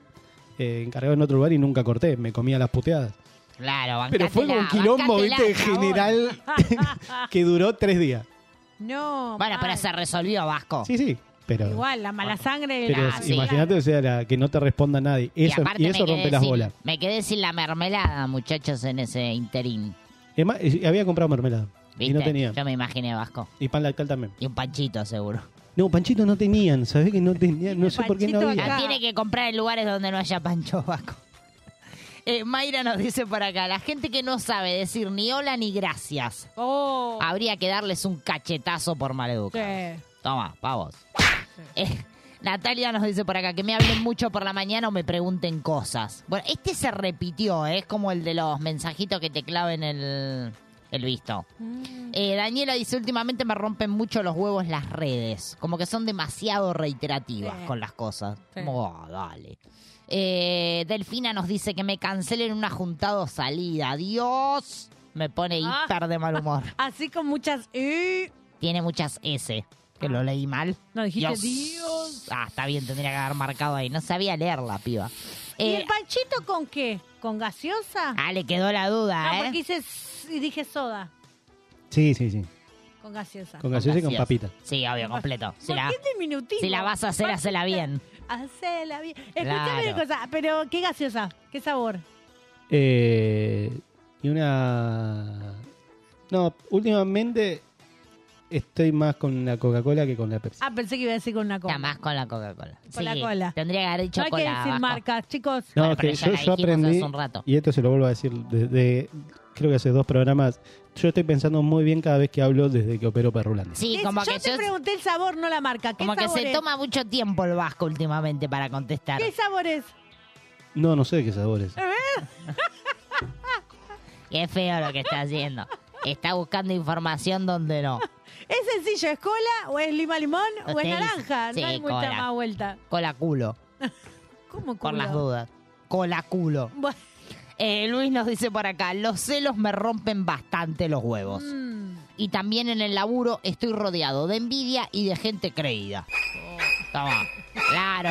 eh, encargado en otro lugar y nunca corté, me comía las puteadas.
Claro,
Pero fue como un quilombo, viste, en general,
Ah.
que duró tres días.
No.
Bueno, pero se resolvió, Vasco.
Sí, sí, pero...
Igual, la mala sangre.
Pero
la-
imagínate, o sea, la- que no te responda nadie. Eso, y,
me
eso
quedé
rompe las
sin-
bolas.
Me quedé sin la mermelada, muchachos, en ese interín.
Es más, y había comprado mermelada. Y no
¿Viste?
tenía.
Yo me imaginé Vasco.
Y pan lactal también.
Y un panchito, seguro.
No, panchito no tenían. ¿Sabés que no tenían? No sé por qué no
Panchito
había.
La tiene que comprar en lugares donde no haya pancho, Vasco. Eh, Mayra nos dice por acá, la gente que no sabe decir ni hola ni gracias,
Oh.
habría que darles un cachetazo por maleduca. Toma, pa' vos. Eh, Natalia nos dice por acá que me hablen mucho por la mañana o me pregunten cosas. Bueno, este se repitió, eh, es como el de los mensajitos que te claven el, el visto.
Mm.
Eh, Daniela dice, últimamente me rompen mucho los huevos las redes, como que son demasiado reiterativas
Sí.
con las cosas.
Sí.
Como, "Ah, dale. Eh, Delfina nos dice que me cancelen una juntada o salida. Dios, me pone
Ah.
hiper de mal humor.
Así con muchas... eh,
Tiene muchas S. Que lo leí mal.
No, dijiste Dios.
Ah, está bien, tendría que haber marcado ahí. No sabía leer la piba.
¿Y
Eh,
el panchito con qué? ¿Con gaseosa?
Ah, le quedó la duda,
No,
¿eh?
porque hice... s- y dije soda.
Sí, sí, sí.
Con gaseosa.
Con gaseosa y con papita.
Sí, obvio, completo. Si
¿Por
la,
qué diminutivo?
si la vas a hacer, hacela bien.
Hacela bien.
Claro.
Escuchame una cosa, pero ¿qué gaseosa? ¿Qué sabor?
Eh, y una... No, últimamente estoy más con la Coca-Cola que con la Pepsi.
Ah, pensé que iba a decir con una cola.
más con la Coca-Cola.
Con la
Sí,
cola.
Tendría que haber dicho
No hay
con
que
la
decir
vaca.
marcas, chicos.
No,
Bueno,
que
pero ya
yo,
la
yo
dijimos
aprendí,
hace un rato.
y esto se lo vuelvo a decir desde, creo que hace dos programas, yo estoy pensando muy bien cada vez que hablo desde que opero Perrulandia.
Sí, como
yo
que
te
yo-
pregunté el sabor, no la marca. ¿Qué
Como que
sabor
se
es?
toma mucho tiempo el vasco últimamente para contestar.
¿Qué sabor es?
No, no sé qué sabores.
Qué feo lo que está haciendo. Está buscando información donde no.
¿Es sencillo? ¿Es cola o es lima limón o
Usted
es
dice-
naranja?
sí,
no hay mucha
cola.
más vuelta.
Cola culo.
¿Cómo
Por
culo?
las dudas. Cola culo. Eh, Luis nos dice por acá, los celos me rompen bastante los huevos. Y también en el laburo estoy rodeado de envidia y de gente creída. Toma. Claro.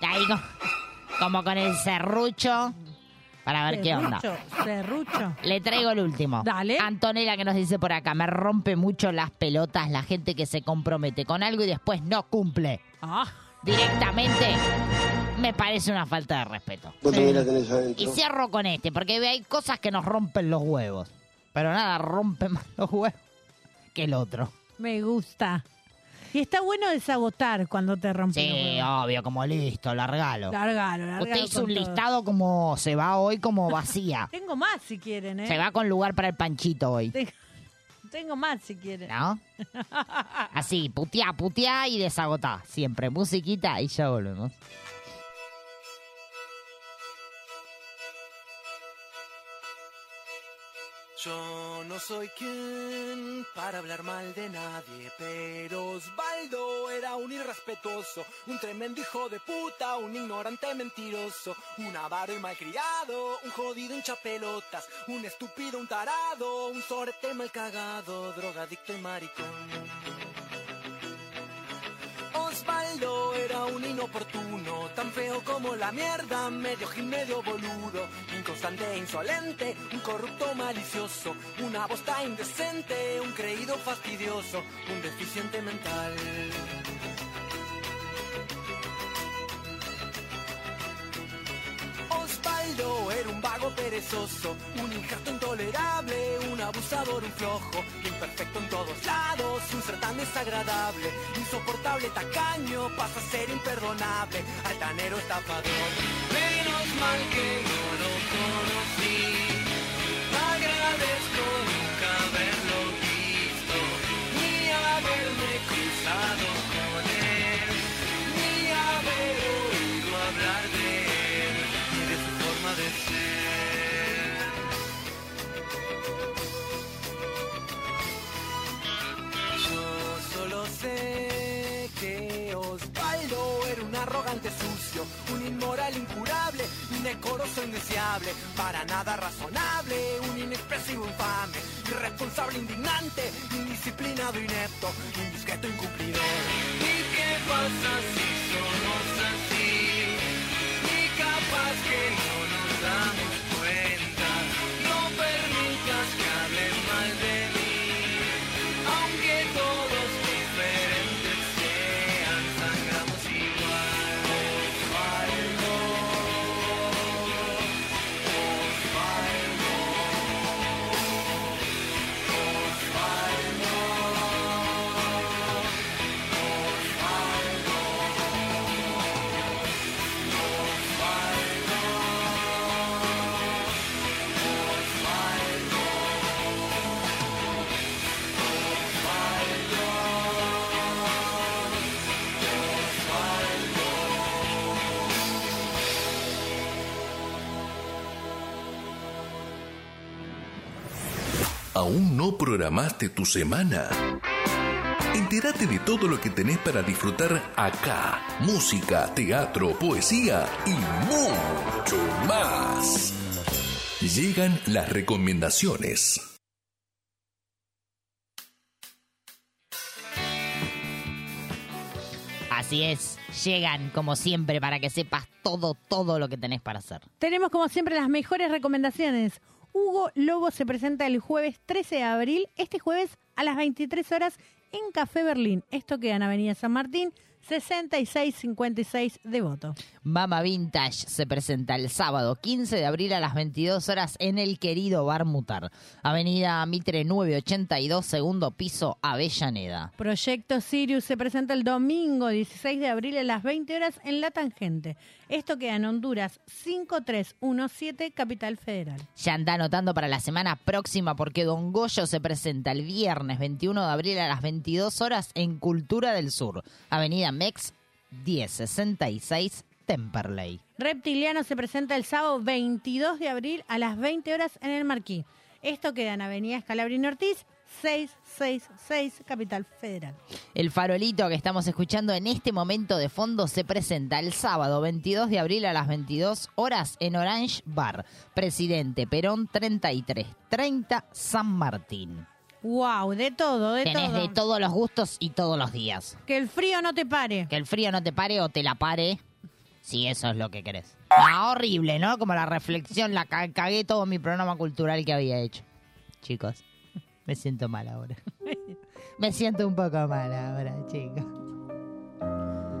Ahí co- como con el serrucho para ver qué onda.
Serrucho, Serrucho.
Le traigo el último. Dale. Antonella que nos dice por acá, me rompe mucho las pelotas la gente que se compromete con algo y después no cumple.
Ah.
Directamente me parece una falta de respeto. Y cierro con este, porque hay cosas que nos rompen los huevos. Pero nada rompe más los huevos que el otro.
Me gusta. Y está bueno desabotar cuando te rompen los
Sí,
huevos.
obvio, como listo, largalo.
Largalo, largalo
Usted hizo
con
un
todo.
listado como se va hoy como vacía.
Tengo más si quieren, ¿eh?
Ah. se va con lugar para el panchito hoy.
Tengo- Tengo más si quieren.
¿No? Así, puteá, puteá y desagotá. Siempre musiquita y ya volvemos.
Yo no soy quien para hablar mal de nadie, pero Osvaldo era un irrespetuoso, un tremendo hijo de puta, un ignorante mentiroso, un avaro y malcriado, un jodido hinchapelotas, un estúpido, un tarado, un sorete mal cagado, drogadicto y maricón. Osvaldo era un inoportuno, tan feo como la mierda, medio gil, medio boludo, inconstante e insolente, un corrupto malicioso, una bosta indecente, un creído fastidioso, un deficiente mental. Osvaldo era un
vago perezoso, un ingrato intolerable, un abusador, un flojo, imperfecto en todos lados, un ser tan desagradable, insoportable, tacaño, pasa a ser imperdonable, altanero, estafador. Menos mal que no lo conocí, agradezco nunca haberlo visto, ni haberme cruzado con él, ni haber oído hablar de él, ni de su forma de ser. Yo solo sé que Osvaldo era un arrogante sucio, un inmoral incurable, un decoroso indeseable, para nada razonable, un inexpresivo infame, irresponsable, indignante, indisciplinado, inepto, indiscreto, incumplidor. ¿Y qué pasa si somos así? Ni capaz que no nos damos cuenta, no permitas que hablen mal de mí. Aunque todos diferentes sean, sangramos igual. Osvaldo, Osvaldo, Osvaldo,
¿Aún no programaste tu semana? Entérate de todo lo que tenés para disfrutar acá. Música, teatro, poesía y mucho más. Llegan las recomendaciones.
Así es, llegan como siempre para que sepas todo, todo lo que tenés para hacer.
Tenemos como siempre las mejores recomendaciones. Hugo Lobo se presenta el jueves 13 de abril, este jueves a las 23 horas en Café Berlín. Esto queda en Avenida San Martín, 6656 de voto.
Mama Vintage se presenta el sábado 15 de abril a las 22 horas en el querido Bar Mutar, Avenida Mitre 982, segundo piso, Avellaneda.
Proyecto Sirius se presenta el domingo 16 de abril a las 20 horas en La Tangente. Esto queda en Honduras 5317, Capital Federal.
Ya anda anotando para la semana próxima porque Don Goyo se presenta el viernes 21 de abril a las 22 horas en Cultura del Sur, Avenida Mex 1066 Temperley.
Reptiliano se presenta el sábado 22 de abril a las 20 horas en el Marquí. Esto queda en Avenida Escalabrín Ortiz, 666, Capital Federal.
El farolito que estamos escuchando en este momento de fondo se presenta el sábado 22 de abril a las 22 horas en Orange Bar, Presidente Perón 3330 San Martín.
Wow, de todo, de
Tenés
todo.
de todos los gustos y todos los días.
Que el frío no te pare.
Que el frío no te pare o te la pare, si eso es lo que querés. Ah, horrible, ¿no? Como la reflexión, la ca- cagué todo mi programa cultural que había hecho. Chicos, me siento mal ahora. Me siento un poco mal ahora, chicos.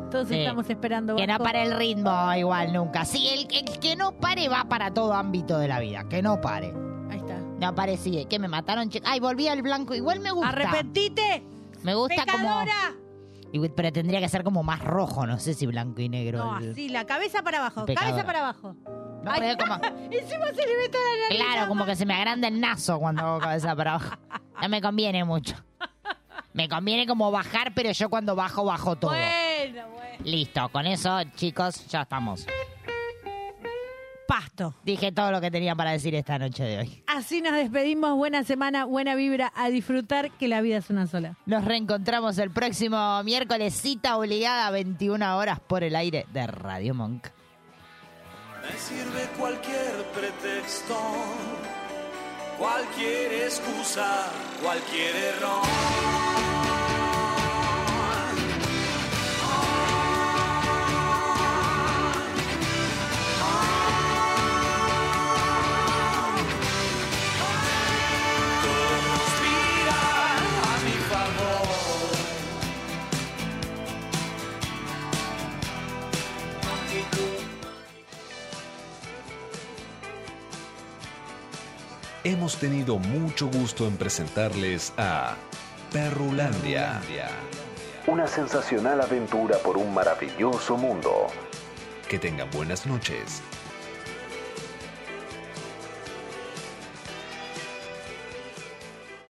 Entonces
Sí.
estamos esperando.
Que no
Vasco.
pare el ritmo igual nunca. Sí, el, el que no pare va para todo ámbito de la vida. Que no pare.
Ahí está.
No pare, sigue. Que me mataron, chicos. Ay, volví al blanco. Igual me gusta.
¡Arrepentite!
Me gusta
¡Pecadora!
como... Pero tendría que ser como más rojo. No sé si blanco y negro.
No,
el-
así, la cabeza para abajo,
Pecadora.
cabeza para abajo. Ay,
pero como-
Encima se le ve toda la nariz.
Claro, como que se me agranda el nazo cuando hago cabeza para abajo. No me conviene mucho. Me conviene como bajar, pero yo cuando bajo, bajo todo.
Bueno, bueno.
Listo, con eso, chicos, ya estamos.
Pasto.
Dije todo lo que tenía para decir esta noche de hoy.
Así nos despedimos. Buena semana, buena vibra. A disfrutar que la vida es una sola.
Nos reencontramos el próximo miércoles, cita obligada, 21 horas por el aire de Radio Monk.
Me sirve cualquier pretexto, cualquier excusa, cualquier error. Todo conspira a mi favor.
hemos tenido mucho gusto en presentarles a Perrulandia. Una sensacional aventura por un maravilloso mundo. Que tengan buenas noches